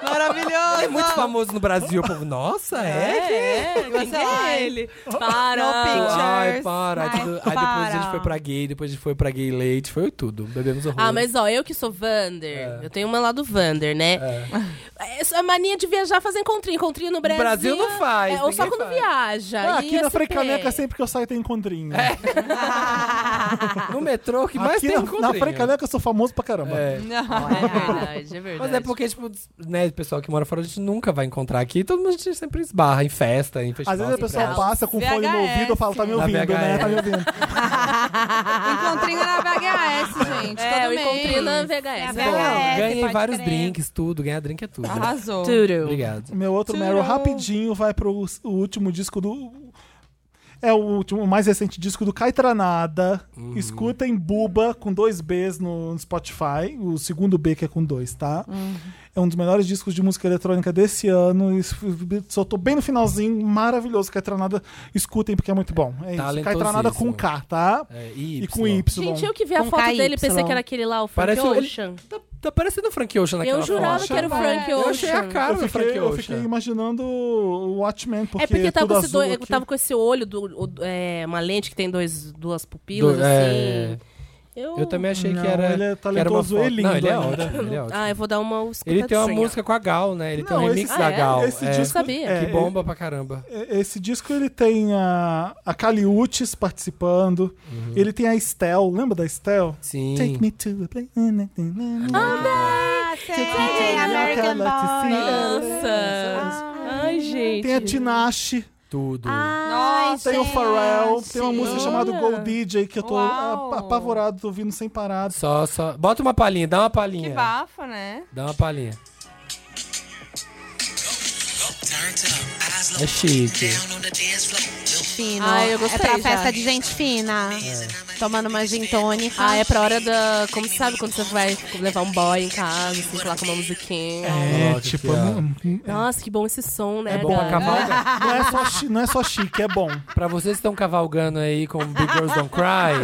Maravilhoso. Ele é muito famoso no Brasil. O povo, nossa, é? É, quem que é ele? Para! No picture. Ai, Cheers. para. Aí, Ai, tudo- aí depois a gente para. foi pra gay, depois a gente foi pra gay leite, foi tudo. Bebemos horror. Ah, mas ó, eu que sou Vander. É. Eu tenho uma lá do Vander, né? É. só a mania de viajar fazer encontrinho. Encontrinho no Brasil. Brasil não faz, é, ou só ninguém quando faz. viaja. Ah, e assim é. aqui na SP. é Frecaneca, sempre que eu saio, tem encontrinho. No metrô, o que mais aqui tem na, na né, encontrinho. Frecaneca, eu sou famoso pra caramba. É. É verdade, é verdade. Mas é porque, tipo, né, o pessoal que mora fora, a gente nunca vai encontrar aqui. Todo mundo a gente sempre esbarra em festa, em festival. Às vezes a assim, pessoa pra- passa com fone no VHS. ouvido e fala, tá me Na ouvindo, né? VHS. Tá me ouvindo. Encontrinho na VHS, gente. É, todo eu encontrei mês. na VHS. Pô, "Ah, VHS, ganhei pode vários crer. drinks, tudo. Ganhar drink é tudo. Arrasou. Tudo. Obrigado. Meu outro Tchau. Meryl rapidinho vai pro s- o último disco do. É o último, o mais recente disco do Caetranada. Uhum. Escutem Buba com dois Bs no no Spotify. O segundo B que é com dois, tá? Uhum. É um dos melhores discos de música eletrônica desse ano. e s- Soltou bem no finalzinho, maravilhoso. Caetranada, escutem porque é muito bom. É isso. Talentosíssimo. Caetranada com K, tá? É, E, e, com Y. Y. Gente, eu que vi a Com foto KY. dele pensei que era aquele lá, o Frank Parece o- ele- Ocean. Tá, tá parecendo o Frank Ocean naquela Eu jurava foto. que era o Frank Eu Ocean. achei a cara Eu do Frank fiquei, eu fiquei Ocean. imaginando o Watchmen, porque, é porque tava tudo com, esse azul doi- aqui. tava com esse olho, do, o- é, uma lente que tem dois, duas pupilas, Do- é. assim. Eu... Eu também achei Não, que era. ele é que era uma talentoso foto. e lindo né? Não, ele ainda. é ótimo. Ele, é ótimo. Ah, eu vou dar uma Ele tem uma escutadinha. música com a Gal, né? Ele tem um Não, remix esse- da ah, é? Gal. Esse é, disco Sabia. é, Que bomba pra caramba. É, Esse disco ele tem a, a Caliutes participando, ele tem a Estel, lembra da Estel? Uhum. Sim. Take me to a place. Ah, tem American Boy. Nossa! Ai, gente. Tem a Tinashe, Tudo. Ah. Ai, tem o gente. Pharrell, tem uma música chamada Gold DJ que eu tô Uau. a- apavorado, tô ouvindo sem parar. Só, só. Bota uma palhinha, dá uma Que palhinha. bafa, né? Dá uma palhinha. É chique. Fino. Ai, eu gostei É já. pra festa de gente fina. É. Tomando uma gin tônica. Ah, é pra hora da. Como você sabe quando você vai levar um boy em casa, assim, sei lá, com uma musiquinha. É, Lógico tipo, que é. não, Nossa, que bom esse som, né? É bom pra cara? cavalgar. não é só, chi- não é só chique, é bom. Pra vocês que estão cavalgando aí com Big Girls Don't Cry,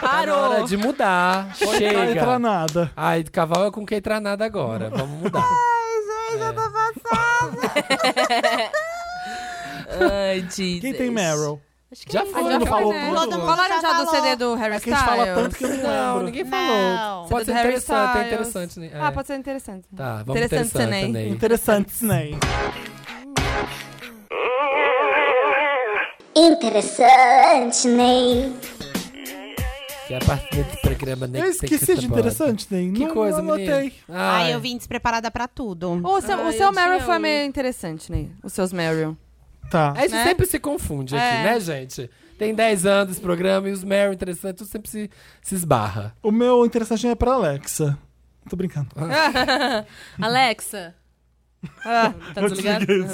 parou. Tá na hora de mudar. Não entra Chega. nada. Ai, cavalga com quem entrar nada agora. Vamos mudar. Ai, Jesus. Quem tem Meryl? Já foi. Todo mundo falou né? tudo? Todo mundo Falaram já falou. do CD do Harry É que a gente Styles? fala tanto que eu não Não, lembro. ninguém falou. Não. Pode ser Do Harry interessante, é Styles. interessante. né? É. Ah, pode ser interessante. Tá, vamos Interessante interessante também. também. Interessantes, né? Interessante, Ney. Que é a parte desse programa, né? Eu que tem que esqueci ser de bota. interessante, Ney. Que não, coisa, não menina. anotei. Ai, Ai, eu vim despreparada pra tudo. O seu, Ah, o seu eu Meryl tinha foi um. meio interessante, né? Os seus Meryl. Tá. A gente né? sempre se confunde aqui, É. né, gente? Tem 10 anos esse programa e os Mary interessantes, tudo sempre se, se esbarra. O meu interessante é pra Alexa. Tô brincando. Alexa. Ah, tá desligado? Senão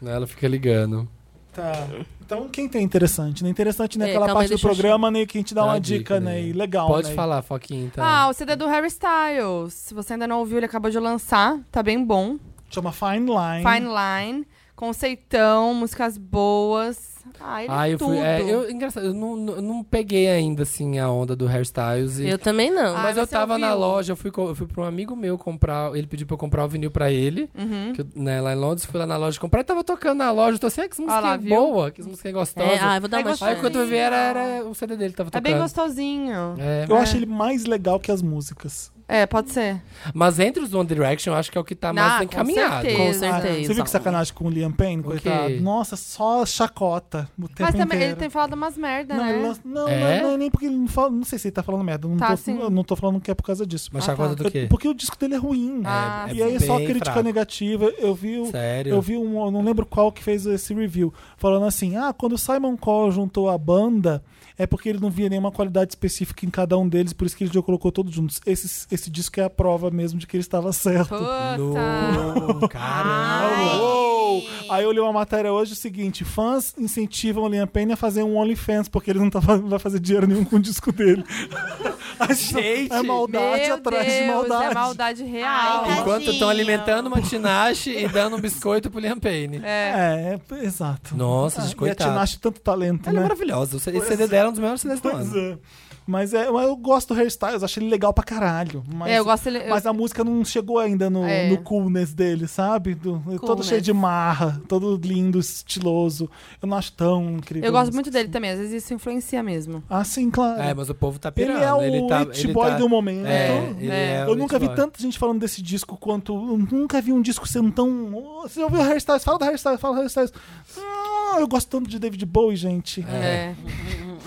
né? ela fica ligando. Tá. Então, quem tem interessante? Né? Interessante É, naquela calma parte aí, do deixa eu programa, né? Que a gente dá Dá uma uma dica, dica, né? Ney. E legal, Pode né? falar, Foquinha, então. Ah, o CD do Harry Styles. Se você ainda não ouviu, ele acabou de lançar. Tá bem bom. Chama Fine Line. Fine Line. Conceitão, músicas boas. Ah, ele Ah, é eu tudo. fui. é, eu, engraçado, eu não, não- não peguei ainda, assim, a onda do hairstyles. E... Eu também não. Ah, Mas eu você tava na ouviu? loja, eu fui, co- eu fui pra um amigo meu comprar. Ele pediu pra eu comprar o vinil pra ele, Uhum. que eu- né, lá em Londres. Fui lá na loja comprar e tava tocando na loja. Eu tô assim, ah, que Olha lá, música viu? boa, que música gostosa. É, ah, eu vou dar É uma gostoso. Aí chance. quando eu vi, era, era o CD dele que tava É tocando. bem gostosinho. É. Eu acho ele mais legal que as músicas. É, pode ser. Mas entre os One Direction, eu acho que é o que tá mais Ah, com encaminhado. certeza. Com É, Você certeza. viu que sacanagem com o Liam Payne, coitado? Nossa, só chacota o tempo Mas também inteiro. ele tem falado umas merda, Não, ele né? lança- não, É? não, não, nem porque ele não fala. Não sei se ele tá falando merda. eu Não, Tá, tô, sim. eu não tô falando que é por causa disso. Mas Ah, chacota tá. do quê? Eu- porque o disco dele é ruim. Ah, e aí é só bem crítica fraco. negativa. Eu vi, o- Sério? eu vi um, eu não lembro qual que fez esse review, falando assim: ah, quando o Simon Cowell juntou a banda, é porque ele não via nenhuma qualidade específica em cada um deles, por isso que ele já colocou todos juntos. Esse, esse disco é a prova mesmo de que ele estava certo. Puta. No- Caramba. Ah, uou! Aí eu li uma matéria hoje o seguinte: fãs incentivam o Liam Payne a fazer um OnlyFans, porque ele não, tá, fa- não vai fazer dinheiro nenhum com o disco dele. Gente, é maldade Meu atrás Deus, de maldade. É maldade Ai, real. tá- Enquanto estão Tadinho. alimentando uma tinache e dando um biscoito pro Liam Payne. É, é, exato. Nossa, gente, e a Tina coitada. acha tanto talento, Ela é né? maravilhosa. Esse CD dela é um dos melhores CDs do Pois ano. é. Mas é, mas eu gosto do hairstyles, acho ele legal pra caralho. Mas, É, eu gosto dele- eu- mas a música não chegou ainda no, É. no coolness dele, sabe? Do- é Todo Coolness. cheio de marra, todo lindo, estiloso. Eu não acho tão incrível. Eu gosto a muito dele também, às vezes isso influencia mesmo. música. Ah, sim, claro. É, mas o povo tá Ele pirando. é o ele tá, it ele boy tá- do momento. É, ele É. é o eu nunca it vi boy. tanta gente falando desse disco quanto. Eu nunca vi um disco sendo tão. Oh, Você já ouviu hairstyles? Fala do hairstyles, fala do hairstyles. Hum, eu gosto tanto de David Bowie, gente. É.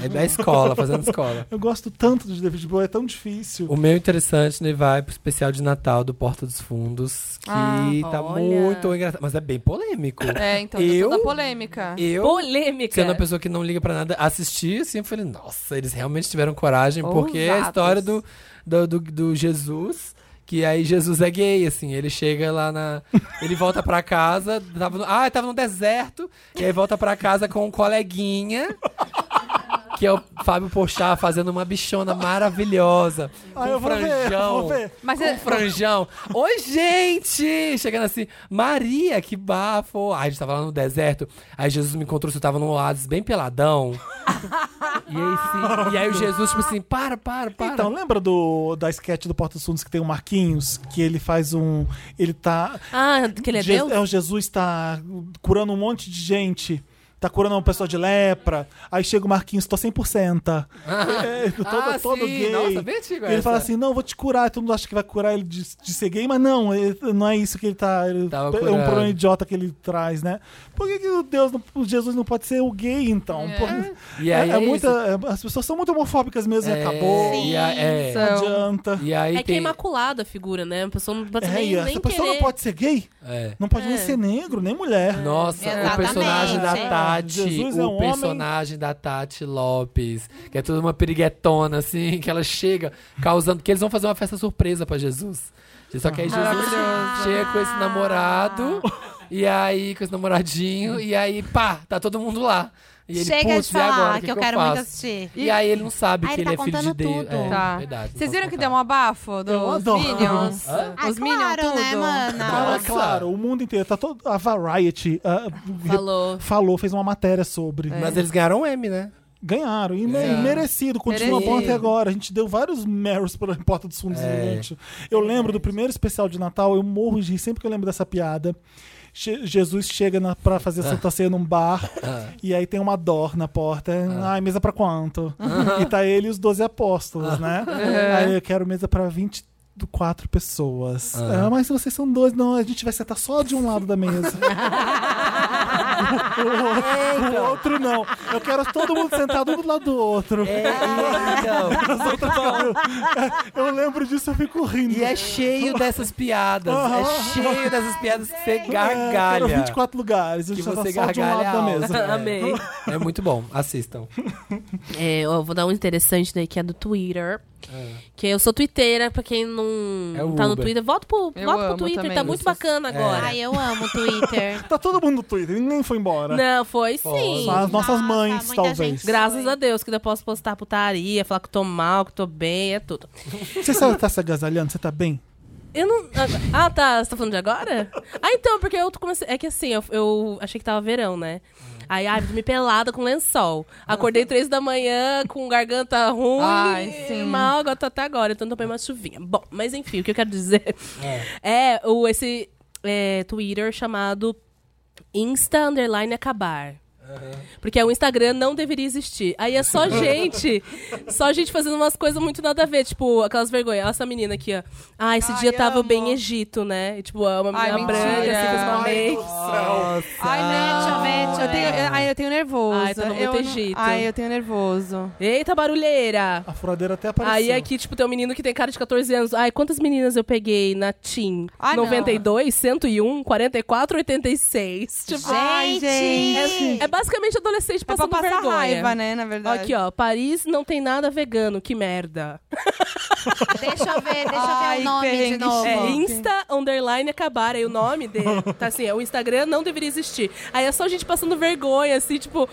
É da escola, fazendo escola. Eu gosto tanto de David Bowie, é tão difícil. O meu interessante, né, vai pro especial de Natal do Porta dos Fundos, que Ah, tá olha. muito engraçado. Mas é bem polêmico. É, então, Eu- eu... toda polêmica. Eu, Polêmica. sendo uma pessoa que não liga pra nada, assisti assim e falei, nossa, eles realmente tiveram coragem, porque é a Ousados. história do, do, do, do Jesus. Que aí Jesus é gay, assim, ele chega lá na. Ele volta pra casa, tava no, ah, tava no deserto, e aí volta pra casa com um coleguinha, que é o Fábio Pochá fazendo uma bichona maravilhosa. com Ah, eu vou franjão. ver, eu vou ver. Mas com é- franjão. Oi, gente! Chegando assim, Maria, que bafo! Ai, a gente tava lá no deserto. Aí Jesus me encontrou, eu tava num oásis bem peladão. e, aí, sim, e aí o Jesus, tipo assim, para, para, para. Então, lembra do, da sketch do Porta dos Fundos que tem o Marquinhos? Que ele faz um. Ele tá. Ah, que ele é Je- Deus? o Jesus tá curando um monte de gente. Tá curando uma pessoa de lepra. Aí chega o Marquinhos, tô 100%. É, todo, Ah, todo sim. gay. Nossa, bem antigo ele essa. fala assim, não, vou te curar. Todo mundo acha que vai curar ele de, de ser gay, mas não, ele- não é isso que ele tá... ele- Tava é um curando. problema idiota que ele traz, né? Por que, que o Deus, não- o Jesus não pode ser o gay, então? Por- E aí é, é é muita, é- as pessoas são muito homofóbicas mesmo, e É, acabou. E, a- é, Não adianta. e aí É que é tem. imaculada a figura, né? A pessoa não pode É, nem, e nem essa pessoa querer. não pode ser gay? É. Não pode nem É. ser negro, nem mulher. Nossa, Exatamente. o personagem da Tati, Jesus é o um homem. personagem da Tati Lopes, que é toda uma piriguetona, assim, que ela chega causando. que eles vão fazer uma festa surpresa pra Jesus. Só que aí Jesus chega com esse namorado, e aí, com esse namoradinho, e aí, pá, tá todo mundo lá. E ele, Chega putz, de e agora, falar O que, que, eu que quero faço? muito assistir. E aí ele não sabe Aí que ele ele, tá é filho de contando Deus. tudo. É, Tá. verdade, não Vocês posso viram que contar. deu um abafo dos adoro. Minions? Ah, Os Minions, claro, tudo. né, Cara, mana? Nossa. Ah, claro, o mundo inteiro. Tá todo, a Variety ah, re- Falou. falou, fez uma matéria sobre. Mas eles ganharam um M, né? Ganharam, e, me- Ganharam. e merecido, continua Merecido. bom até agora. A gente deu vários meros pela Porta dos Fundos É. gente. Eu lembro do primeiro especial de Natal, eu morro de rir sempre que eu lembro dessa piada. Che- Jesus chega na, pra fazer a Ah. Santa Ceia num bar, e aí tem uma dor na porta. Ah. Ai, mesa pra quanto? E tá ele e os 12 apóstolos, né? É. Aí eu quero mesa pra 24 pessoas. Ah, mas vocês são dois, não, a gente vai sentar só de um lado da mesa. O outro- o outro não. Eu quero todo mundo sentado um do lado do outro. É. então. Eu lembro disso, eu fico rindo. E é cheio dessas piadas. É Aham. cheio dessas piadas que você É, gargalha. quero 24 lugares. A que gente você tá só de um gargalha. lado da alto. mesa. Amei. É, é muito bom. Assistam. É, eu vou dar um interessante daí, que é do Twitter. Que eu sou twitteira, pra quem não É o tá no Uber. Twitter, volta pro, Eu volta pro amo Twitter, também. tá muito bacana agora. Ai, eu amo o Twitter. Tá todo mundo no Twitter, ninguém foi embora. Não, foi sim. Foi. Só as nossas Nossa, mães, muita talvez. gente. Graças a Deus, que ainda posso postar putaria, falar que eu tô mal, que eu tô bem, é tudo. Você sabe, tá se agasalhando? Você tá bem? Eu não. Ah, tá. Você tá falando de agora? Ah, então, porque eu comecei. É que assim, eu, eu achei que tava verão, né? Aí, ai, dormi pelada com lençol. Acordei três da manhã com garganta ruim. Ai, e sim. Mal, agora tô até agora, então tomei uma chuvinha. Bom, mas enfim, o que eu quero dizer é, o, esse é, Twitter chamado Insta Underline Acabar. Porque o Instagram não deveria existir. Aí é só gente, só gente fazendo umas coisas muito nada a ver. Tipo, aquelas vergonhas. Olha essa menina aqui, ó. Ah, esse Ai, dia tava amo. bem Egito, né? E, tipo, é uma Ai, menina branca, mentira. assim, com uma Ai, make. do céu. Ai, não, Ai. Eu tenho, eu, ai, eu tenho nervoso. Ai, tô no eu, muito não- Egito. Ai, eu tenho nervoso. Eita, barulheira! A furadeira até apareceu. Aí aqui, tipo, tem um menino que tem cara de 14 anos. Ai, quantas meninas eu peguei na Tim? Ah, não. 92, 101, 44, 86. Tipo, Ai, gente. assim, é, é basicamente adolescente É pra passando passar vergonha. raiva, né, na verdade. Aqui, ó, Paris não tem nada vegano, que merda. Deixa eu ver, deixa eu ver Ai, o nome de perrengue novo. É, Gente. Insta underline acabar, aí o nome dele. Tá assim, é, o Instagram não deveria existir. Aí é só gente passando vergonha, assim, tipo,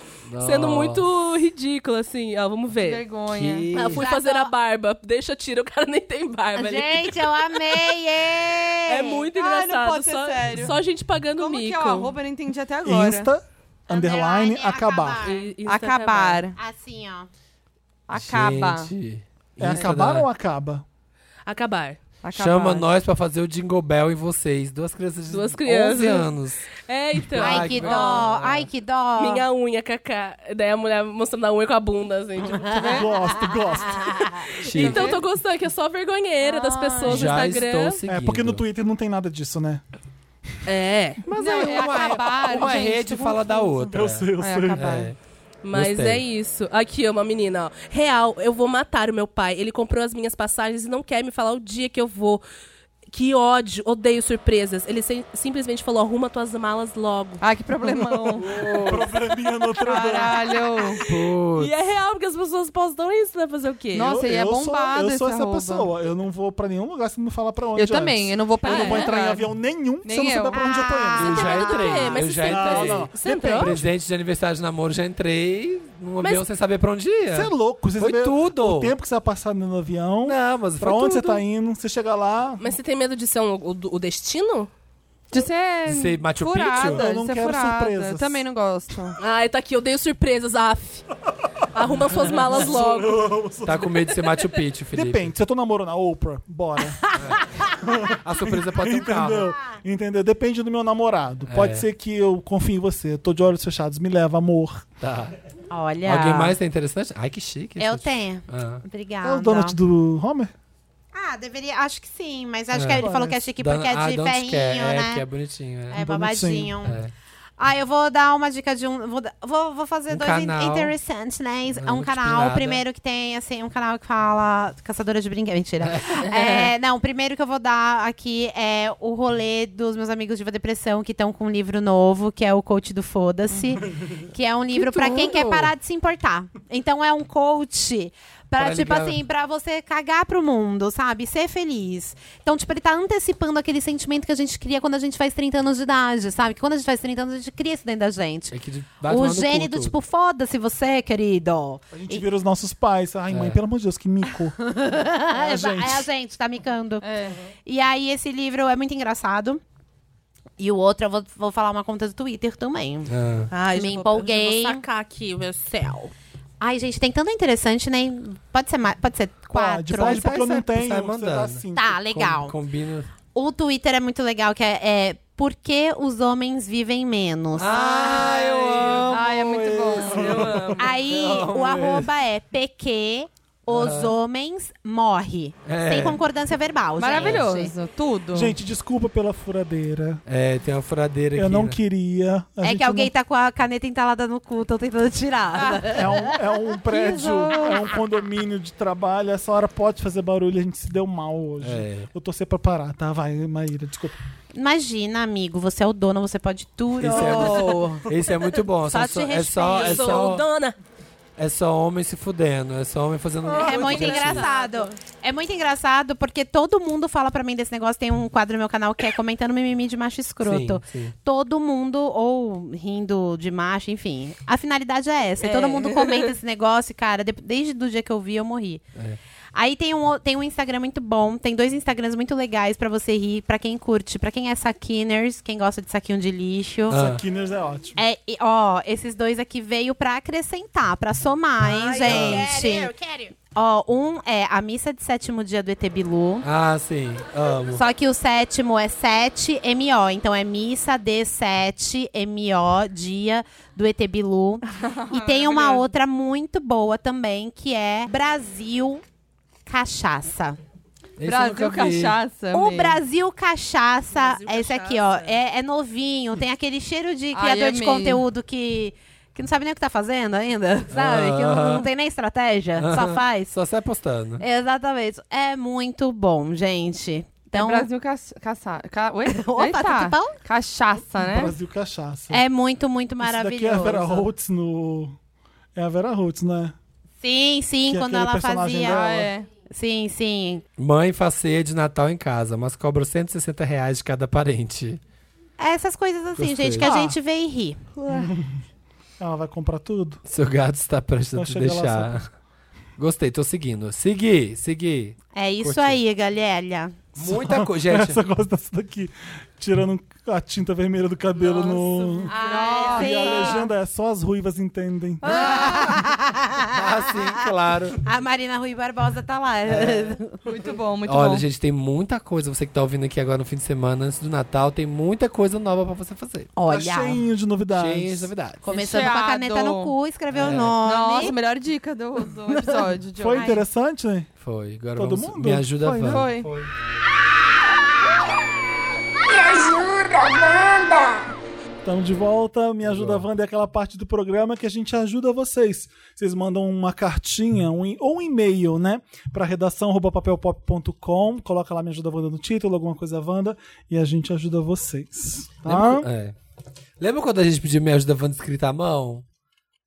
sendo muito ridícula, assim. Ó, vamos Que ver. vergonha. Ah, eu fui Já fazer tô- a barba. Deixa tira, o cara nem tem barba ali. Gente, eu amei! É muito Ai, Ah, não engraçado. pode ser só, sério. só gente pagando Como mico. que é o arroba? Eu não entendi até agora. Insta, underline, Underline, acabar. E- isso é Acabar. Assim, ó. Acaba. Gente, É Insta acabar da- ou acaba? Acabar. Acabar. Chama nós pra fazer o Jingle Bell em vocês. Duas crianças de Duas crianças. 11 anos. É, então. Ai, que dó! Ai, que dó! Minha unha, cacá. Daí a mulher mostrando a unha com a bunda, assim. tipo, Gosto, gosto. Chique. então tô gostando, que é só vergonheira Ah. das pessoas no Já Instagram. estou seguindo. É, porque no Twitter não tem nada disso, né? É. Mas Não, aí é uma, acabar, uma gente, rede tô fala da confusa. outra. Eu sei, eu É, sei. acabar. É. Mas Gostei. é isso. Aqui, ó, uma menina, ó. Real, eu vou matar o meu pai. Ele comprou as minhas passagens e não quer me falar o dia que eu vou. Que ódio, odeio surpresas. Ele sim- simplesmente falou: arruma tuas malas logo. Ai, que problemão. Probleminha no outro Caralho. Putz. E é real, porque as pessoas postam isso, né? Fazer o quê? Nossa, e é bombado sou, Eu sou esse essa arroba. pessoa. Eu não vou pra nenhum lugar se não me falar pra onde Eu também, eu antes. não vou pra Eu não vou nenhum entrar em lugar. avião nenhum se eu não Nem souber eu. pra onde eu tô indo. Ah, Eu Ah, é. já medo do entrei. quê? Mas assim, eu você já tem- entrei. Não, não. Você entrou? Presente de aniversário de namoro, já entrei num avião sem saber pra onde ia. Você é louco. Você Foi sabe tudo. O tempo que você vai passar no avião. Não, mas pra foi onde você tudo. tá indo. Você chega lá... Mas você tem medo de ser um- o, o destino? De ser De ser Machu Picchu? furada, Eu não de ser quero furada. surpresas. Eu também não gosto. Ai, tá aqui, eu odeio surpresas, af. Arruma suas malas logo. Tá com medo de ser Machu Picchu, Felipe. Depende. Se eu tô namorando a Oprah, bora. A surpresa pode ser um carro. Entendeu? Ah. Entendeu? Depende do meu namorado. Pode É. ser que eu confie em você. Tô de olhos fechados. Me leva, amor. Tá. Olha. Alguém mais tem interessante? Ai, que chique. Eu gente. tenho. Ah. Obrigada. É o donut do Homer? Ah, deveria. Acho que sim, mas acho É. que ele falou que é chique Dona- porque é ah, de Don't ferrinho, Care, É, que né? é bonitinho. É. É, babadinho. É. Ah, eu vou dar uma dica de um. Vou, da- vou, vou fazer Um dois in- canal. interessantes, né? Não, É um tipo canal. nada. O primeiro que tem, assim, um canal que fala Caçadora de Brinquedos. Mentira. É, não, o primeiro que eu vou dar aqui é o rolê dos meus amigos de depressão que estão com um livro novo, que é o Coach do Foda-se. que é um livro pra quem tudo! quer parar de se importar. Então é um coach. Pra, Pra tipo ligar- assim, pra você cagar pro mundo, sabe? Ser feliz. Então, tipo, ele tá antecipando aquele sentimento que a gente cria quando a gente faz 30 anos de idade, sabe? Que quando a gente faz 30 anos, a gente cria isso dentro da gente. É que de- bate lá o no gene cu do tudo. tipo, foda-se você, querido. A gente vira os nossos pais. Ai, mãe, É. pelo amor de Deus, que mico. É, a gente. a gente, tá micando. E aí, esse livro é muito engraçado. E o outro, eu vou, vou falar uma conta do Twitter também. Ah. Ai, Me já vou- empolguei. já Vou sacar aqui o meu céu. Ai, gente, tem tanto interessante, né? Pode ser, mais, pode ser quatro. Pode, pode, porque eu não Sai- tenho. sai você assim. mandando. dá cinco. Tá, legal. Com- combina. O Twitter é muito legal, que é, é Por que os homens vivem menos? Ah, eu amo. Ai, é muito bom. Eu Ah, amo. Aí amo o arroba é PQ os homens morre. Ah. É. Sem concordância verbal, gente. Maravilhoso. Tudo. Gente, desculpa pela furadeira. É, tem uma furadeira aqui. eu não né? queria. A É gente que alguém tá com a caneta entalada no cu, tô tentando tirar. não- É um, é um prédio, é um condomínio de trabalho. Essa hora pode fazer barulho, a gente se deu mal hoje. É. Eu torcer pra parar, tá? Vai, Maíra, desculpa. Imagina, amigo, você é o dono, você pode tudo. Esse é muito, esse é muito bom. Só Só- te só- é, só, é, Eu sou só, dona. é só homem se fudendo. É só homem fazendo. É muito engraçado. É muito engraçado porque todo mundo fala pra mim desse negócio. Tem um quadro no meu canal que é comentando mimimi de macho escroto. Sim, sim. Todo mundo, ou rindo de macho, enfim. A finalidade é essa. E É. todo mundo comenta esse negócio, e, cara. de- desde o dia que eu vi, eu morri. Aí tem um, o- tem um Instagram muito bom, tem dois Instagrams muito legais pra você rir, pra quem curte, pra quem é saquiners, quem gosta de saquinho de lixo. Ah. Kinners é ótimo. É, e, ó, esses dois aqui veio pra acrescentar, pra somar, hein, gente? Ó, um é a missa de sétimo dia do ET Bilu. Ah, sim. Amo. Só que o sétimo é 7 MO, então é missa de 7 MO, dia do ET Bilu. e tem uma outra muito boa também, que é Brasil Cachaça. Esse eu Brasil nunca vi. Cachaça. O amei. Brasil Cachaça, Brasil é esse aqui, ó, Cachaça. é, é novinho, tem aquele cheiro de Ai, criador de amei. conteúdo que, que não sabe nem o que tá fazendo ainda, sabe? Que não, não tem nem estratégia, só faz. Só sai postando. Exatamente. É muito bom, gente. Então, É Brasil caça... caça... Ca... Oi? Opa, tá, Eita. tudo bom? Cachaça, né? Brasil Cachaça. é muito, muito Isso maravilhoso. daqui é a Vera Holtz no... É a Vera Holtz, né? Sim, sim, Que é quando aquele ela personagem fazia. dela. Ah, é. Sim, sim. Mãe faz ceia de Natal em casa, mas cobra 160 reais de cada parente. Essas coisas assim, Gostei. gente, que a Ah. gente vê e ri. Ela vai comprar tudo. Seu gato está prestes a Só te chega lá, deixar. Gostei, tô seguindo. Segui, segui. É isso Curti. aí, galera. Muita coisa, gente. Essa gosta dessa daqui. Tirando a tinta vermelha do cabelo no... Ah, E a legenda é só as ruivas entendem. Ah, sim, claro. A Marina Rui Barbosa tá lá. Muito bom, muito Olha, bom. gente, tem muita coisa. Você que tá ouvindo aqui agora no fim de semana, antes do Natal, tem muita coisa nova pra você fazer. Olha. Tá cheinho de novidades. Cheia de novidades. Começando com a Recheado. caneta no cu, escreveu o nome. Nossa, melhor dica do, do episódio de Foi hoje. interessante, né? Foi. Agora Todo vamos- mundo? Me ajuda, Foi, Van. né? Foi. Me ajuda, Wanda! Estamos de volta. Me ajuda, Wanda, é aquela parte do programa que a gente ajuda vocês. Vocês mandam uma cartinha um e- ou um e-mail, né? Para redação arroba papelpop.com. Coloca lá Me ajuda, Wanda no título, alguma coisa, Wanda. E a gente ajuda vocês. Tá? Lembra, é. Lembra quando a gente pediu Me ajuda, Van, escrita à mão?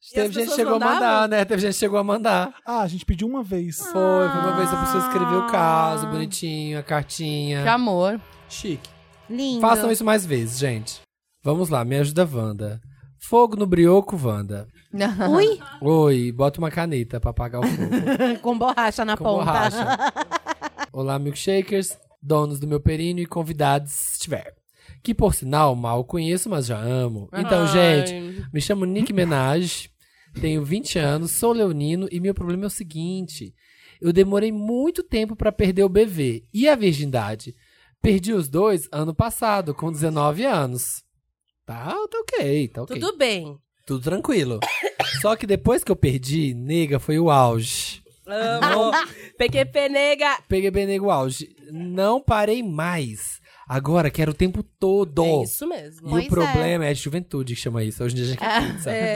E as Teve gente que pessoas chegou a mandar, mandavam? né? Teve gente que chegou a mandar. Ah, a gente pediu uma vez. Foi, foi uma vez a pessoa escreveu o caso, bonitinho, a cartinha. Ah. Que amor. Chique. Lindo. Façam isso mais vezes, gente. Vamos lá, me ajuda, Wanda. Fogo no brioco, Wanda. Ui, Oi, bota uma caneta pra apagar o fogo. com borracha na Com ponta. borracha. Olá, milkshakers, donos do meu perino e convidados, se tiver. Que, por sinal, mal conheço, mas já amo. Então, gente, me chamo Nick Menage, tenho 20 anos, sou leonino e meu problema é o seguinte: eu demorei muito tempo pra perder o bebê e a virgindade. Perdi os dois ano passado, com 19 anos. Tá, tá ok, tá ok. Tudo bem. Tudo tranquilo. Só que depois que eu perdi, nega, foi o auge. Amo. PQP nega. Peguei bem nego auge. Não parei mais. Agora quero o tempo todo. É isso mesmo. E Pois o problema é. a juventude que chama isso. Hoje em dia a gente quer pizza. Hoje em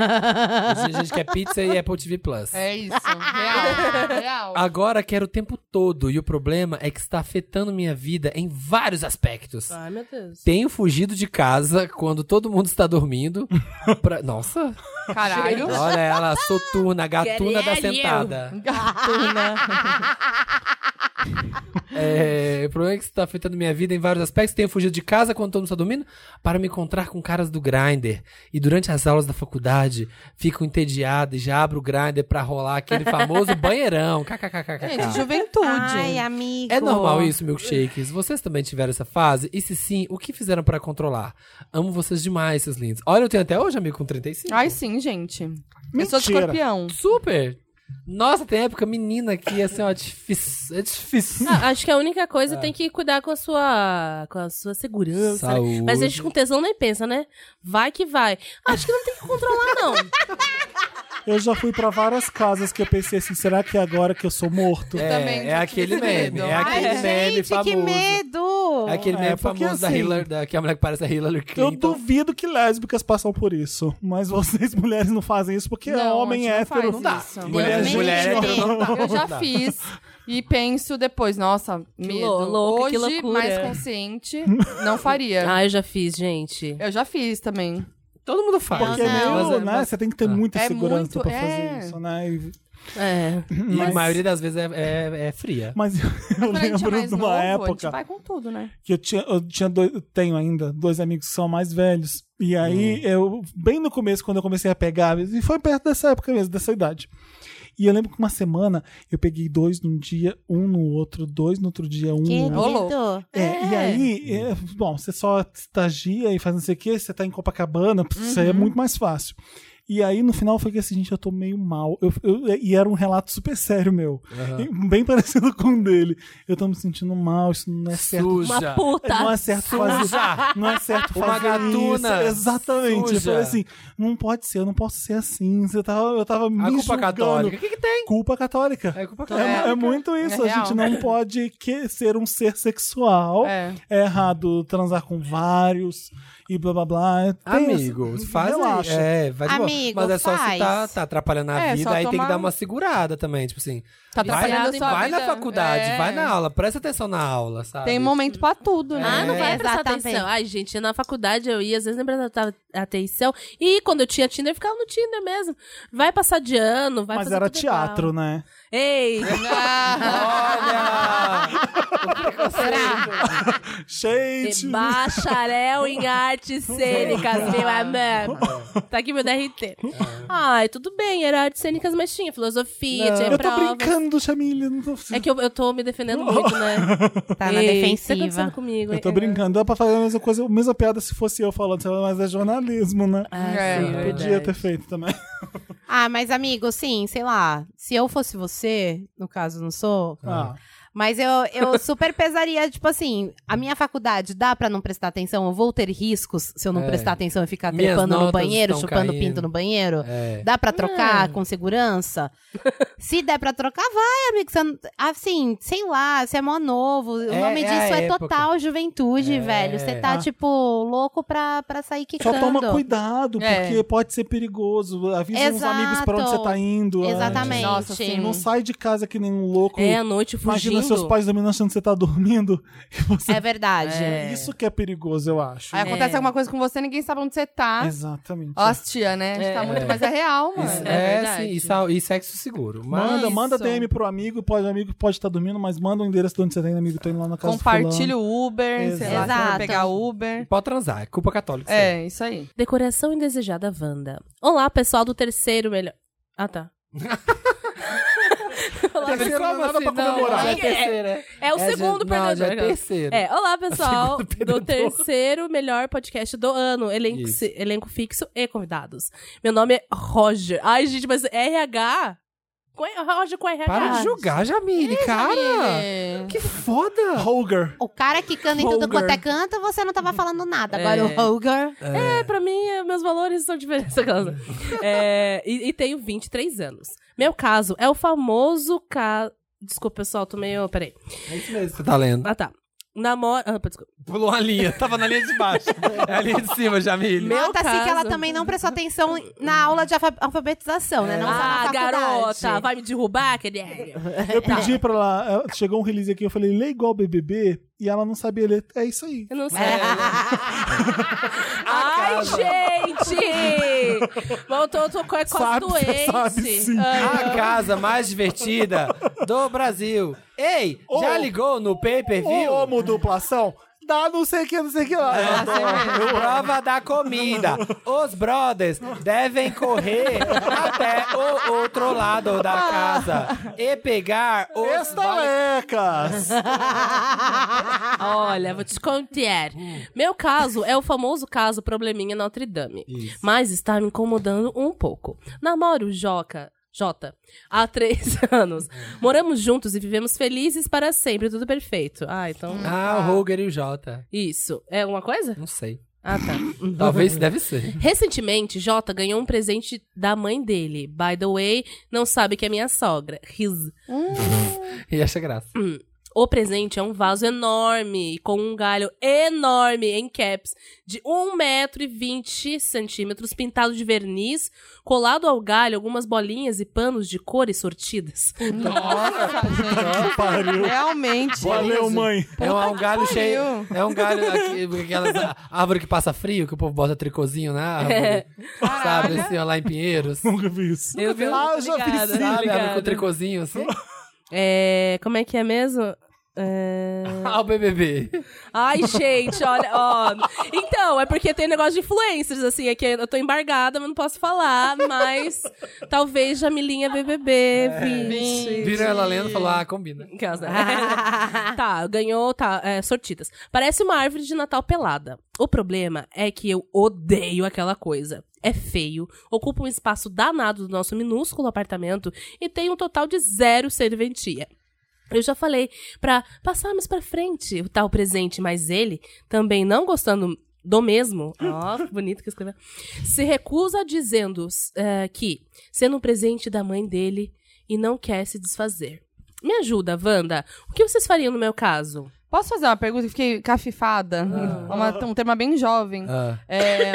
dia a gente quer pizza e Apple TV Plus. É isso. Real. Real. Agora quero o tempo todo. E o problema é que está afetando minha vida em vários aspectos. Ai, meu Deus. Tenho fugido de casa quando todo mundo está dormindo. pra- Nossa! Caralho. Olha ela, soturna, gatuna da Querelho. sentada. É, o problema é que isso tá afetando minha vida em vários aspectos. Tenho fugido de casa quando todo mundo está dormindo para me encontrar com caras do Grindr. E durante as aulas da faculdade, fico entediado e já abro o Grindr pra rolar aquele famoso banheirão. Gente, KKKKK. juventude. Ai, amigo. É normal isso, milkshakes? Vocês também tiveram essa fase? E se sim, o que fizeram pra controlar? Amo vocês demais, seus lindos. Olha, eu tenho até hoje, amigo, com Ah. 35. Ai, sim, gente. Eu Mentira. sou de escorpião. Super! Nossa, tem época menina que, assim, ó, é difícil. É difícil. Ah, acho que a única coisa tem que cuidar com a sua, com a sua segurança. né? Saúde. Mas a gente com tesão nem pensa, né? Vai que vai. Acho que não tem que controlar, não. Eu já fui pra várias casas que eu pensei assim, será que é agora que eu sou morto? É, também é tinha aquele esse meme. medo. É aquele Ai, meme gente, famoso. que medo. É aquele tá É, meme porque famoso da assim, Hillary, da, que a mulher que parece a Hillary Eu Clinton. duvido que lésbicas passam por isso. Mas vocês, mulheres, não fazem isso porque Não, homem a gente não hétero. faz, não dá. Deus Mulher, me mulher livre. hétero não dá. Eu já Não dá. fiz. E penso depois, nossa, medo. lou- louca, que Hoje, loucura. mais consciente, não faria. ah, eu já fiz, gente. Eu já fiz também. Todo mundo faz. Porque é né? meio, Mas é- né? mas- Você tem que ter muita É segurança muito, pra fazer é. isso, né? E- É. e a maioria das vezes é, é- é fria. Mas eu, eu Quando a gente é lembro mais de uma novo, A gente época vai com tudo, né? que eu tinha, eu tinha dois, eu tenho ainda dois amigos que são mais velhos. E aí, eu, bem no começo, quando eu comecei a pegar, e foi perto dessa época mesmo, dessa idade. E eu lembro que uma semana eu peguei dois num dia, um no outro, dois no outro dia, um no outro. Querido. É, E aí, é, bom, você só estagia e faz não sei o que, você tá em Copacabana, pff, isso aí Uhum. é muito mais fácil. E aí, no final, eu falei assim, gente, eu tô meio mal. Eu, eu- e era um relato super sério meu. Tá. E Bem parecido com o dele. Eu tô me sentindo mal, isso não é certo. Suja. Uma puta. Não é certo fazer. Não é certo Uma fazer gatuna isso. Exatamente. Eu suja. falei assim: não pode ser, eu não posso ser assim. Você tava, eu tava me A culpa é julgando. católica. O que, que tem? Culpa católica. É culpa É, católica. é muito isso. É a gente real. não pode que ser um ser sexual. É. É. errado transar com vários e blá blá blá. Tem Amigo, esse- faz aí. relaxa. É, vai de boa. Amigo, Mas é só se faz. tá, tá atrapalhando a É, vida, só aí tem tomar- que dar uma segurada também. Tipo assim, Tá vai, atrapalhando a sua vai vida. na faculdade, É. vai na É. aula, presta atenção na aula, sabe? Tem momento pra tudo, né? Ah, não vai prestar Exatamente. atenção. Ai, gente, na faculdade eu ia, às vezes nem prestava atenção. E quando eu tinha Tinder, eu ficava no Tinder mesmo. Vai passar de ano, vai Mas fazer era tudo igual. teatro, né? Ei! Olha! Gente! Bacharel em artes cênicas, meu amor. Tá aqui meu É. DRT. Ai, tudo bem, era artes cênicas, mas tinha filosofia, tinha eu tô prova. brincando, Chamilha. Não tô... É que eu, eu tô me defendendo muito, né? Tá na Ei, O que tá defensiva. acontecendo comigo? Eu É. tô brincando. Dá pra fazer a mesma coisa, a mesma piada se fosse eu falando, sabe? mas é jornalismo, né? É, sim, Eu podia verdade. ter feito também. Ah, mas amigo, sim, sei lá. Se eu fosse você, no caso não sou, Ah, mas eu, eu super pesaria, tipo assim, a minha faculdade dá pra não prestar atenção? Eu vou ter riscos se eu não É. prestar atenção e ficar Minhas trepando no notas banheiro, estão chupando caindo. pinto no banheiro? É. Dá pra trocar com segurança? se der pra trocar, vai, amigo. Você não- Assim, sei lá, você é mó novo. O É, nome é disso a é época. total juventude, É. velho. Você tá, Ah. tipo, louco pra, pra sair só quicando. toma cuidado, É. porque pode ser perigoso. Avisa os Exato. amigos pra onde você tá indo. Exatamente. Nossa, sim. antes. Não sai de casa que nem um louco. É, à noite Imagina fugindo. seus pais dominando achando que você tá dormindo. E você... É verdade. Isso que é perigoso, eu acho. Aí É. acontece alguma coisa com você, ninguém sabe onde você tá. Exatamente. Ó, as tia, né? A gente tá muito, mas é real, mano. Isso- é é, verdade. sim, e, sal- e sexo seguro. Mas Manda, manda Isso. DM pro amigo, pode, o amigo pode estar dormindo, mas manda o endereço de onde você tem, amigo, tô indo lá na casa do Compartilha o Uber, sei lá, você vai Exato. pegar Uber. pode transar, é culpa católica. sim. É, isso aí. Decoração indesejada Wanda. Olá, pessoal do terceiro melhor. Ah, tá. Olá, Terceiro Como não é nada assim? pra Não, comemorar. é- é terceiro, é. é o É, segundo já- não, já é perdedor. terceiro. É, olá, pessoal segundo do perdedor. terceiro melhor podcast do ano. Elenco, Isso. elenco fixo e convidados. Meu nome é Roger. Ai, gente, mas RH? Com- Roger com RH. Para de julgar, Jamile, cara. Que foda. fulano. Holger. O cara que canta em tudo Holger. quanto é canto, você não tava falando nada. Agora É. o Holger. É, pra mim, é, meus valores são diferentes. Aquelas- É, e, e tenho 23 anos. Meu caso é o famoso caso. Desculpa, pessoal, tô meio. Peraí. É isso mesmo. Você tá lendo. Ah, tá. Namora. Ah, desculpa. Pulou a linha. Tava na linha de baixo. É a linha de cima, Jamile. Meu Nota-se assim, que ela caso. também não prestou atenção na aula de alfa- alfabetização, É. né? Não só na Ah, faculdade. garota, vai me derrubar, querido. Eu Tá. pedi pra ela, ela- chegou um release aqui, eu falei, lê igual BBB, e ela não sabia ler. É isso aí. Eu não sei. É. Ai, gente! Voltou, eu tô é quase quase Sabe, você doente. sabe sim. Ai, A casa mais divertida do Brasil. Ei, já Ô. ligou no pay-per-view? Ah, Ô, homo duplação, dá não sei o que, não sei o que lá. É. Ela Prova da comida. Os brothers devem correr até o outro lado da casa e pegar os Estalecas! Ah, Olha, vou te contar. Meu caso é o famoso caso probleminha Notre Dame. Mas está me incomodando um pouco. Namoro Joca. Jota, há três anos. Moramos juntos e vivemos felizes para sempre, tudo perfeito. Ah, então. Hum. Ah, o Holger e o Jota. Isso. É uma coisa? Não sei. Ah, tá. Talvez deve ser. Recentemente, Jota ganhou um presente da mãe dele. By the way, não sabe que é minha sogra. Riz. E acha graça. O presente é um vaso enorme, com um galho enorme em caps, de 1,20m, pintado de verniz, colado ao galho algumas bolinhas e panos de cores sortidas. Nossa, gente. Pariu. Realmente. Valeu, mãe. É um, é um galho que cheio. pariu. É um galho. aqui- Aquelas a- árvore que passa frio, que o povo bota tricôzinho na árvore. É. Sabe, assim, ó, lá em Pinheiros. Nunca vi isso. Eu vi, Ah, eu já vi sim. obrigada, Sabe, árvore obrigada. com tricôzinho assim. É, como é que é mesmo? É... Ah, o BBB. Ai, gente, olha, ó. Então, é porque tem negócio de influencers, assim, é que eu tô embargada, mas não posso falar, mas talvez Jamilinha BBB, vinte. Viram ela lendo e falou, ah, combina. Aquelas, né? tá, ganhou, tá, é, sortidas. Parece uma árvore de Natal pelada. O problema é que eu odeio aquela coisa. É feio, ocupa um espaço danado do nosso minúsculo apartamento e tem um total de zero serventia. Eu já falei pra passar mais pra frente o tal presente, mas ele, também não gostando do mesmo, ó, que bonito que escreveu, se recusa dizendo eh, que, sendo um presente da mãe dele, e não quer se desfazer. Me ajuda, Wanda. O que vocês fariam no meu caso? Posso fazer uma pergunta? Eu Fiquei cafifada. Uma- um tema bem jovem. Ah, É,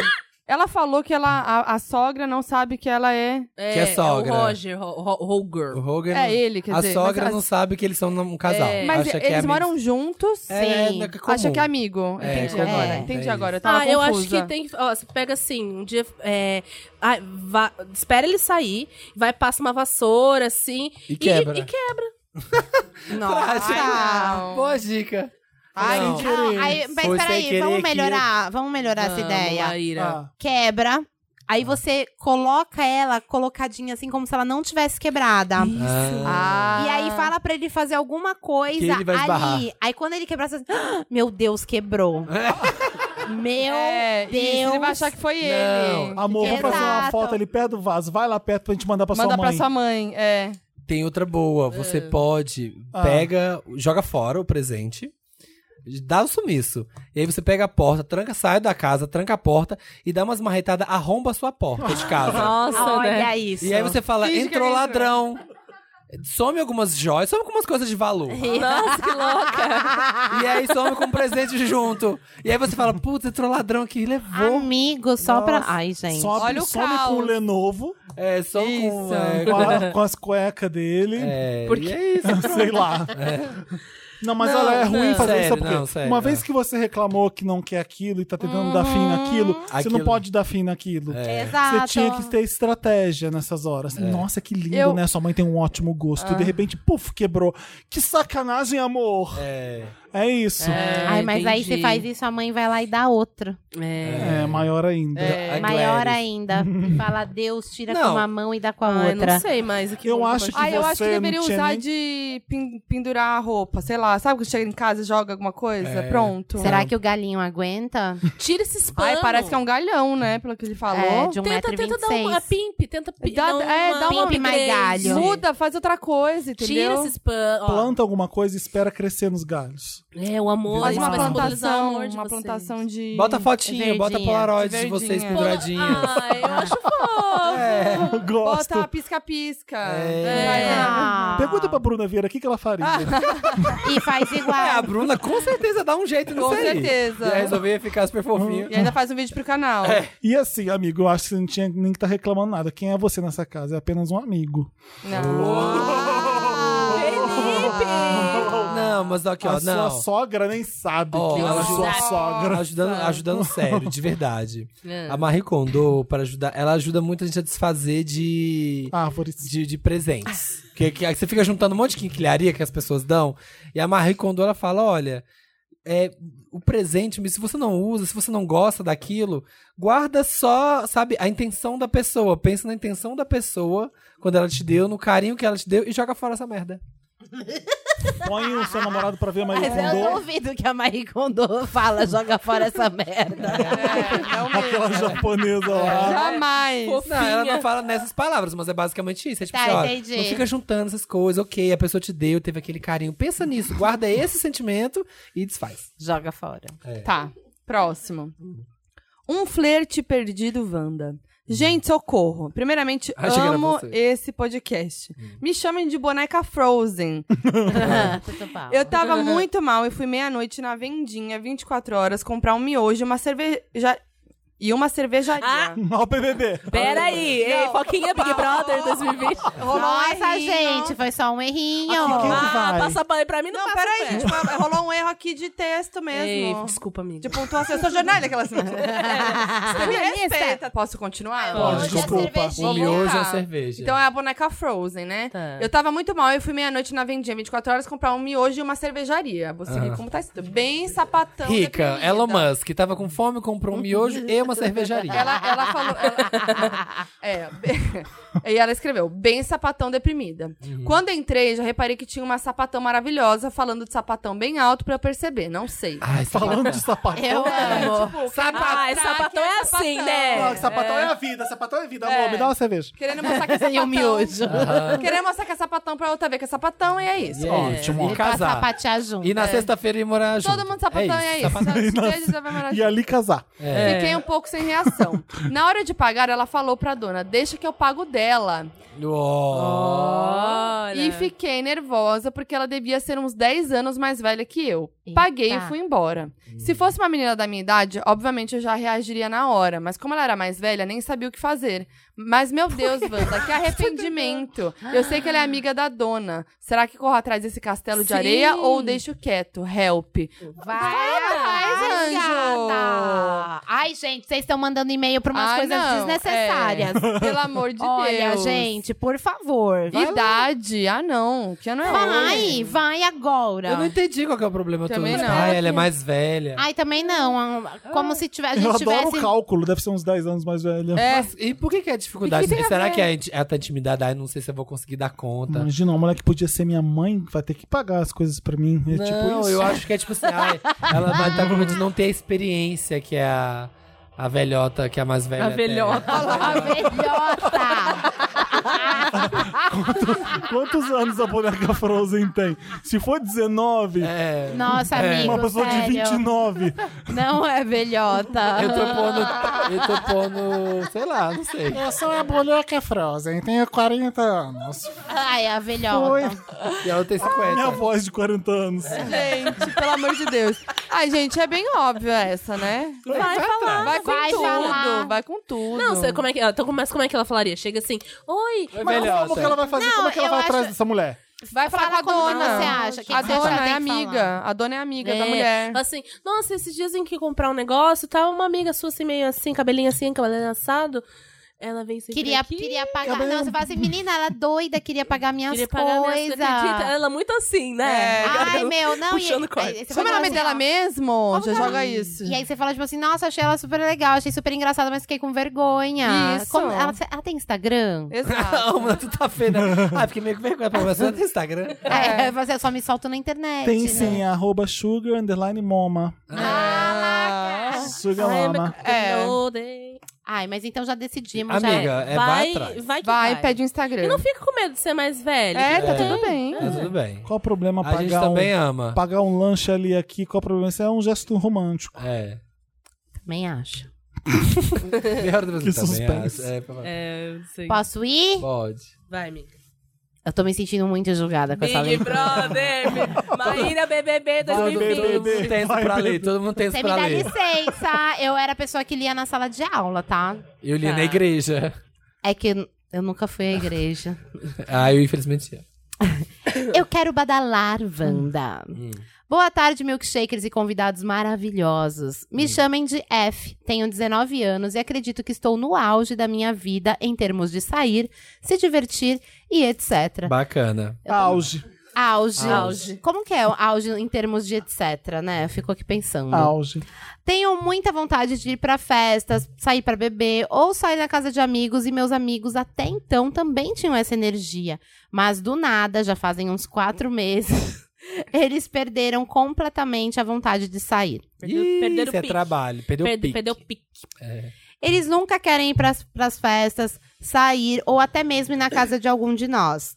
ela falou que ela, a, a sogra não sabe que ela é. Que é sogra. o Roger, Ro- Ro- o Roger. Hogan. É ele, quer a dizer. sogra mas, não sabe que eles são um casal. É. mas Acha que é eles amigo. moram juntos. É, Sim. é comum. Acha que é amigo. É, Entendi é, agora. é Entendi isso. agora. Eu tava Ah, eu acho confusa. que tem. Ó, você pega assim, um dia. É, ah, vá- espera ele sair, vai, passa uma vassoura, assim. E quebra. E, quebra. Prática. Ai, não. Boa dica. Ai, Não. sem Ah, querer. aí, mas Foi sem peraí, querer vamos que melhorar. Vamos melhorar essa Vamos, ideia. Laíra. Ah, Quebra. Aí você coloca ela colocadinha assim, como se ela não tivesse quebrada. Ah. E aí fala pra ele fazer alguma coisa Que ele vai esbarrar. ali. Aí quando ele quebrar, você... "Ah, Meu Deus, quebrou. Meu É, isso, Deus. ele vai achar que foi ele. Não. Ah, amor, vou fazer uma Exato. foto ali perto do vaso. Vai lá perto pra gente mandar pra Manda sua mãe. pra sua mãe. É. Tem outra boa. Você pode Ah. pega, joga fora o presente, dá o sumiço. E aí você pega a porta, tranca, sai da casa, tranca a porta e dá umas marretadas, arromba a sua porta de casa. Nossa, né? Olha isso. e aí você fala, Finge que entrou alguém ladrão. Some algumas joias, some algumas coisas de valor. Nossa, que louca. e aí some com um presente junto. E aí você fala, putz, entrou ladrão aqui, levou. Amigo, só pra... Ai, gente. Sobe, Olha o some com o caos. Lenovo, É, some com... Isso. É, com, com a- a- com as cuecas dele. é, Porque- e é isso. Sei lá. Não, mas Não, olha, é ruim fazer não. isso, Sério, sabe por quê? não, sério, Uma não. vez que você reclamou que não quer aquilo e tá tentando dar fim naquilo, você não Aquilo. É. pode dar fim naquilo. É. Exato. Você tinha tá. que ter estratégia nessas horas. Nossa, que lindo, Eu- né? Sua mãe tem um ótimo gosto. E de repente, puf, quebrou. Que sacanagem, amor. É. É, isso. É, Ai, mas aí Entendi. você faz isso, a mãe vai lá e dá outra. É. maior ainda. A É, Maior Gladys. ainda. Fala, Deus, tira Não. com uma mão e dá com a Ai, outra. não sei mais o que Eu mundo acho pode- que Ah, eu acho que você não deveria tinha usar nem- de pin- pendurar a roupa, sei lá. Sabe quando chega em casa e joga alguma coisa? É. Pronto. Será que o galinho aguenta? Tira esses panos. Ai, parece que é um galhão, né? Pelo que ele falou. É, de Tenta, tenta dar 1,26m. uma pimp, tenta pi- Dá- dar é, uma- dá uma- upgrade. mais galho. Muda, faz outra coisa, um entendeu? Tira esses panos. ó. Planta alguma coisa e espera crescer nos galhos. É, o amor. Faz isso uma vai simbolizar o plantação, amor de uma vocês. plantação de... Bota fotinho, bota verdinha, polaroid de verdinha. vocês É. Polo- penduradinhos. Ai, eu acho fofo. Eu gosto. Bota pisca-pisca. É. Ah. Pergunta pra Bruna Vieira o que, que ela faria. E faz É, a igual. Bruna com certeza dá um jeito nisso Com aí. certeza. E aí resolver ficar super fofinho. E ainda faz um vídeo pro canal. É. E assim, amigo, eu acho que você não tinha nem que estar reclamando nada. Quem é você nessa casa? É apenas um amigo. Não, mas aqui, ó, a Ah, não. sua sogra nem sabe Ó, quem é a ajuda- sua sogra. Ajudando, ajudando sério, de verdade. A Marie Kondo, para ajudar, ela ajuda muito a gente a desfazer de, Árvores. de, de presentes. Que, que, aí você fica juntando um monte de quinquilharia que as pessoas dão. E a Marie Kondo, ela fala, olha... É, o presente, se você não usa, se você não gosta daquilo, guarda só, sabe, a intenção da pessoa. Pensa na intenção da pessoa quando ela te deu, no carinho que ela te deu e joga fora essa merda. Põe o seu namorado pra ver a Maria É, Mas eu Kondo. duvido que a Marie Kondo fala, joga fora essa merda. Aquela É. japonesa É. lá. Jamais. Não, ela não fala nessas palavras, mas é basicamente isso. É tipo, Tá, assim, olha, entendi. não fica juntando essas coisas, ok, a pessoa te deu, teve aquele carinho. Pensa nisso, guarda esse sentimento e desfaz. Joga fora. Tá, próximo. Um flerte perdido, Wanda. Gente, socorro. Primeiramente, Ah, Achei que era amo você. Hum. esse podcast. Me chamem de boneca Frozen. Tudo bom. Eu tava muito mal e fui meia-noite na vendinha, 24 horas, comprar um miojo e uma cerveja... E uma cervejaria. Ah, Mal BBB. Peraí, ei, Não. Foquinha Big Brother 2020. Rolou um Nossa, errinho. gente, foi só um errinho. Aqui, quem que Ah, vai? passa pano pra mim, não, Não, passa peraí, pano. gente. mas Rolou um erro aqui de texto Ei, mesmo. Tipo, desculpa, amiga. de pontuação. Eu sou jornalista, aquelas... Você me respeita. é- Posso continuar? Pode. Hoje é desculpa. cervejinha. O miojo é voltar. cerveja. Então é a boneca Frozen, né? Tá. Eu tava muito mal, eu fui meia-noite na vendinha, 24 horas, comprar um miojo e uma cervejaria. Você Ah. rico, como tá escrito? Bem sapatão. tá? Rica, deprimida. Elon Musk, tava com fome, comprou um miojo e uma cervejaria. Uhum. Ela, ela falou. ela- é, e ela escreveu, bem sapatão deprimida. Quando entrei, já reparei que tinha uma sapatão maravilhosa falando de sapatão bem alto pra eu perceber. Não sei. É um Ai, Falando É. de sapatão. Eu tipo, amo. Ah, esse sapatão é assim, Não, né? sapatão é. a vida, sapatão é vida. Amor, É. me dá uma cerveja. Querendo mostrar que é sapatão. E o miojo. Querendo mostrar que é sapatão pra outra ver que é sapatão e é isso. É, Ótimo. E Pra casar. sapatear junto. E na sexta-feira ir morar junto. É. Todo mundo sapatão e é isso. sapatão. Sabe, beijo, já vai morar E ali casar. É. Fiquei um pouco sem reação. Na hora de pagar, ela falou pra dona: deixa que eu pago dela. Ó. Olha. E fiquei nervosa porque ela devia ser uns 10 anos mais velha que eu. Paguei e Eita. fui embora. Hum. Se fosse uma menina da minha idade, obviamente eu já reagiria na hora. Mas como ela era mais velha, nem sabia o que fazer. Mas, meu Deus, Wanda, que arrependimento. Eu sei que ela é amiga da dona. Será que corro atrás desse castelo de Sim. areia ou deixo quieto? Help. Vai, atrás, vai, anjo. gata. Ai, gente, vocês estão mandando e-mail pra umas Ah, coisas não, desnecessárias. Pelo amor de Olha, Deus. gente, por favor. Vai, Idade. Ah, não. Que ano é hoje? vai, vai agora. Eu não entendi qual que é o problema Também todo. não. Ah, Ah, ela é mais velha. Ai, também não. ah, Como se tive- a gente Eu adoro tivesse. o cálculo, deve ser uns 10 anos mais velha. Mas e por que, que é a dificuldade? O que que tem a Será ver? que é a até intimidade? Ai, não sei se eu vou conseguir dar conta. Imagina, uma mulher que podia ser minha mãe vai ter que pagar as coisas pra mim. É não, tipo isso. eu acho que é tipo assim, ai, ela vai estar com medo de não ter a experiência que é a, a velhota, que é a mais velha. A tem. velhota. A velhota! Quantos anos a boneca Frozen tem? Se for 19, É. Nossa, É. amigo, uma pessoa sério. de 29. Não é velhota. Eu tô pondo. Eu tô pondo. Sei lá, não sei. Eu sou a boneca Frozen, tenho 40 anos. Ai, a velhota. E ela tem 50. Minha voz de 40 anos. Gente, pelo amor de Deus. Ai, gente, é bem óbvio essa, né? Vai falar. Vai com Vai tudo, falar. vai com tudo. Não, sei como é que. Então, mas como é que ela falaria? Chega assim, oi. Oi, Mas velhota. como um que ela vai fazer? Não, como é que ela eu vai acho- atrás dessa mulher? Vai falar Fala com a como dona. você acha, o que a que você acha que ela dona é tem que amiga. A dona é amiga da É, mulher. fala Assim, nossa, esses dias em que comprar um negócio, tá uma amiga sua assim, meio assim, cabelinho assim, cabelinho assado. Ela vem sempre Queria, aqui. queria pagar. Cabelo. Não, você fala assim, menina, ela é doida, queria pagar minhas Queria pagar minhas- coisas. Você acredita? Ela é muito assim, né? Ai, meu, não. Puxando e, corda. aí você Como é o fala nome assim, dela ó, mesmo? como Já que ela- joga isso. E aí você fala, tipo assim, nossa, achei ela super legal, achei super engraçada, mas fiquei com vergonha. Isso. Como- ela, ela tem Instagram? Exato. Não, mas tu tá feia. né? Ah, fiquei meio com vergonha pra você no Instagram. É, você só me solto na internet. Tem né? sim, é arroba sugar underline moma. Ah, Sugar Ai, mama. mas- É. Eu odeio. Ai, mas então já decidimos. já. Amiga, é, vai, vai, atrás. vai que vai. Vai, pede o Instagram. E não fica com medo de ser mais velho. É, tá É. tudo bem. Tá tudo bem. Qual o problema A gente tá pagar um, também ama. pagar um lanche ali aqui? Qual o problema? Isso é um gesto romântico. É. Também acho. Que hora do Brasil Que também, suspense. acho. É, pra- É, sei. Posso ir? Pode. Vai, amiga. Eu tô me sentindo muito julgada com essa Big leitura. Brother, Maíra BBB Todo todo 2020. BBB. mundo tem isso Vai, pra bebê. ler. Todo mundo tem isso Você me pra dá ler. licença, eu era a pessoa que lia na sala de aula, tá? Eu li na Tá. igreja. É que eu- eu nunca fui à igreja. Ah, eu infelizmente ia. Eu quero badalar, Wanda. Hum. Boa tarde, milkshakers e convidados maravilhosos. Me chamem de F, tenho 19 anos e acredito que estou no auge da minha vida em termos de sair, se divertir e etc. Bacana. Auge. Auge. Auge. Como que é o auge em termos de etc, né? Eu fico aqui pensando. Auge. Tenho muita vontade de ir pra festas, sair pra beber ou sair na casa de amigos e meus amigos até então também tinham essa energia, mas do nada, já fazem uns quatro meses, eles perderam completamente a vontade de sair. Perdeu- Ih, perderam o isso é pique. trabalho. Perdeu o Perde- pique. Perdeu o pique. Eles nunca querem ir pras, pras festas, sair ou até mesmo ir na casa de algum de nós.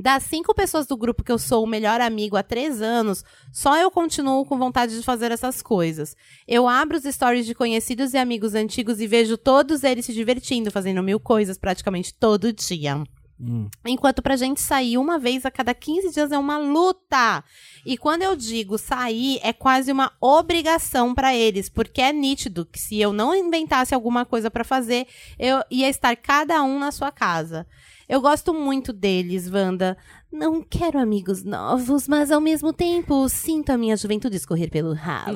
Das cinco pessoas do grupo que eu sou o melhor amigo há três anos, só eu continuo com vontade de fazer essas coisas. Eu abro os stories de conhecidos e amigos antigos e vejo todos eles se divertindo, fazendo mil coisas praticamente todo dia. Hum. Enquanto pra gente sair uma vez a cada 15 dias é uma luta. E quando eu digo sair, é quase uma obrigação pra eles, porque é nítido que se eu não inventasse alguma coisa pra fazer, eu ia estar cada um na sua casa. Eu gosto muito deles, Wanda. Não quero amigos novos, mas ao mesmo tempo sinto a minha juventude escorrer pelo Tá ralo.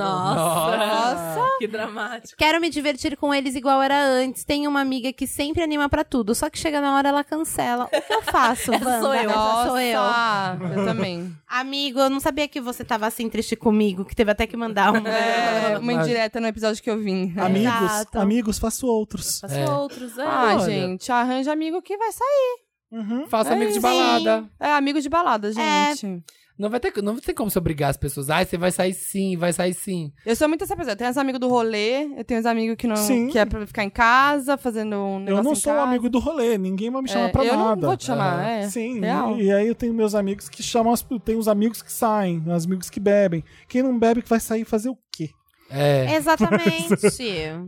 Que dramático. Quero me divertir com eles igual era antes. Tenho uma amiga que sempre anima pra tudo, só que chega na hora ela cancela. O que eu faço, Wanda? sou eu. Essa sou eu. Nossa, eu também. Amigo, eu não sabia que você tava assim triste comigo, que teve até que mandar um. É, uma indireta no episódio que eu vim. Amigos, Exato. amigos, faço outros. Faço outros, é. Ah, olha. gente, arranja amigo que vai sair. Uhum. Faça amigo de balada. É amigo de balada, É. gente. Não vai, ter, não tem como se obrigar as pessoas. Ah, você vai sair sim, vai sair sim. Eu sou muito essa pessoa. Eu tenho os amigos do rolê, eu tenho os amigos que não Sim. que é pra ficar em casa, fazendo um negócio Eu não em sou casa. amigo do rolê, ninguém vai me chamar É, pra eu nada. não vou te chamar, é. Sim, real. e, e aí eu tenho meus amigos que chamam, as, eu tenho os amigos que saem, os amigos que bebem. Quem não bebe que vai sair fazer o quê? É. Exatamente.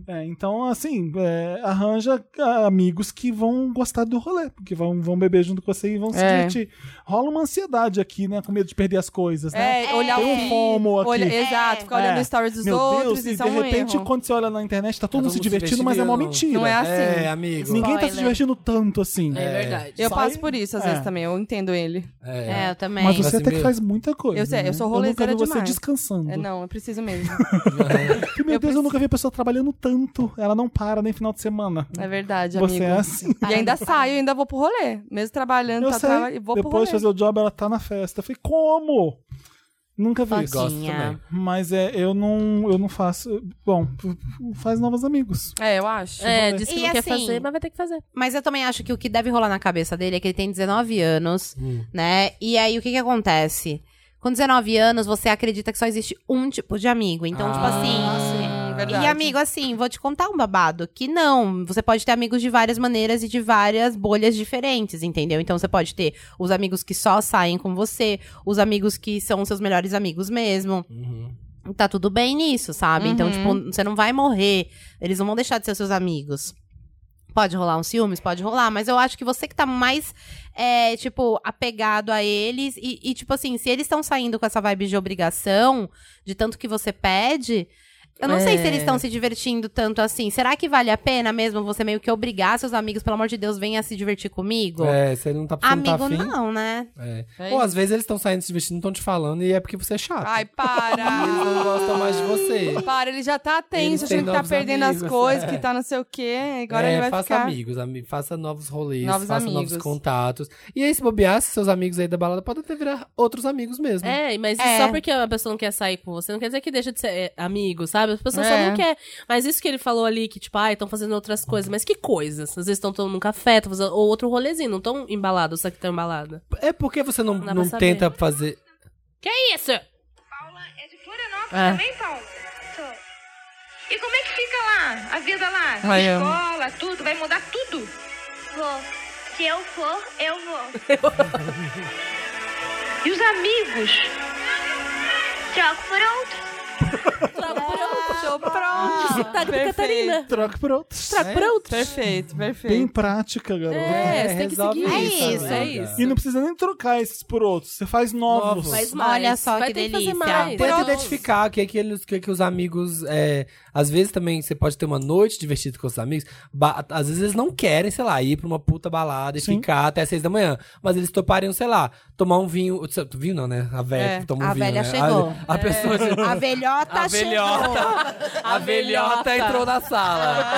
É, então, assim, é, arranja ah, amigos que vão gostar do rolê, porque vão, vão beber junto com você e vão se É. divertir. Rola uma ansiedade aqui, né? Com medo de perder as coisas, né? É, olhar Tem o um feed, FOMO aqui. olha- exato, ficar olhando É. os stories dos Meu outros Deus, e e isso de é um repente, erro. quando você olha na internet, tá todo Todo mundo se mundo se divertindo, mas é uma divertindo. mentira. Não é assim. né? É, amigo. Ninguém tá se Spoiler. divertindo tanto assim. É verdade. Eu Sai- passo por isso às é. vezes também, eu entendo ele. É. É, eu também. Mas você Assim até que mesmo. faz muita coisa. Eu sei, eu né? sou nunca rolezeira vi você demais. descansando. É, não, eu preciso mesmo. Porque, meu Eu Deus, eu nunca vi a pessoa trabalhando tanto. Ela não para nem final de semana. É verdade, amigo. Você é assim. E ainda saio, ainda vou pro rolê. Mesmo trabalhando, Eu tá sei. trabalhando, e vou pro rolê. Depois de fazer o job, ela tá na festa. Eu falei, como? Nunca Tá. vi isso. Gosto também. Mas é, eu não, eu não faço. Bom, faz novos amigos. É, eu acho. É, disse que E não quer assim- fazer, mas vai ter que fazer. Mas eu também acho que o que deve rolar na cabeça dele é que ele tem 19 anos, Hum. né? E aí o que que acontece? Com 19 anos, você acredita que só existe um tipo de amigo. Então, Ah, tipo assim. Hum, verdade. E amigo, assim, vou te contar um babado que não. Você pode ter amigos de várias maneiras e de várias bolhas diferentes, entendeu? Então você pode ter os amigos que só saem com você, os amigos que são seus melhores amigos mesmo. uhum. Tá tudo bem nisso, sabe? Então, tipo, você não vai morrer. Eles não vão deixar de ser seus amigos. Pode rolar uns ciúmes, pode rolar, mas eu acho que você que tá mais, é, tipo, apegado a eles. E, e, tipo assim, se eles estão saindo com essa vibe de obrigação, de tanto que você pede, eu não sei se eles estão se divertindo tanto assim. Será que vale a pena mesmo você meio que obrigar seus amigos, pelo amor de Deus, venha se divertir comigo? É, você não tá você não tá Amigo, afim. não, né? É. É Ou às vezes eles estão saindo se vestindo, não estão te falando e é porque você é chato. Ai, Eles não para! gostam mais de você. para, ele já tá tenso, Ele tem achando que tá novos perdendo as amigos, coisas, é. que tá não sei o quê. Agora é, ele vai faça ficar. amigos, ami- faça novos rolês, Novos faça novos amigos. contatos. E aí, se bobear, se seus amigos aí da balada podem até virar outros amigos mesmo. É, mas É. só porque a pessoa não quer sair com você, não quer dizer que deixa de ser é, amigo, sabe? A pessoa só É. não quer. Mas isso que ele falou ali, que tipo, ai, estão fazendo outras coisas. Mas que coisas? Às vezes estão tomando um café, tão fazendo... ou outro rolezinho, não estão embalados, só que estão embalada. É porque você não, Não dá não pra saber. tenta fazer. Que é isso? Paula é de Florianópolis É. também, Paula? Sou. E como é que fica lá? A vida lá? Ai, eu- Escola, tudo? Vai mudar tudo? Vou. Se eu for, eu vou. e os amigos? Troco por outros. Tô pronto. Tá com Perfeito. Catarina. Troca por outros. Tá pronto? Perfeito, Bem perfeito. prática, garota. É, você tem que resolve seguir isso, isso. É amiga. isso. E não precisa nem trocar esses por outros. Você faz novos. Novos. Faz mais. Olha só Vai que ter fazer delícia. mais. Tenta Não. identificar o que, é que, eles, o que, é que os amigos. é, às vezes também você pode ter uma noite divertida com os amigos. Ba- às vezes eles não querem, sei lá, ir pra uma puta balada e Sim. ficar até seis da manhã. Mas eles topariam, sei lá, tomar um vinho. Vinho não, né? A velha É, toma um a vinho. velha né? chegou. A, a pessoa. A velhota A chegou. velhota, a velhota entrou na sala.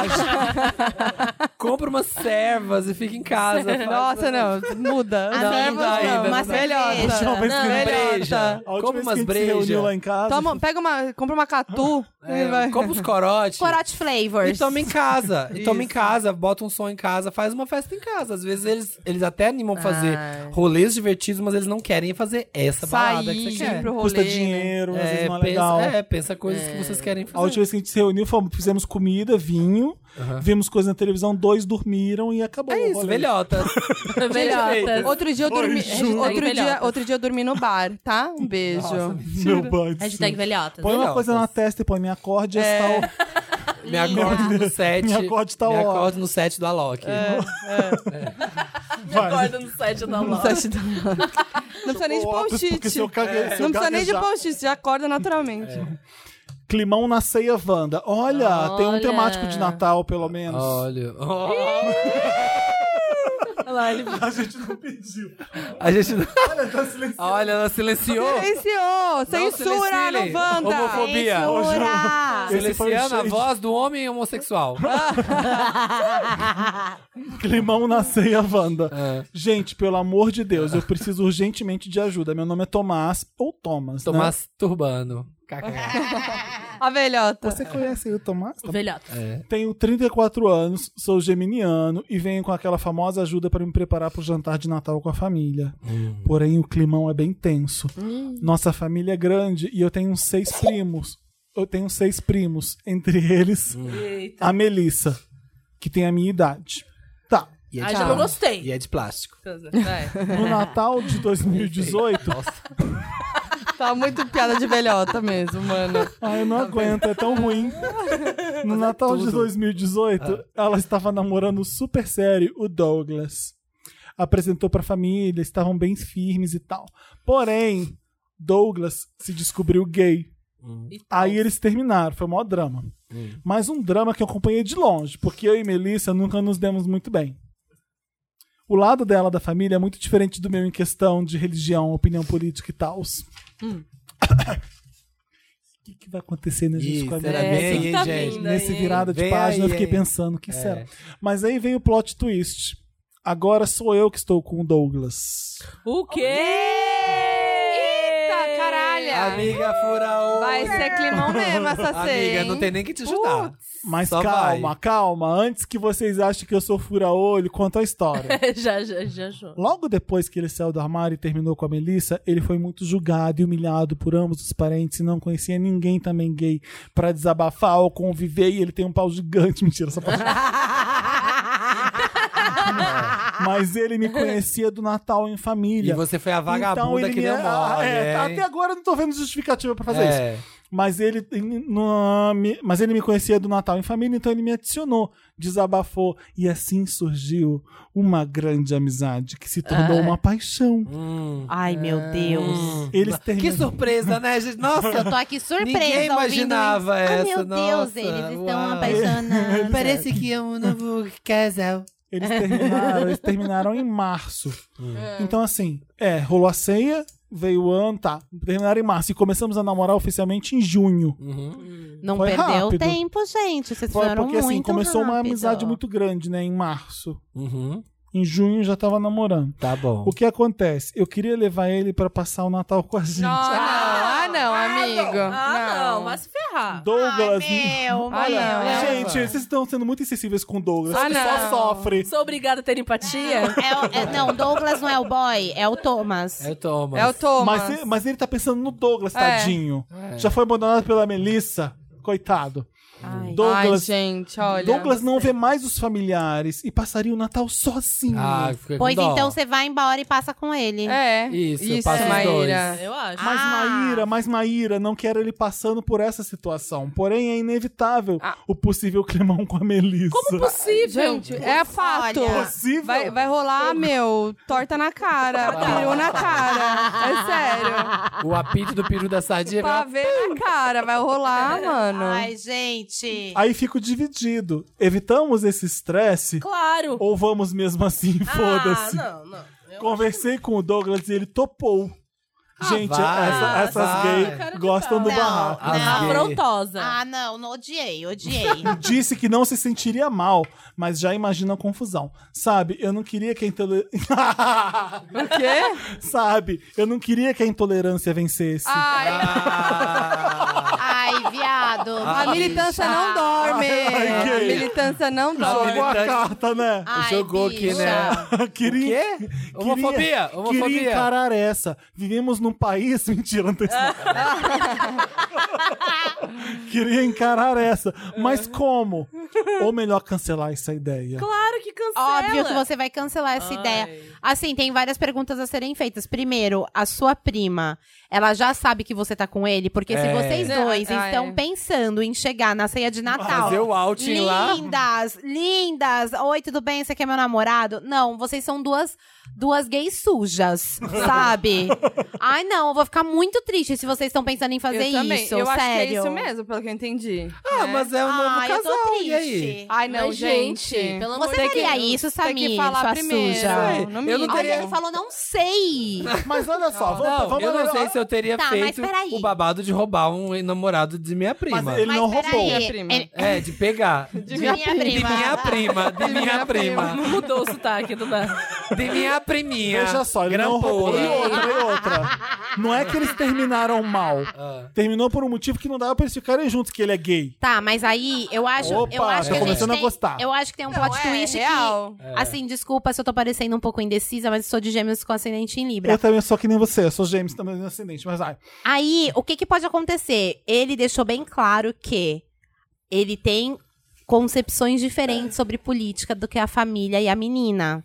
Compra umas servas e fica em casa. faz- Nossa, né? não, muda. Amigos, Servas ainda, não, tá não uma dá. Melhota. cerveja. Jovens Não, é que melhor. tá. breja. A última Compra vez que a umas gente se brejas. reuniu lá em casa. Toma, pega uma, compra uma catu. e vai. É, compra os corotes. Corote E Flavors. toma em casa. E toma em Isso. casa, bota um som em casa, faz uma festa em casa. Às vezes eles, eles até animam fazer Ai. rolês divertidos, mas eles não querem fazer essa balada que Sair, você quer. ir pro rolê. Custa né? dinheiro, às É, vezes não é pensa, legal. é, pensa coisas que vocês querem A fazer. última vez que a gente se reuniu, fomos, fizemos comida, vinho, vimos coisa na televisão, dois dormiram e acabou. É isso, Olha, velhotas. um Velhotas. Outro dia eu dormi. Ju. Outro dia, Velhotas. outro dia eu dormi no bar, tá? Um beijo. Meu pai do céu. Hashtag velhotas. Põe uma Velhotas. coisa na testa e põe me acorde e É. está Me acorde no set. Me tá acorde tal me hora. acorde no set do Alok. Me acorda no site da Não loja. precisa de- Não precisa é nem de Porque post-it. É, se eu cague- se eu Não precisa nem de gaguejar- post-it, já acorda naturalmente. Climão na ceia Wanda. Olha, tem um Olha. temático de Natal, pelo menos. Olha. ó. Olha lá, ele A gente não pediu. A gente. Olha, tá silenciando. Olha, ela silenciou. Silenciou! Censura no silenciem. Wanda! Homofobia. Censura! Esse foi o Silenciando a shade. voz do homem homossexual. Climão na ceia Wanda. É. Gente, pelo amor de Deus, eu preciso urgentemente de ajuda. Meu nome é Tomás, ou Thomas, né? Tomás Turbano. KKK. A velhota. Você conhece aí o Tomás? Velhote. É. Tenho 34 anos, sou geminiano e venho com aquela famosa ajuda para me preparar para o jantar de Natal com a família. Porém, o climão é bem tenso. Nossa família é grande e eu tenho seis primos. Eu tenho seis primos, entre eles a Melissa, que tem a minha idade. Tá. E é Ah, de já não plástico. gostei. E é de plástico. Vai. No Natal de 2018. Tá muito piada de velhota mesmo, mano. Ah, eu não aguento, é tão ruim. No Natal de 2018, ela estava namorando super sério o Douglas. Apresentou pra família, estavam bem firmes e tal. Porém, Douglas se descobriu gay. Aí eles terminaram, foi o maior drama. Hum. Mas um drama que eu acompanhei de longe, porque eu e Melissa nunca nos demos muito bem. O lado dela da família é muito diferente do meu em questão de religião, opinião política e tal. O que, que vai acontecer, né, gente? Isso, com a era minha bem, cabeça? hein, tá gente? vindo. Nesse hein? virada de Vem página, aí, eu fiquei hein? pensando, o que É. será? Mas aí vem o plot twist. Agora sou eu que estou com o Douglas. O quê? Eita, caralho! Amiga, fura o... É. Vai ser climão mesmo essa ceia, Amiga, hein? não tem nem que te ajudar. Mas Só calma, vai. calma. Antes que vocês achem que eu sou fura-olho, conta a história. já, já, já, já. Logo depois que ele saiu do armário e terminou com a Melissa, ele foi muito julgado e humilhado por ambos os parentes e não conhecia ninguém também gay pra desabafar ou conviver. E ele tem um pau gigante. Mentira, essa parte. Mas ele me conhecia do Natal em E família. você foi a então vagabunda ele que me... deu Ah, mole, é, hein? Até agora eu não tô vendo justificativa pra fazer isso. É. Mas ele, no- me- mas ele me conhecia do Natal em família, então ele me adicionou, desabafou. E assim surgiu uma grande amizade que se tornou Ah, é. uma paixão. Hum. Ai, meu Deus. Eles Que terminam. surpresa, né, gente? Eu Nossa, tô aqui surpresa. ninguém ouvindo imaginava essa. isso. Ai, meu nossa, Deus, eles estão uau. apaixonados. que é um novo casal. Eles terminaram, eles terminaram em março. Então, assim, é, rolou a ceia, veio o ano, tá. Terminaram em março. E começamos a namorar oficialmente em junho. Uhum. Não Foi perdeu rápido. tempo, gente. Vocês Foi foram porque, muito assim, começou uma rápido. amizade muito grande, né, em março. Uhum. Em junho já tava namorando. Tá bom. O que acontece? Eu queria levar ele pra passar o Natal com a gente. Não, não. Ah, não, amigo. Ah, não, vai se ferrar. Douglas. né? Meu, Ah, meu. É não. Gente, vocês estão sendo muito insensíveis com o Douglas. Ah, ele só não. sofre. Sou obrigada a ter empatia? É, o- é- não, Douglas não é o boy, é o Thomas. É o Thomas. É o Thomas. Mas, e- mas ele tá pensando no Douglas, É. tadinho. É. Já foi abandonado pela Melissa. Coitado. Ai. Douglas, Ai, gente, olha. Douglas não vê mais os familiares e passaria o Natal sozinho. Ah, fica com Pois dó. então você vai embora e passa com ele. Ah! É. Isso, Isso, passa os Maíra. Eu acho. Mas Ah. Maíra, mas Maíra, não quero ele passando por essa situação. Porém, é inevitável Ah. o possível climão com a Melissa. Como possível? Gente, é fato. Olha. Possível? Vai, vai rolar, meu, torta na cara, peru na cara. É sério. O apito do peru da sardinha. é Pavê na cara, vai rolar, mano. Ai, gente. Aí fico dividido. Evitamos esse estresse Claro. ou vamos mesmo assim, foda-se. Ah, não, não. Eu- Conversei com o Douglas e ele topou. Gente, vai, essa- essas vai. gays Cara de gostam do pau. barraco. As tá. Não. gays. Afrontosa. Ah, não, não odiei, odiei. Disse que não se sentiria mal, mas já imagina a confusão. Sabe, eu não queria que a intolerância. O quê? Sabe, eu não queria que a intolerância vencesse. Ai, Ah, Ai, viado. a militância não dorme. Ai, A gay. militância não dorme. Jogou a carta, né? Ai, Jogou aqui, bicha. né? queria, quê? queria- Homofobia, homofobia. Queria encarar essa. Vivemos num país. Mentira, não tem isso. não. queria encarar essa. Mas como? Ou melhor, cancelar essa ideia. Claro que que cancela. Óbvio que você vai cancelar essa Ai. ideia. Assim, tem várias perguntas a serem feitas. Primeiro, a sua prima, ela já sabe que você tá com ele? Porque se É. vocês Não, dois ah, estão é. pensando em chegar na ceia de Natal. Fazer o outing lá. Lindas, lindas. Oi, tudo bem? Você quer meu namorado? Não, vocês são duas duas gays sujas, sabe? Ai, não, eu vou ficar muito triste se vocês estão pensando em fazer eu também. isso, eu sério. acho que é isso mesmo, pelo que eu entendi. Ah, mas é um Ai, novo eu tô casal, e aí? triste. Ai, não, Mas, gente. pelo amor de Você faria Deus. isso, Tem que Samir, falar sua primeiro. suja? Sei, No eu não mínimo. Olha, teria- ele falou, não sei. Mas olha só, vamos, Não, vamos eu não analisar- sei se eu teria Tá, mas feito peraí. o babado de roubar um namorado de minha prima. Mas ele Mas não peraí, roubou. Minha prima. ele- É, de pegar. De minha prima. De minha prima. De minha prima. Não mudou o sotaque do nada. De minha priminha. Veja só, ele não roubou. E Grampola. outra, e outra. Não é que eles terminaram mal. Ah. Terminou por um motivo que não dava pra eles ficarem juntos, que ele é gay. Tá, mas aí eu acho, Opa, eu acho tô que a gente começando a tem, gostar. eu acho que tem um plot é, twist real. que, assim, desculpa se eu tô parecendo um pouco indecisa, mas eu sou de gêmeos com ascendente em libra. Eu também sou que nem você, eu sou gêmeos também no ascendente, mas ai. Aí, o que que pode acontecer? Ele deixou bem claro que ele tem concepções diferentes sobre política do que a família e a menina.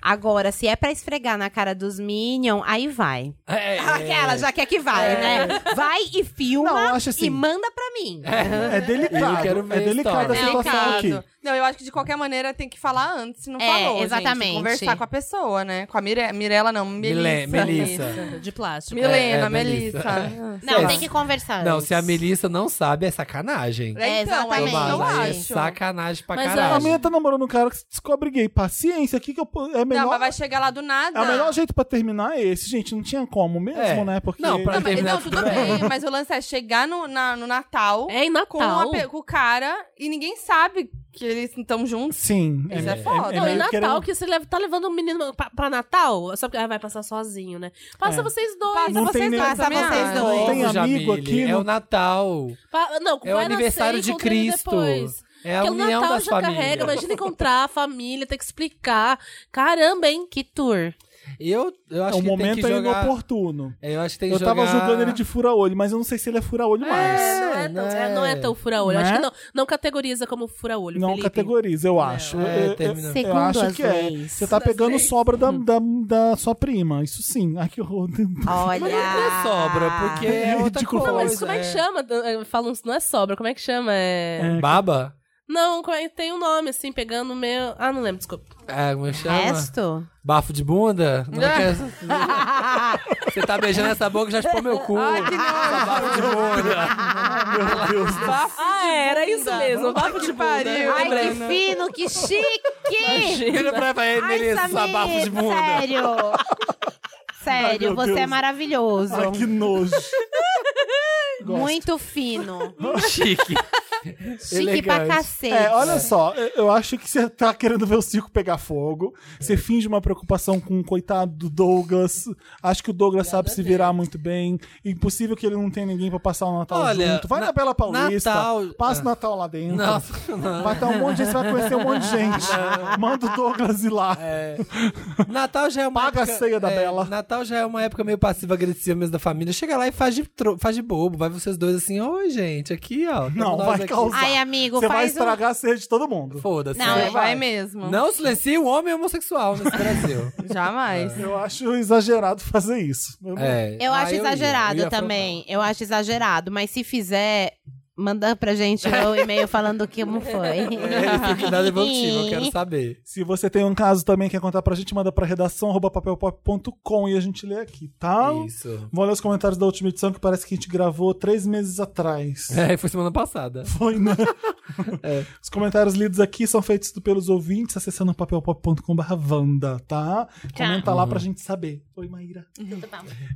Agora, se é pra esfregar na cara dos Minion, aí vai. É, é. Aquela já quer que vai, né? Vai e filma Não, eu acho assim- e manda pra mim. É delicado. Eu quero ver é a delicada a história. situação aqui. Delicado. Não, eu acho que de qualquer maneira tem que falar antes, se não É, falou, gente. exatamente. Conversar com a pessoa, né? Com a Mire... Mirella, não, Milé- Melissa. Melissa. De plástico. Milena, É, é, Melissa. Não, tem que conversar. Não, antes. se a Melissa não sabe, é sacanagem. É, então, é isso que exatamente. eu Mas é acho. sacanagem pra Mas eu- A caralho. minha tá namorando um cara que se descobre gay. Paciência, o que que eu... po- É Não, melhor... mas vai chegar lá do nada. É o melhor jeito pra terminar é esse, gente. Não tinha como mesmo, É. né? Porque... Não, pra Não, mas, terminar não, tudo tudo bem. bem, mas o lance é chegar no, na- no Natal É em com, uma Natal. pe- com o cara e ninguém sabe que eles estão juntos. Sim. Isso é foda. é Não, meio e Natal, querendo- que você leva- tá levando um menino pra, pra Natal, só porque ah, vai passar sozinho, né? Passa É. vocês dois. Passa Não tem vocês nem- dois, Passa também vocês acho. dois. Não, tem Jamile, amigo aqui É no- o Natal. Pa- não, É o vai aniversário nascer, de encontra ele Cristo. depois. É a Porque o união Natal das já carrega, famílias. imagina encontrar a família, ter que explicar. Caramba, hein? Que tour. Eu, eu acho É um que tem momento que é jogar... É, inoportuno. Eu acho que tem que Eu tava jogar- julgando ele de fura-olho, mas eu não sei se ele é fura-olho mais. não, é tão, né? é, não é tão fura-olho. Né? Acho que não, não categoriza como fura-olho. Não Felipe. categoriza, eu acho. É, Eu- eu- termina- eu Segundo acho as que é. leis. Você tá pegando sobra da, da, da sua prima. Isso sim. Ai, que horror. Olha. Mas não é sobra, porque é outra Ridículo. coisa. Ah. Não, mas como é que chama? Eh, Falam, não é sobra, como é que chama? É... Baba? Não, como é- tem um nome, assim, pegando o meu. Ah, não lembro, desculpa. É, como é que chama? Resto? Bafo de bunda? Não é que é- Você tá beijando essa boca e já chupou meu cu. Ai, que Bafo de bunda. Meu Deus. Ah, era isso mesmo. Papo de pariu. Ai, que fino, que chique! Vira pra pra ele, Melissa, sua Samir, bafo de bunda. Sério! Sério, meu você é Deus. maravilhoso. Ai, que nojo. Muito fino. Hum. Chique. Chique pra Elegante. cacete. É, olha só, eu- eu acho que você tá querendo ver o circo pegar fogo. É. Você finge uma preocupação com o coitado do Douglas. Acho que o Douglas sabe se virar muito bem. Impossível que ele não tenha ninguém pra passar o Natal Olha, junto. Vai na, na- Bela Paulista, Natal- passa o Ah. Natal lá dentro. Nossa, não. Vai estar um monte de gente, você vai conhecer um monte de gente. Manda o Douglas ir lá. É. Natal já é uma Paga a época- ceia da é, Bela. Natal já é uma época meio passiva-agressiva mesmo da família. Chega lá e faz de, tro- faz de bobo. Vai vocês dois assim, oi, gente, aqui, ó. tamo Não, nós vai aqui." causar. Ai, amigo, Você vai faz um... estragar a ceia de todo mundo. Foda-se. Não, né? Vai, vai mesmo. Não silencie o homem homossexual nesse Brasil. Jamais. Eu acho exagerado fazer isso. É. Eu Ah, acho ia, exagerado eu ia também. Eu acho exagerado, mas se fizer, manda pra gente o e-mail falando como foi. afrontar. É, isso que dá devolutivo, eu quero saber. Se você tem um caso também que quer contar pra gente, manda pra redação arroba papelpop.com e a gente lê aqui, tá? Isso. Vou ler os comentários da última edição que parece que a gente gravou três meses atrás. É, foi semana passada. Foi, né? Os comentários lidos aqui são feitos pelos ouvintes acessando papelpop.com.br Vanda, tá? Comenta lá pra gente saber. Oi, Maíra.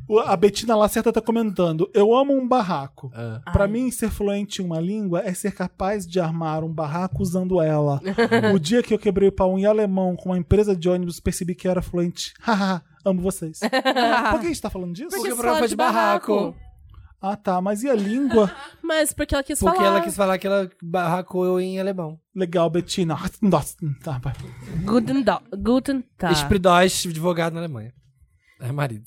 O- A Betina Lacerda tá comentando: Eu amo um barraco. Ah. Pra mim, ser fluente em uma língua é ser capaz de armar um barraco usando ela. o dia que eu quebrei o pau em alemão com uma empresa de ônibus, percebi que eu era fluente. Haha, amo vocês. Por que a gente tá falando disso? Porque o só programa foi de de barraco. barraco. Ah, tá. Mas e a língua? Mas porque ela quis Porque falar. ela quis falar que ela barracou em alemão. Legal, Betina. Tá, vai. Guten, da... Guten Tag. Esprit Deutsch, advogado na Alemanha. É marido.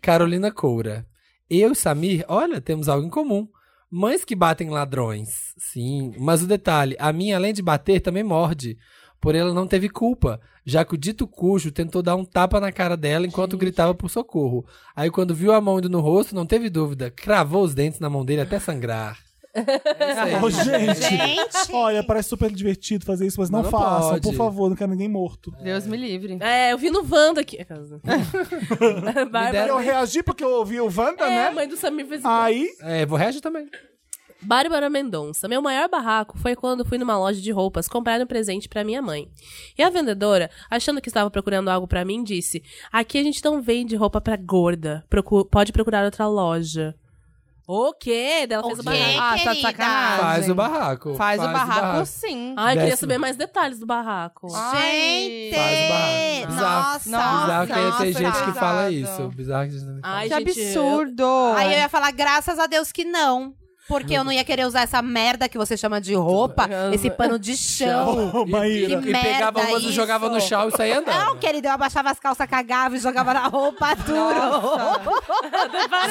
Carolina Coura. Eu e Samir, olha, temos algo em comum. Mães que batem ladrões. Sim, mas o detalhe, a minha além de bater também morde. Por ela não teve culpa, já que o dito cujo tentou dar um tapa na cara dela enquanto gritava por socorro. Aí quando viu a mão indo no rosto, não teve dúvida, cravou os dentes na mão dele até sangrar. É Ô, gente, Olha, parece super divertido fazer isso, mas não, Mas não façam, pode. por favor, não quero ninguém morto. Deus me livre. É, eu vi no Wanda aqui. Bárbara, É, Eu reagi porque eu ouvi o Wanda, é, a né? mãe do Samir fez Aí, É, vou reagir também. Bárbara Mendonça. Meu maior barraco foi quando fui numa loja de roupas comprar um presente pra minha mãe. E a vendedora, achando que estava procurando algo pra mim, disse: Aqui a gente não vende roupa pra gorda. Procu- pode procurar outra loja. O quê? Daí Ela fez o quê? barraco. Ah, tá de querida. sacanagem. Faz o barraco. Faz, o barraco, sim. Ai, Ah, queria Décimo. saber mais detalhes do barraco. Ah, Gente! Faz o barraco. Nossa! Bizarro que Nossa, tem gente que pesado. fala isso. Bizarro que a gente não Ah, Ai, que gente, absurdo. Aí eu ia falar, graças a Deus que não. Porque eu não ia querer usar essa merda que você chama de roupa, esse pano de chão. ô, Maíra. Que E pegava merda umas e isso. jogava no chão e saía Não, andando. querido, eu abaixava as calças, cagava e jogava na roupa duro.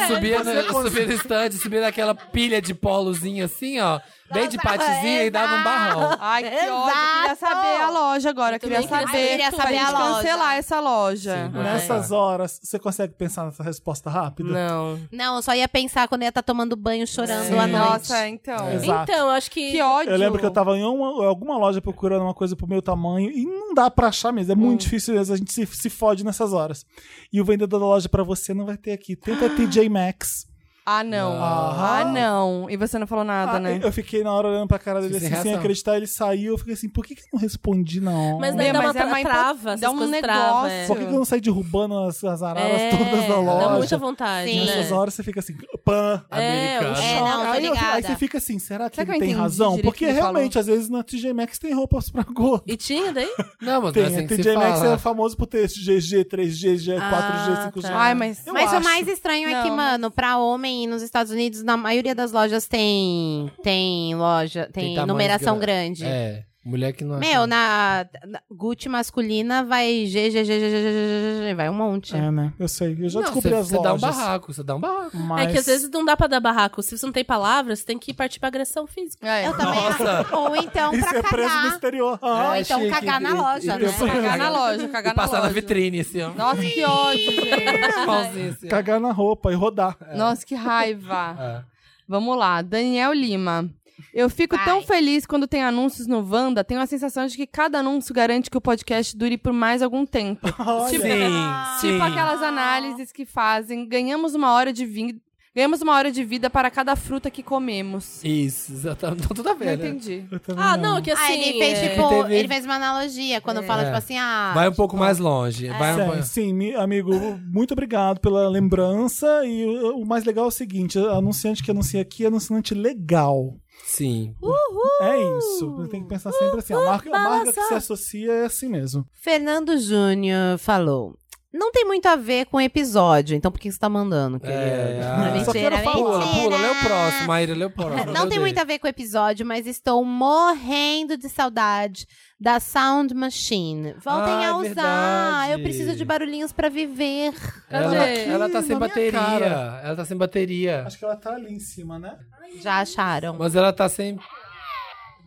Subia no, subia no estande, subia naquela pilha de polozinha assim, ó. Bem de Nossa, patizinha e dava um barrão. Ai, que ódio. Eu queria Exato. saber a loja agora. Eu queria também saber. queria saber pra a gente loja. cancelar essa loja. Sim. Nessas horas, você consegue pensar nessa resposta rápida? Não. Não, eu só ia pensar quando eu ia estar tomando banho, chorando à noite. Nossa, então. É. Exato. Então, eu acho que. Que ódio. Eu lembro que eu tava em uma- alguma loja procurando uma coisa pro meu tamanho e não dá pra achar mesmo. É muito difícil mesmo. A gente se, se fode nessas horas. E o vendedor da loja pra você não vai ter aqui. Tenta TJ Maxx. Ah, não. Ah. Ah, não. E você não falou nada, Ah, né? Eu fiquei na hora olhando pra cara dele Sem assim, sem reação. acreditar. Ele saiu. Eu fiquei assim, por que, que eu não respondi não? Mas Meu, daí dá uma mas é tra- uma impo- trava, dá essas um coisas negócio. travam, é. Por que, que eu não saí derrubando as, as araras É, todas da loja? Dá muita vontade. Sim. né? Nessas horas você fica assim, pã. É, o Americano. É, Choca. não, tô aí, eu- aí ligada. você fica assim, será que Será que ele eu tem entendi razão? direito Porque o que ele realmente, às vezes, na TJ Maxx tem roupas pra gordo. E tinha daí? Não, mas não é Tem, assim a que se TJ Maxx fala. é famoso por ter GG, 3G, G4G, Ah, 5G. tá. Ai, mas. Eu Mas acho. o mais estranho é Não, que, mas- mano, pra homem nos Estados Unidos, na maioria das lojas tem tem loja, tem, tamanhos numeração grandes. grande. É, mulher que não acha. Meu, na, na Gucci masculina vai G, G, G, G, G, G, G, G, G, vai um monte. É, né? Eu sei. Eu já Não, descobri você- as Você dá um lojas. barraco, você dá um barraco. Mas... É que às vezes não dá pra dar barraco. Se você não tem palavras, você tem que partir pra agressão física. É. Eu também acho. Ou então Isso pra é preso no cagar. exterior. Ou Ah, É então chique, cagar na e- loja, e- né? isso- Cagar na loja, cagar E na passar na loja. vitrine, assim, ó. Nossa, que ódio, gente. Mãozinha, assim, ó. Cagar na roupa e rodar. Nossa, que raiva. É. Vamos lá, Daniel Lima. Eu fico Vai. tão feliz quando tem anúncios no Wanda, tenho a sensação de que cada anúncio garante que o podcast dure por mais algum tempo. ah, Olha. tá Sim, sim. Tipo aquelas análises que fazem, ganhamos uma hora de vida, ganhamos uma hora de vida para cada fruta que comemos. Isso, exatamente. Então, tudo a É. Não ver, né? entendi. Eu também Ah, não. não, que assim. Ah, ele fez, é- tipo, Teve- ele fez uma analogia quando fala, tipo assim, ah. Vai um pouco mais longe. Vai um Sério, pouco... sim, mi- amigo, muito obrigado pela lembrança. E o, o mais legal é o seguinte: anunciante que anuncia aqui é anunciante legal. Sim. É isso. Tem que pensar sempre assim. Uh, A marca, a marca que se associa é assim mesmo. Fernando Júnior falou. Não tem muito a ver com o episódio, então por que você tá mandando, querido? É, ah. Só mentira, quero falar. Pula, mentira. pula, lê o próximo, Maíra, lê o próximo. Não lê o tem dele. muito a ver com o episódio, mas estou morrendo de saudade da Sound Machine. Voltem Ah, é a usar. verdade. Eu preciso de barulhinhos pra viver. Ela, Cadê? ela tá Aqui, sem na minha bateria. cara. Ela tá sem bateria. Acho que ela tá ali em cima, né? Já acharam? Mas ela tá sem.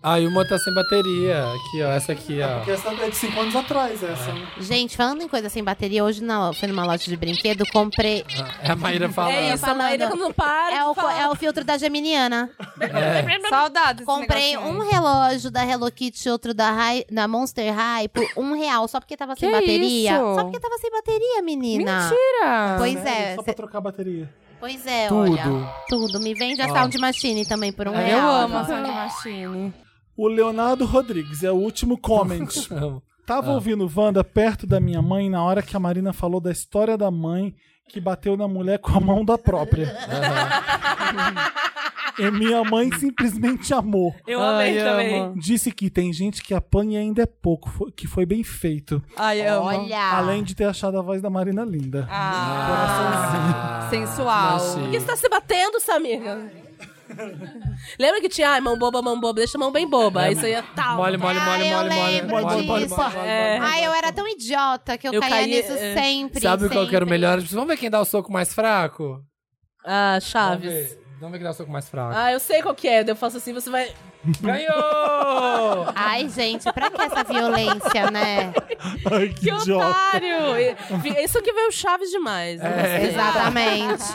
Ah, e uma tá sem bateria. Aqui, ó. Essa aqui, Porque ó. essa é de 5 anos atrás, essa. né? Gente, falando em coisa sem bateria, hoje na, foi numa loja de brinquedo, comprei. É a Maíra falando. É isso, a Maíra falando. quando para. É o, de falar. é o filtro da Geminiana. É. Saudades. desse Comprei negocinho. um relógio da Hello Kitty e outro da, Hi- da Monster High por um real, só porque tava sem Que bateria. isso? Só porque tava sem bateria, menina. Mentira. Pois Sério? é, Né? Só pra trocar a bateria. Pois é, Tudo. olha. Tudo. Me vende a Sound Machine também por um É, Eu real. amo agora. essa machine. O Leonardo Rodrigues é o último comment. Tava Ah. ouvindo Wanda perto da minha mãe na hora que a Marina falou da história da mãe que bateu na mulher com a mão da própria. e minha mãe simplesmente amou. Eu amei Ai, também. amo. Disse que tem gente que apanha e ainda é pouco, fo- que foi bem feito. Ai, amo. Olha. Além de ter achado a voz da Marina linda. Ah, Ah, sensual. Por que você tá se batendo, Samir? Lembra que tinha, ai, mão boba, mão boba, deixa a mão bem boba. Aí você ia "Tá, tal. Mole, mole, Ah, mole, eu mole, mole, lembro mole, mole, disso. mole, mole. É. Ai, eu era tão idiota que eu, Eu caía caí, nisso é. sempre. Sabe o que eu quero sempre. melhor? Vamos ver quem dá o soco mais fraco? Ah, Vamos Chaves. ver. Vamos ver quem dá o soco mais fraco. Ah, eu sei qual que é. daí Eu faço assim, você vai. Ganhou! Ai, gente, pra que essa violência, né? Ah, Ai, que, Que idiota. otário! Isso que veio Chaves demais. né? Exatamente.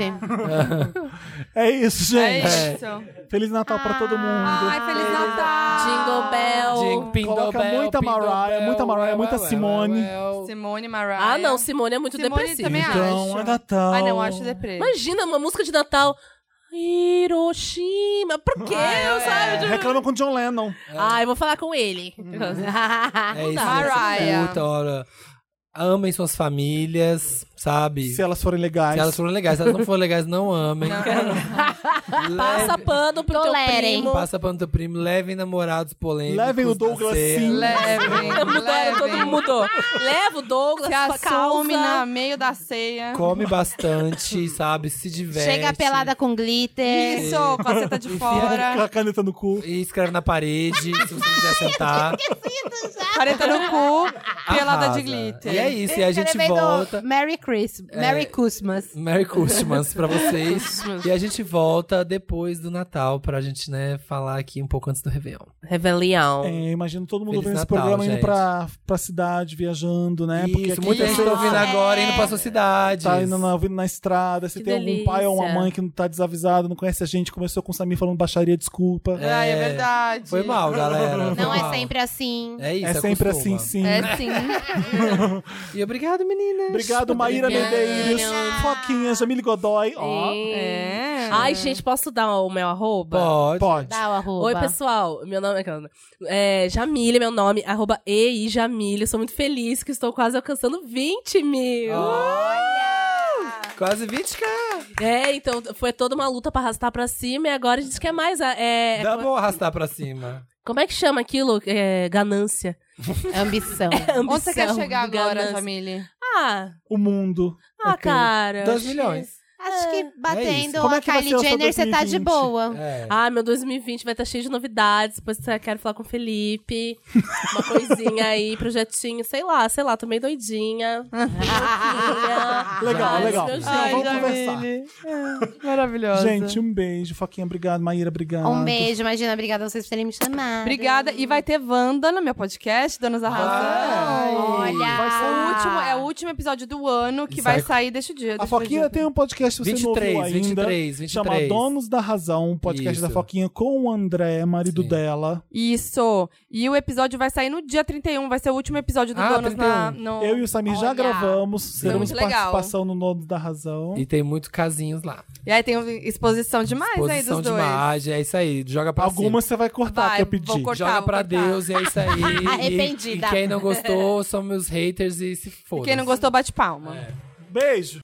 É isso, gente. É isso. Feliz Natal pra todo mundo. Ai, Feliz Natal! Jingle Bell. Jing, Pindobel, Coloca muita Pindobel, Mariah, muita Mariah, muita Simone. Simone Mariah. Ah, não, Simone é muito Simone depressiva. também então, acho. é Natal. Ai, não, acho deprê. Imagina uma música de Natal. Hiroshima, pra quê? Eu é- sabe? Tipo, Reclama com John Lennon. Ah, eu vou falar com ele. É isso, Mariah. Puta, olha. Amem suas famílias, sabe? Se elas forem legais. Se elas foram legais, se elas não forem legais, não amem. Leve- Passa pano pro Tolerem. teu primo. Passa pano do teu primo, levem namorados polêmicos. Levem o da Douglas cena. Sim. Levem, Mudaram, todo mundo levem. mudou. Leva o Douglas, Se pra assume causa. no meio da ceia. Come bastante, sabe? Se diverte. Chega pelada com glitter. Isso, faceta de Com fora. a caneta no cu. E escreve na parede, se você quiser sentar. Careta no cu, pelada Arrasa. de glitter. E é isso, e a gente Escrevendo volta. É. Merry Christmas. Merry Christmas. Merry Christmas pra vocês. e a gente volta depois do Natal pra gente, né, falar aqui um pouco antes do Réveillon. Revelião. É, imagino todo mundo Feliz vendo esse Natal, programa indo gente. pra, pra cidade, viajando, né? Porque Isso, aqui muita tem gente tá pessoas ouvindo agora, indo pra sua cidade. tá indo na, ouvindo na estrada, se Que tem algum pai ou uma delícia. mãe que não tá desavisado, não conhece a gente, começou com o Samir falando baixaria, desculpa. É, é verdade. Foi mal, galera. foi Não é mal. sempre assim. É isso, É sempre acostuma. assim, sim. É sim. E obrigado, meninas. Obrigado, Maíra Medeiros, Foquinha, Jamile Godoy. Ó, É. Ai, gente, posso dar o meu arroba? Pode. pode. Dá o arroba. Oi, pessoal. Meu nome é Cana. É, Jamile, meu nome, arroba EI Jamile. Eu Sou muito feliz que estou quase alcançando 20 mil. Quase 20k. É, então foi toda uma luta pra arrastar pra cima e agora a gente quer mais. é, Dá como- pra arrastar pra cima. como é que chama aquilo? É, ganância. É Ambição. Ambição, Onde você quer chegar agora, ganância. Jamile? Ah, O mundo. ah Aquele- cara. 2 milhões. Acho que batendo Como a é que vai ser Kylie o seu Jenner, você tá de 2020? boa. É. Ah, meu 2020 vai estar cheio de novidades. Depois eu quero falar com o Felipe. Uma coisinha aí, projetinho, sei lá, sei lá, tô meio doidinha. Louquinha. Legal, legal. Ai, meu Não, Deus. vamos conversar. É, Maravilhosa. Gente, um beijo. Foquinha, obrigado. Maíra, obrigado. Um beijo, imagina. Obrigada a vocês por terem me chamado. Obrigada. E vai ter Wanda no meu podcast, Donas da Razão. Olha. É o último, é o último episódio do ano que E vai sai- sair deste dia. A deste Foquinha dia. tem um podcast que você não 23, ouviu ainda. 23, 23. Chama Donos da Razão, um podcast Isso. da Foquinha com o André, marido Sim. dela. Isso. E o episódio vai sair no dia 31, vai ser o último episódio do Ah, Donos na 31. no Eu e o Samir já Olha. gravamos, teremos Muito legal. participação no Donos da Razão. E tem muitos casinhos lá. E aí tem um exposição demais aí Posição dos de dois. imagem, é isso aí. Joga pra Algumas você vai cortar, Vai, que eu pedi. vou cortar. cima. Joga vou pra cortar. Deus, e é isso aí. E- Arrependida. E, quem não gostou são meus haters e se foda. Quem não gostou, bate palma. Beijo!